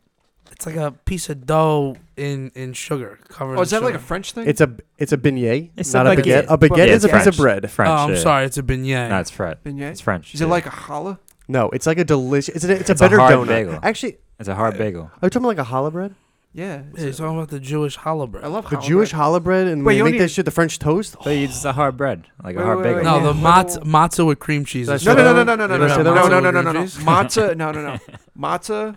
C: It's like a piece of dough in in sugar covered.
B: Oh, is
C: in
B: that like a
C: sugar.
B: French thing?
E: It's a it's a beignet,
A: It's
E: not
A: a
E: a
A: baguette.
E: baguette. A baguette
A: Yeah,
E: is a
A: French.
E: piece of bread.
A: French.
C: oh, I'm
A: yeah.
C: sorry. It's a beignet.
A: No, it's French.
B: beignet.
A: It's French.
B: Is it
A: yeah.
B: like a challah?
E: No, it's like a delicious. It's a, it's a
A: It's a
E: better
A: hard
E: donut.
A: bagel.
E: Actually,
A: It's a hard bagel.
E: are you talking about like a challah bread?
B: Yeah.
C: yeah, you're
B: it's a-
C: talking about the Jewish challah bread.
B: I love
E: The
B: challah
E: Jewish
B: bread.
E: challah bread, and
B: Wait,
E: when
B: you
E: you make
B: only-
E: that shit, the French toast.
A: But it's just a hard bread, like
B: Wait,
A: a hard
B: wait,
A: bagel.
B: wait,
C: No,
B: Yeah.
C: the matzo, matzo with cream cheese.
E: Did I
C: is
B: No,
E: say
C: what
B: no,
C: I-
B: no, no, no, no,
E: Did I
B: no,
E: say
B: no,
E: that
B: no,
E: wrong?
B: no, no, no, no, no.
C: Cheese?
B: Matza, no, no, no. Matza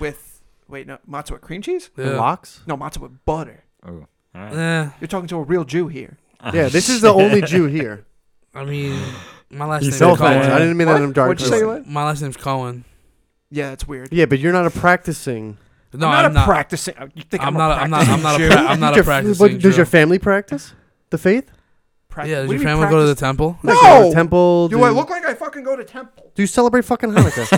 B: with wait, no, matza with cream cheese?
E: The
C: Yeah.
B: [laughs]
E: locks.
B: No, matza with butter.
A: Ooh. All
C: [laughs]
A: right.
C: Eh,
B: You're talking to a real Jew here.
E: Yeah, this is the only Jew here.
C: I mean, my last
A: You
C: name is
E: No
A: said
C: Cohen.
E: offense, I didn't mean that in a dark.
B: What'd you say?
E: way.
B: What?
C: My last name's Cohen.
B: Yeah, it's weird.
E: Yeah, but you're not
B: [laughs]
E: a practicing.
C: No,
B: I'm not
C: I'm
B: a
C: not.
B: practicing. You think I'm,
C: I'm not.
B: a
C: a- I'm not. I'm not. a
B: practicing Jew?
C: pra- I'm not
E: Your
C: a
E: f-
C: practicing
E: what- Does
C: Jew.
E: your family practice the faith?
B: Prac-
C: Yeah, does
B: what
C: your
B: do you mean
C: family go to the
B: practice?
C: temple?
E: Like, go to
B: No!
E: temple.
B: Do I look like I fucking go to temple?
E: Do you celebrate fucking Hanukkah?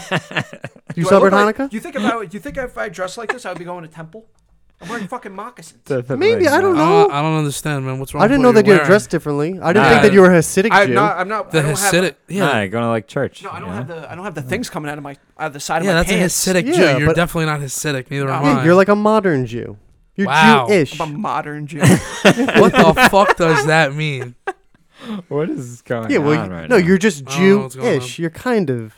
E: do you
B: Do I
E: celebrate
B: look like-
E: Hanukkah?
B: you think if I you think if I dressed like this, I would be going to temple? I'm wearing fucking moccasins.
E: Maybe, I don't know.
C: I don't understand, man. What's wrong?
E: I didn't know
C: with what
E: that you
C: you're
E: were dressed differently. I didn't
A: Nah.
E: think that you were a Hasidic
B: I'm
E: Jew.
B: not. I'm not.
C: wearing?
B: I
C: The
B: don't
C: Hasidic. Yeah.
A: Yeah, going to like church.
B: Have, no, I
A: you
B: don't
A: know?
B: have the. I don't have the things coming out of my out of the side
C: yeah,
B: of my
C: that's
B: pants.
C: a Hasidic
E: Yeah,
C: Jew. You're
E: but-
C: definitely not Hasidic. Neither am
B: Yeah,
E: yeah,
C: I.
E: you're like a modern Jew. You're
C: Wow.
E: Jewish.
B: I'm a modern
C: [laughs]
B: Jew.
C: what
E: [laughs]
C: the fuck does that mean?
A: What is going
E: Yeah, well,
A: on
E: you-
A: right
E: no,
A: now? [laughs]
E: you're just
C: I don't know what's going
E: Jew-ish. You're kind of.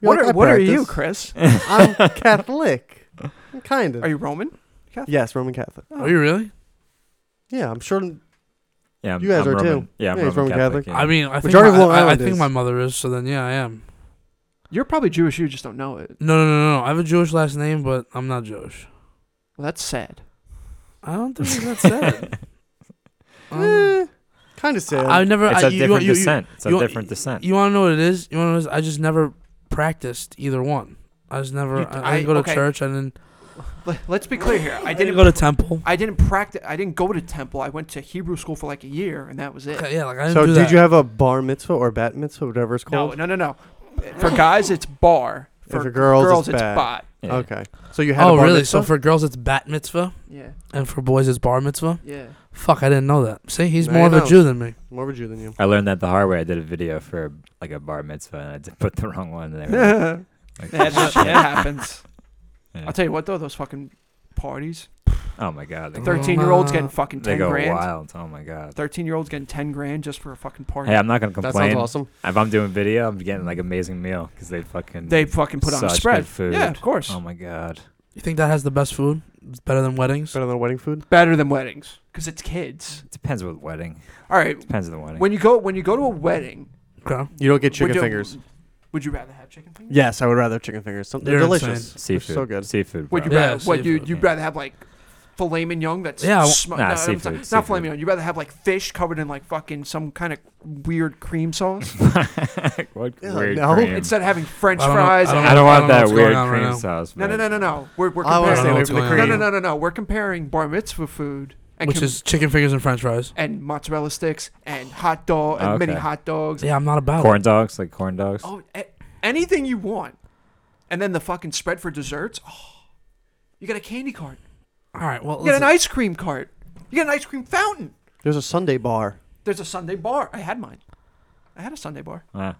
E: you're
B: what
E: like,
B: are,
E: I
B: what are you,
E: practice.
B: Chris?
A: [laughs]
E: I'm Catholic. Kind of.
B: Are you Roman?
E: Yes, Roman Catholic.
C: Are you really?
E: Yeah, I'm sure.
A: yeah, I'm-
E: you guys
A: I'm
E: are too.
A: Roman. Yeah, I'm
E: Yeah, he's
A: Roman
E: Roman
A: Catholic.
E: Catholic.
A: yeah.
C: I mean, I think
E: Majority of
C: my,
E: Long
C: I, I
E: Island
C: think
E: is.
C: my mother is. So then, yeah, I am.
B: You're probably Jewish. You just don't know it.
C: No, no, no, no. I have a Jewish last name, but I'm not Jewish.
B: Well, that's sad.
C: I don't think
A: [laughs]
C: that's [laughs] that.
E: eh,
C: um,
E: Kind of sad.
C: I never.
A: it's
C: I,
A: a
C: you,
A: different
C: you, you,
A: descent. It's a
C: you-
A: different descent.
C: You want to know what it is? You want to know? What it is? I just never practiced either one. I just never.
B: You-
C: I, I
B: I-
C: didn't go to
B: okay.
C: church. I didn't.
B: Let, let's be clear here. I
C: I
B: didn't
C: didn't go to temple.
B: I didn't practice. I didn't go to temple. I went to Hebrew school for like a year, and that was it.
C: Okay, yeah, like I didn't
E: so,
C: do
E: did
C: that.
E: you have a bar mitzvah or bat mitzvah, whatever it's
B: No,
E: called?
B: no, no, no. For guys, it's bar. For
E: for girls, it's
B: it's
E: bad.
B: bot.
A: Yeah.
E: Okay. So you had.
C: oh,
E: a bar
C: really? So
E: Mitzvah?
C: for girls, it's bat mitzvah,
B: Yeah,
C: and for boys, it's bar mitzvah.
B: yeah.
C: Fuck, I didn't know that. See, he's
E: Now
C: more
E: you
C: of a
E: know.
C: Jew than me.
E: more of a Jew
A: [laughs]
E: than you.
A: I learned that the hard way. I did a video for like a bar mitzvah, and I did [laughs] put the wrong one in there.
E: [laughs]
B: that,
A: Like, oh,
B: that happens.
A: yeah.
B: I'll tell you what, though, those fucking parties.
A: Oh my god, they, go-
B: Thirteen-year-olds getting fucking
A: they
B: ten
A: go
B: grand.
A: wild. Oh my god.
B: Thirteen-year-olds getting ten grand just for a fucking party.
A: Hey, I'm not gonna
E: That
A: complain.
E: sounds awesome.
A: If I'm doing video, I'm getting like amazing meal because they fucking
B: they fucking put on a
A: Such
B: spread.
A: good food.
B: Yeah, of course.
A: Oh my god.
C: You think that has the best food? It's better than weddings.
E: Better than wedding food.
B: Better than weddings because it's kids.
A: Depends what wedding.
B: All right,
A: Depends on the wedding.
B: when you go when you go to a wedding,
C: Okay.
E: You don't get
B: would
E: chicken
B: you-
E: fingers.
B: Would you rather have chicken fingers?
E: Yes, I would rather chicken fingers. Some, they're
C: They're insane.
E: delicious. They're
A: seafood.
E: so good.
A: Seafood.
B: Would you
A: bro.
C: Yeah,
B: rather? What you
C: seafood,
B: you'd
A: yeah.
B: rather have like filet mignon? That's
C: Yeah, I w-
B: sm-
A: Nah,
B: no, I'm
A: seafood,
B: sorry, Not
A: seafood.
B: filet mignon. You'd rather have like fish covered in like fucking some kind of weird cream
C: [laughs]
B: sauce
A: [laughs] what
E: Yeah,
A: weird
E: no.
A: cream?
B: instead of having French
C: I don't know-
B: fries.
C: I
B: and-
A: I don't want
C: I don't know
A: that
C: what's
A: weird
C: going on right
A: cream
C: now.
A: sauce.
B: no, no,
A: man.
B: no, no, no. We're we're
E: I want
C: I don't
E: to stay
C: know
B: comparing.
E: away
C: what's
E: from the
C: going on.
B: No,
E: cream.
B: no, no, no, no. We're comparing bar mitzvah food and
C: Which
B: com-
C: is chicken fingers and French fries.
B: and mozzarella sticks and hot dog and mini
A: Okay.
B: hot dogs.
C: Oh, Yeah, I'm not about it.
A: Corn dogs, like corn dogs.
B: Oh, a- anything you want, and then the fucking spread for desserts. Oh, you got a candy cart.
C: All right. Well,
B: You get
C: listen,
B: an ice cream cart. You get an ice cream fountain.
E: There's a Sunday bar.
B: There's a Sunday bar. I had mine. I had a Sunday bar.
A: Ah.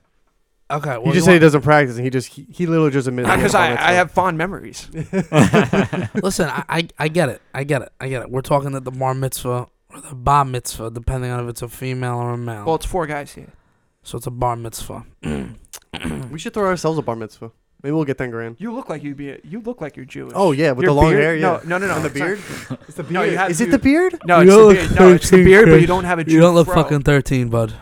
C: okay. Well,
E: you just
C: you
E: said he doesn't practice, and he just he, he literally just
B: [laughs]
E: admitted.
B: Because I, I have fond memories.
A: [laughs]
C: want- listen. I, I I get it. I get it. I get it. We're talking that the bar mitzvah or the bar mitzvah, depending on if it's a female or a male.
B: Well, it's four guys here.
C: so it's a bar mitzvah.
E: [laughs] We should throw ourselves a bar mitzvah. Maybe we'll get ten grand.
B: You look like you be. You look like you're Jewish.
E: Oh yeah, with
B: Your
E: the long
B: beard-
E: hair. Yeah.
B: No, no, no, no.
E: And the
B: it's not-
E: beard. It's the beard.
B: No, you have
E: Is
B: to-
E: it the beard?
B: No,
C: You
B: it's the
C: look
B: beard. No, it's the
C: like
B: beard, but
C: Jewish.
B: you don't have a Jew.
C: You don't look
B: fro.
C: fucking thirteen, bud.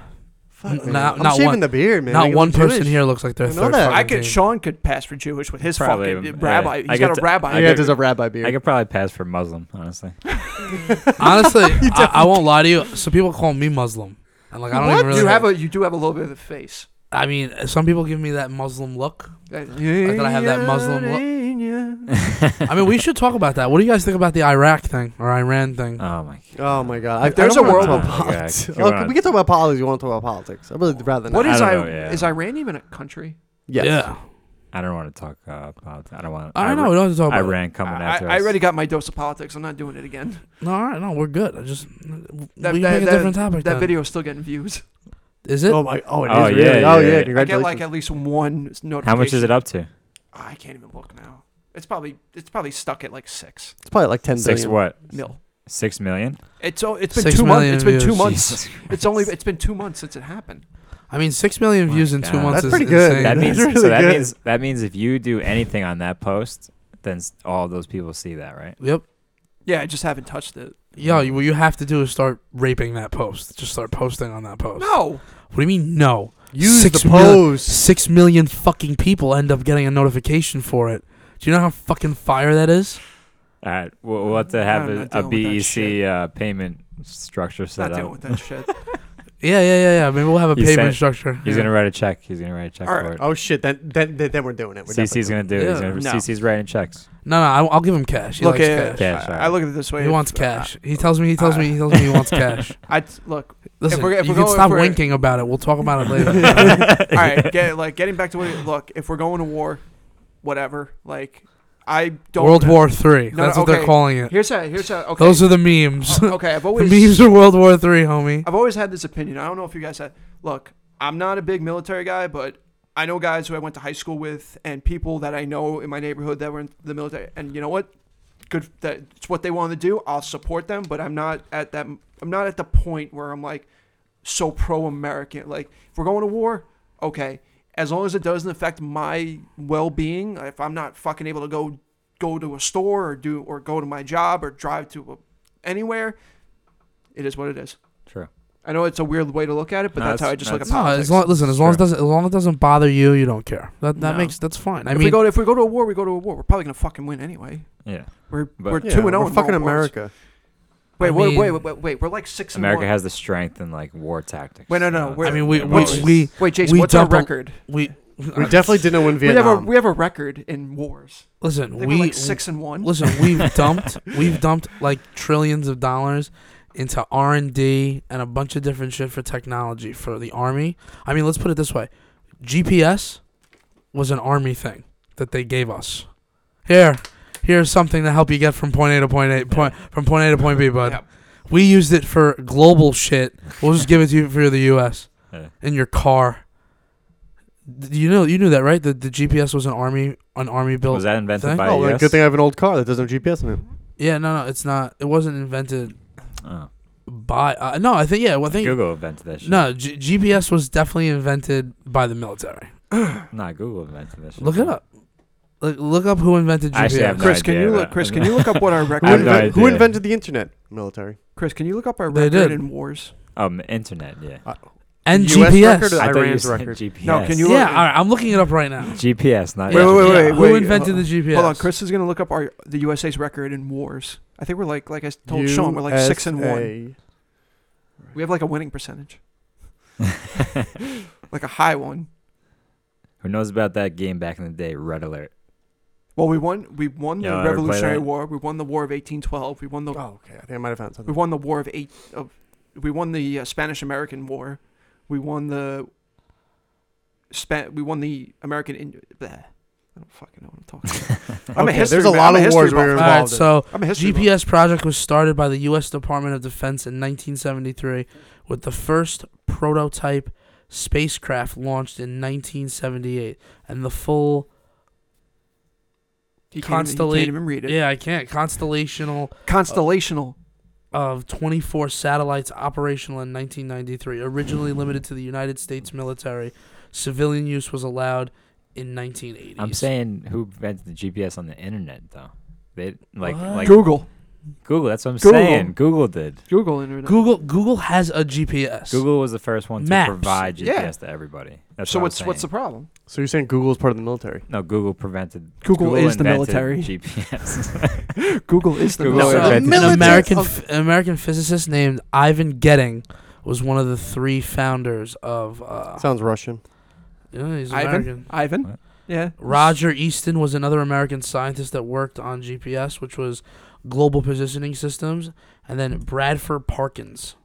C: N-
E: man.
C: not-
E: I'm
C: not
E: shaving
C: one-
E: the beard, man.
C: Not
E: Make it
C: one
E: look
C: person
E: Jewish.
C: here looks like they're
E: I know
C: thirteen.
E: that.
B: I could. Sean could pass for Jewish with his
A: Probably,
B: fucking
A: um,
B: rabbi.
A: yeah.
B: He's
A: I
B: got
A: could
B: a
A: t-
B: rabbi.
A: I
E: Yeah,
A: could-
E: there's a rabbi
A: I
E: beard.
A: could probably pass for Muslim, honestly.
B: [laughs]
C: Honestly, I, I won't lie to you. Some people call me Muslim, and like I don't even really.
B: you have a. You do have a little bit of the face.
C: I mean, some people give me that Muslim look.
B: I
C: thought I had that Muslim
B: look.
C: I mean, we should talk about that. What do you guys think about the Iraq thing or Iran thing?
B: Uh,
A: Oh my.
E: Oh my god! I,
B: If there's
E: I don't
B: a
E: wanna
B: world-
E: talk about
A: Okay,
E: politics.
A: come
E: Okay,
A: on.
E: we can talk about politics. You want to talk about politics? I would rather not.
B: What
A: I
B: is
A: don't
B: I?
A: know, yeah.
B: Is Iran even a country?
E: Yes.
C: Yeah.
A: I don't want to talk uh, about. I don't want.
C: I don't know. We don't have to talk about
A: Iran coming
B: I,
A: after
B: I
A: us.
B: already got my dose of politics. I'm not doing it again.
C: it. No, all right, no, we're good. I just
B: That-
C: we can
B: that-
C: make a
B: that-
C: different topic.
B: That
C: That
B: video's still getting views.
C: is it.
E: Oh my! Oh, it is
A: Oh,
E: really.
A: yeah, yeah,
E: oh
A: yeah.
E: yeah!
A: I
B: I
E: Congratulations.
B: get like at least one notification.
A: How much is it up to?
B: I can't even look now. It's probably it's probably stuck at like six
E: it's probably like ten
A: Six
E: billion.
A: what?
B: mil.
A: Six million?
B: It's o- it's been
C: Six
B: two months.
C: million
B: It's been two
C: views.
B: months.
A: Jesus.
B: [laughs] It's only it's been two months since it happened.
C: I mean, six million
A: My
C: views in two
A: God.
C: months.
E: That's
C: is
E: pretty good.
C: insane.
A: That
E: That's
A: means
E: really
A: so. That
E: good.
A: means that means if you do anything on that post, then s- all those people see that, right?
C: Yep.
B: Yeah, I just haven't touched it.
C: Yo, you- what you have to do is start raping that post. Just start posting on that post.
B: No,
C: What do you mean no?
E: Use
C: Six
E: the
C: million-
E: pose.
C: Six million fucking people end up getting a notification for it. Do you know how fucking fire that is?
A: All right, we'll, we'll have to have
B: I'm
A: a,
B: not
A: a
B: dealing with that
A: BEC
B: shit.
A: uh, payment structure set
B: not dealing
A: up.
B: with
C: [laughs]
B: that shit.
C: Yeah, yeah, yeah, yeah. Maybe we'll have a
A: He
C: payment
A: said-
C: structure.
A: He's
C: yeah.
A: gonna write a check. He's gonna write a check
B: All
A: for it.
E: Oh shit! Then then then, then we're doing it. We're
A: CC's gonna
E: definitely
A: do it. He's
C: Yeah.
A: gonna,
B: No.
A: CC's writing
B: [laughs]
A: checks.
C: No, no. I'll, I'll give him cash. He
B: look
C: likes
B: at
C: cash.
A: Cash,
B: I,
A: all
B: I
A: right.
B: look at it this way.
C: He wants
B: If-
C: cash. He tells me. He tells me. He tells me
B: [laughs]
C: he wants cash.
B: I
C: [laughs]
B: look.
C: Listen,
B: we're- if
C: you
B: we're
C: can
B: going
C: stop
B: for-
C: winking about it. We'll
B: [laughs]
C: talk about it later.
B: All right, get, like getting back to what. Look, if we're going to war, whatever. Like, I don't.
C: World
B: know.
C: War Three.
B: No,
C: That's
B: no,
C: what they're
B: okay.
C: calling it.
B: Here's a here's a okay.
C: Those are the memes. [laughs]
B: Uh, okay, I've
C: the
B: always
C: memes are World War Three, homie.
B: I've always had this opinion. I don't know if you guys had. Look, I'm not a big military guy, but I know guys who I went to high school with and people that I know in my neighborhood that were in the military. And you know what? Good. That it's what they want to do. I'll support them, but I'm not at that. I'm not at the point where I'm like so pro-American. Like, if we're going to war, okay. As long as it doesn't affect my well-being, if I'm not fucking able to go go to a store or do or go to my job or drive to a, anywhere, it is what it is.
A: True.
B: I know it's a weird way to look at it, but
A: No,
B: that's how
A: it's-
B: I just
A: no,
B: look at
A: it's-
C: No,
B: politics.
C: as long listen, as long as it
A: Sure.
C: doesn't as long as it doesn't bother you, you don't care. That that
B: No.
C: makes that's fine. I
B: if
C: mean,
B: we go to, if we go to a war, we go to a war. We're probably gonna fucking win anyway.
A: Yeah.
B: We're
A: But-
B: we're
E: Yeah,
B: two and zero.
E: we're
B: in
E: fucking
B: all wars.
E: America.
B: Wait,
C: I
B: wait,
C: mean-
B: wait, wait, wait, wait. We're like six. and
A: America
B: one.
A: has the strength in like war tactics.
B: Wait, no,
A: you
B: no,
A: know,
B: we're-
A: so they've
C: we-
A: always-
B: we-
C: we-
B: Wait, Jason,
C: we
B: what's our
C: double-
B: record?
C: we uh,
E: We definitely didn't win
B: We have a
E: Vietnam.
B: we have a record in wars. I
C: listen.
B: think
C: We
B: we're like six and one. [laughs]
C: listen. We've dumped we've dumped like trillions of dollars into R and D and a bunch of different shit for technology for the army. I mean, let's put it this way: GPS was an army thing that they gave us. Here, here's something to help you get from point A to point A point from point A to point B, bud.
B: Yeah.
C: We used it for global shit. We'll just give it to you for the U.S.
A: Yeah.
C: in your car. D- You know, you knew that, right? The the GPS was an army, an army built.
A: was that invented
C: thing?
A: by
E: Oh,
A: the
E: like,
A: US?
E: good thing I have an old car that doesn't have GPS in it.
C: Yeah, no, no, it's not. It wasn't invented
A: Oh.
C: by. Uh, no, I think yeah. Well, I think
A: Google invented that shit.
C: no. G- GPS was definitely invented by the military.
A: Nah, Google invented that shit.
C: Look it up. Look, look up who invented GPS.
A: I actually have no
B: Chris, can
A: idea
B: you
A: about-
B: look? Chris, can you look up what our record?
A: [laughs]
E: Who,
A: I have no
E: inven- who
A: idea.
E: invented the internet? Military.
B: Chris, can you look up our
C: They
B: record
C: did.
B: in wars?
A: Um, internet, yeah.
C: and
E: US
C: GPS.
E: record or-
A: I thought you
E: Iran's
A: said
E: record.
A: GPS.
B: No, can you
C: yeah,
B: look-
C: all right, I'm looking it up right now.
A: GPS, not
B: Wait,
A: internet.
B: wait, wait, wait,
C: who
B: wait,
C: invented
B: hold
C: the GPS?
B: Hold on, Chris is gonna look up our the USA's record in wars. I think we're like like I told Sean, we're like six and one.
E: USA.
B: We have like a winning percentage, like a high one.
A: [laughs] Who knows about that game back in the day? Red Alert. [laughs]
B: Well, we won. We won
A: Yeah, I ever
B: the
A: play
B: Revolutionary
A: that?
B: War. We won the War of 1812. We won the
E: Oh, okay. I think I might have found
B: we
E: something.
B: won the War of eight of we won the uh, Spanish American War. We won the Span- we won the American Indian. I don't fucking know what I'm talking about. I'm a
E: Okay,
B: history.
E: there's a
B: ma-
E: lot
B: I'm
E: of
B: history
E: wars we
B: buff.
E: were
C: All
E: involved
C: right,
E: in.
C: so
B: I'm a history. buff.
C: GPS project was started by the U.S. Department of Defense in 1973, with the first prototype spacecraft launched in 1978, and the full
B: He can't, even- he
C: Constellate-
B: can't even read it.
C: yeah, I can't constellational
B: Constellational.
C: of 24 satellites operational in 1993, originally limited to the United States military. Civilian use was allowed in 1980s.
A: I'm saying who invented the GPS on the internet though? They like
C: What?
A: like
B: Google.
A: Google. That's what I'm
B: Google.
A: saying. Google did.
B: Google internet.
C: Google Google has a GPS.
A: Google was the first one
C: Maps.
A: to provide GPS
B: Yeah.
A: to everybody. That's
B: So
A: what I'm
B: what's what's the
A: saying.
B: problem?
E: So you're saying Google's part of the military?
A: no Google prevented.
B: Google is the
A: invented [laughs]
B: military.
C: [laughs]
A: GPS.
B: Google is the
A: Google
C: So,
A: Well,
B: military.
A: invented-
C: an
E: militant
C: American
E: of-
C: f- an American physicist named Ivan Getting was one of the three founders of.
B: Ah.
C: Uh,
E: Sounds Russian.
C: yeah, he's
B: Ivan?
C: American.
B: Ivan.
A: What?
B: Yeah.
C: Roger Easton was another American scientist that worked on GPS, which was global positioning systems, and then Bradford Parkins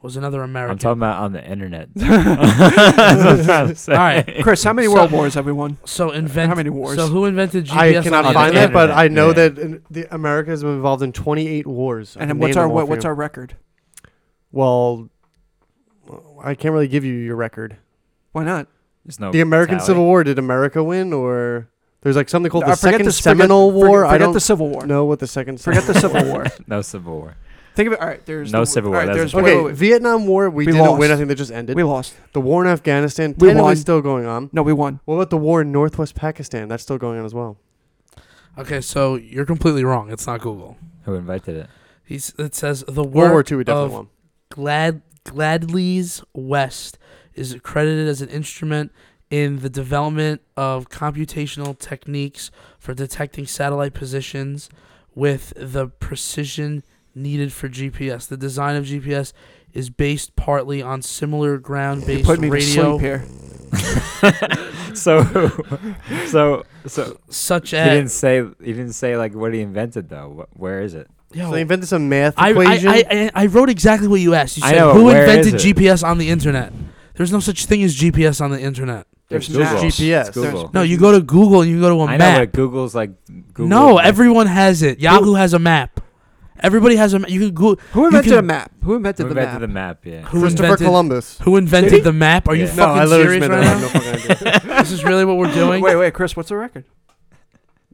C: was another American.
A: I'm talking about on the
C: [laughs]
A: internet. [laughs] That's what I'm saying.
C: All right,
B: Chris, how many
C: So-
B: world wars have we won?
C: so invent.
B: How many wars?
C: So who invented GPS?
E: I
A: on
E: cannot
A: the
E: find that, but I
A: internet.
E: know
A: Yeah.
E: that in- the America has been involved in 28 wars. I
B: And
E: can
B: what's
E: name
B: our
E: them all
B: what,
E: for
B: what's
E: you.
B: our record?
E: Well, I can't really give you your record.
B: Why not?
A: There's no
B: Oh,
E: the American
A: tally.
E: Civil War. Did America win, or there's like something called
B: I
E: the
B: Uh, forget
E: Second
B: this- forget-
E: Seminole
B: forget-
E: War? I
B: Forget
E: don't
B: the Civil War.
E: know what the Second.
B: Forget the
E: Seminole
B: Civil War.
A: No Civil War.
B: [laughs] Think of it. All right, there's
A: No
B: the,
A: Civil
B: all
A: War,
B: right,
A: that's
B: there's
A: a-
E: Okay,
B: wait, wait, wait.
E: Vietnam War. We,
B: We
E: didn't
B: lost.
E: win. I think that just ended.
B: we lost.
E: the war in Afghanistan.
B: We
E: technically
B: won.
E: still going on.
B: No, we won.
E: What about the war in Northwest Pakistan? That's still going on as well.
C: Okay, so you're completely wrong. It's not Google.
A: Who invented it?
C: [laughs] He's, it says the
E: World War
C: work
E: Two, we definitely
C: of
E: won.
C: Glad Gladley's West is credited as an instrument in the development of computational techniques for detecting satellite positions with the precision needed for GPS. The design of GPS is based partly on similar
B: You
C: ground-based
B: put me to
C: radio,
B: sleep here.
A: so, so, so
C: such
A: he didn't
C: as
A: say he didn't say like what he invented though. Wh- Where is it?
C: Yo,
E: So they invented some math
C: I,
E: equation.
C: I, I, I wrote exactly what you asked. You
A: I
C: said
A: know,
C: who
A: where is
C: invented
A: it?"
C: GPS on the internet. There's no such thing as GPS on the internet.
A: There's
B: There's
A: Google.
E: maps. GPS.
A: It's Google.
C: No, you go to Google and you go to a
A: I know,
C: map.
A: but Google's like Google.
C: no,
A: like-
C: everyone has it. Yahoo has a map. Everybody has a map. You can Google.
D: Who invented
C: invented can-
D: a map? Who
A: Go
D: invented the
A: back
D: map?
A: to the map. Yeah.
C: Who
E: Christopher
C: invented, [laughs]
E: Columbus.
C: Who
B: Did
C: invented the map? Are you
A: Yeah.
E: No, I
C: fucking
E: literally
C: serious
E: just made
C: right
E: that. up. No
C: now?
E: fucking idea.
C: [laughs] this is really what we're doing.
B: Wait, wait, Chris, what's the record?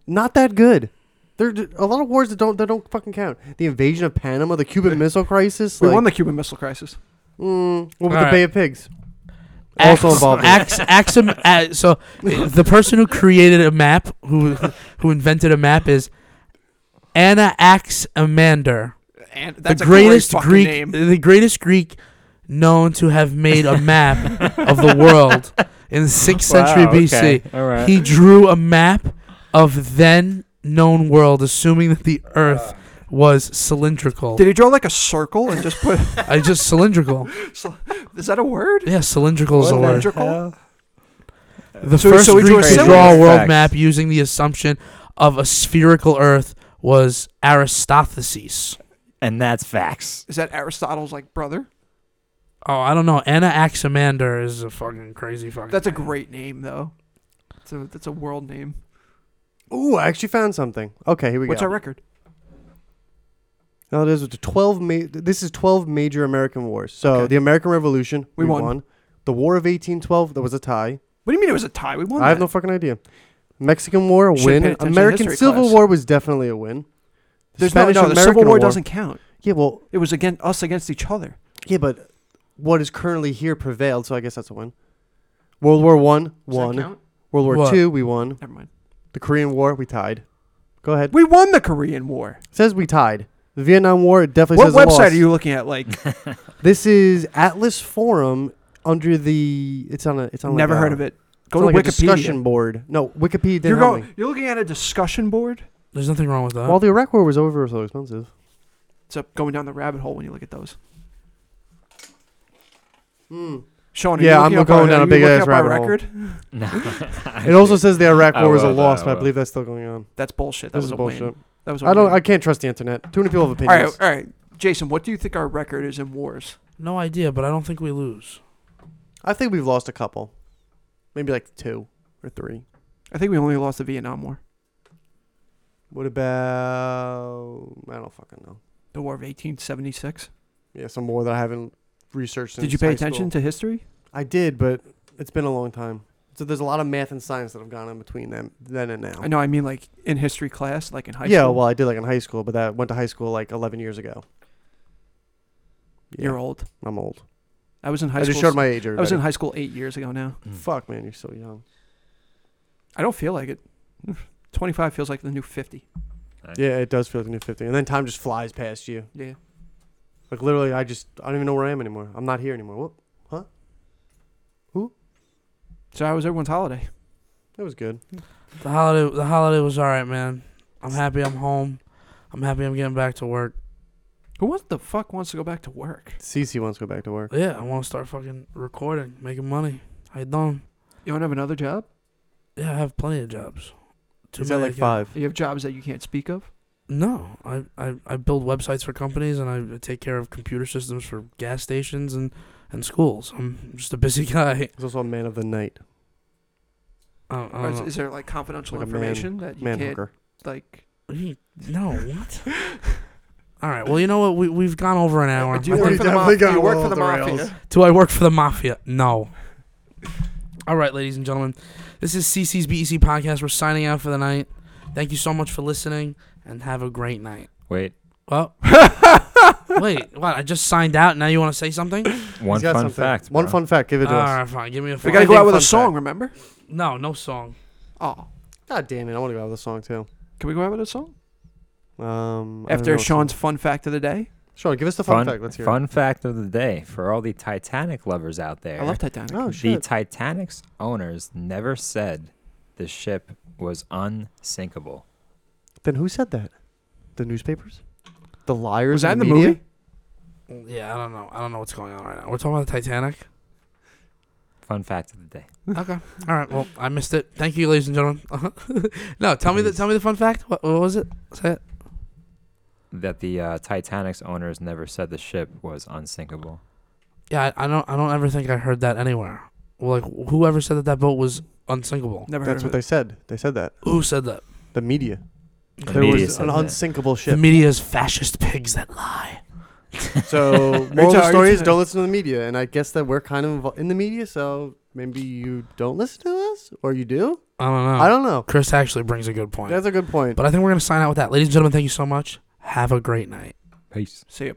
E: not that good. There d- a lot of wars that don't that don't fucking count. The invasion of Panama,
B: [laughs]
E: the Cuban Missile Crisis.
B: We
E: like,
B: won the Cuban Missile Crisis.
E: Mm, what about
C: All
E: the
C: right.
E: Bay of Pigs?
C: Ax-
E: also involved. in it.
C: Ax- Axum, uh, so uh, the person who created a map, who who invented a map, is Anna Ax Amander,
B: And
C: the
B: that's
C: greatest
B: a great fucking
C: Greek,
B: name.
C: the greatest Greek known to have made a map of the world
A: [laughs]
C: in
E: [laughs]
C: the sixth century
A: Wow,
C: BC.
A: okay. All right.
C: He drew a map of then known world, assuming that the Earth was cylindrical.
B: Did he draw like a circle and just [laughs] put?
C: I just cylindrical.
B: is that a word?
C: Yeah, cylindrical is
A: What
C: a
A: the
C: word.
B: Cylindrical?
A: hell?
C: The
B: So-
C: first
B: so we drew
C: Greek
B: a
C: to
B: symbol.
C: draw a world
A: Facts.
C: map using the assumption of a spherical Earth was Aristotheses.
A: And that's facts.
B: Is that Aristotle's like brother?
C: Oh, I don't know. Anna Axamander is a fucking crazy fucking.
B: That's a great name though. That's a, that's a world name.
E: Ooh, I actually found something. Okay, here we
B: What's
E: go.
B: our record?
E: No, it is with the twelve. Ma- this is twelve major American wars. So
B: Okay.
E: the American Revolution,
B: We
E: we,
B: won.
E: won. The War of eighteen twelve, there was a tie.
B: What do you mean it was a tie? We won.
E: I have
B: that.
E: no fucking idea. Mexican War, a
B: Should've paid
E: win.
B: attention to
E: American
B: history
E: Civil
B: class.
E: War was definitely a win.
B: There's no, no, the Civil
E: American
B: War, doesn't count.
E: Yeah, well,
B: It was against us against each other.
E: yeah, but what is currently here prevailed, so I guess that's a win. World War One, won. World War
C: What?
E: Two, we won.
B: Never mind.
E: The Korean War, we tied. Go ahead.
B: We won the Korean War.
E: says we tied. The Vietnam War it definitely
B: What
E: says we
B: website
E: lost.
B: are you looking at?
E: [laughs]
B: Like,
E: This is Atlas Forum under the. It's on a. It's on.
B: never
E: like
B: heard
E: a,
B: of it.
E: it's
B: Go
E: on
B: to
E: like a discussion
B: Wikipedia.
E: board. No, Wikipedia.
B: You're
E: Didn't help me.
B: going. You're looking at a discussion board.
C: There's nothing wrong with that.
E: While the Iraq War was over, it was so expensive.
B: It's up going down the rabbit hole when you look at those. Hmm.
E: Mm.
B: Sean, are
E: Yeah,
B: you
E: I'm
B: looking up
E: going
B: our,
E: down
B: are you
E: a big
B: looking
E: ass
B: up our
E: rabbit hole.
B: record?
A: No.
E: [laughs] It also says the Iraq
A: I
E: War was a
A: will,
E: loss,
A: I
E: but I
A: will.
E: believe that's still going on.
B: That's bullshit. That
E: This
B: was
E: is
B: a
E: bullshit.
B: win. That was. A
E: I don't.
B: Win.
E: I can't trust the internet. Too many people have
B: all right,
E: opinions.
B: all right. Jason, what do you think our record is in wars?
C: no idea, but I don't think we lose.
E: I think we've lost a couple, maybe like two or three.
B: I think we only lost the Vietnam War,
E: What about? I don't fucking know.
B: the War of 1876.
E: Yeah, some war that I haven't researched.
B: Did you
E: since
B: pay
E: high
B: attention to
E: school.
B: history?
E: I did, but it's been a long time. So there's a lot of math and science that have gone in between them then and now.
B: I know. I mean, like in history class, like in high
E: yeah,
B: school.
E: well, I did like in high school, but that went to high school like 11 years ago. Yeah,
B: you're old.
E: I'm old.
B: I was in high
E: I
B: school.
E: just showed my age.
B: I was in
E: everybody.
B: high school eight years ago now.
E: Fuck, man, you're so young.
B: I don't feel like it. [laughs] 25 feels like the new 50.
E: [laughs] Yeah, it does feel like a new 50. And then time just flies past you.
B: Yeah.
E: Like literally, I just I don't even know where I am anymore. I'm not here anymore. Whoop.
B: So how was everyone's holiday?
E: That was good.
C: The holiday, the holiday was all right, man. I'm happy I'm home. I'm happy I'm getting back to work.
B: Who wants the fuck wants to go back to work?
E: Cece wants to go back to work.
C: Yeah, I want to start fucking recording, making money. I don't.
B: You don't have another job?
C: Yeah, I have plenty of jobs. Too
E: Is that
C: many I
E: like
C: can't-
E: five?
B: You have jobs that you can't speak of?
C: No, I, I, I build websites for companies and I take care of computer systems for gas stations and, and schools. I'm just a busy [laughs] guy.
E: There's also a man of the night,
C: I don't, I
B: Or
C: don't
B: is,
C: know.
B: is there like confidential
E: Uh, Like a man-
B: information that you
E: man
B: can't
E: hooker.
B: like?
C: What do you- no, what? [laughs] All right, well, you know what? We, we've gone over an hour.
B: Do you
E: I
B: work
E: think
B: for the,
E: we
B: ma-
E: definitely
B: do
E: got
B: you work
E: well
B: for the
E: off the rails.
B: mafia?
C: Do I work for the mafia? No. All right, ladies and gentlemen, this is CC's BEC E podcast. We're signing out for the night. Thank you so much for listening and have a great night.
A: Wait.
C: Well, wait, what? I just signed out. Now you want to say something?
A: One
E: He's got
A: fun
E: something.
A: fact.
E: One
A: bro.
E: fun fact. Give it
C: All
E: to us.
C: right, fine. Give me a.
B: We
C: Fun.
B: gotta go
E: think
B: out with a
E: fun
B: song,
E: fact.
B: remember?
C: no, no song.
B: Oh,
E: God damn it! I want to go out with a song too.
B: can we go out with a song
E: Um, I don't know
B: after
E: what
B: Sean's
E: song.
B: fun fact of the day?
E: Sean, give us the fun,
A: Fun,
E: fact. Let's hear. it.
A: fun fact of the day for all the Titanic lovers out there.
B: I love Titanic.
E: Oh
A: the
E: shit!
A: Titanic's owners never said the ship was unsinkable.
E: then who said that? The newspapers? The liars?
B: Was that in
E: and
B: the
E: media?
B: movie?
C: Yeah, I don't know. I don't know what's going on right now. We're talking about the Titanic.
A: Fun fact of the day.
C: Okay. All right. Well, I missed it. Thank you, ladies and gentlemen. [laughs] no, tell me the tell me the fun fact. What, what was it? Say it.
A: That the uh, Titanic's owners never said the ship was unsinkable.
C: Yeah, I, I don't. I don't ever think I heard that anywhere. Well, like whoever said that that boat was unsinkable.
B: Never
E: That's
B: heard
E: what
B: of it.
E: they said. They said that.
C: Who said that?
E: The media.
A: The
E: there
A: media
E: was
A: said
E: an
A: that.
E: unsinkable
C: The
E: ship.
C: media is fascist pigs that lie.
A: [laughs]
B: [laughs]
E: [laughs] So moral of the
B: Retard.
E: story is don't listen to the media, and I guess that we're kind of invol- in the media, so maybe you don't listen to us, or you do.
C: I don't know.
E: I don't know.
C: Chris actually brings a good point.
E: That's a good point.
C: But I think we're gonna sign out with that, ladies and gentlemen. Thank you so much. Have a great night.
A: Peace.
B: See ya.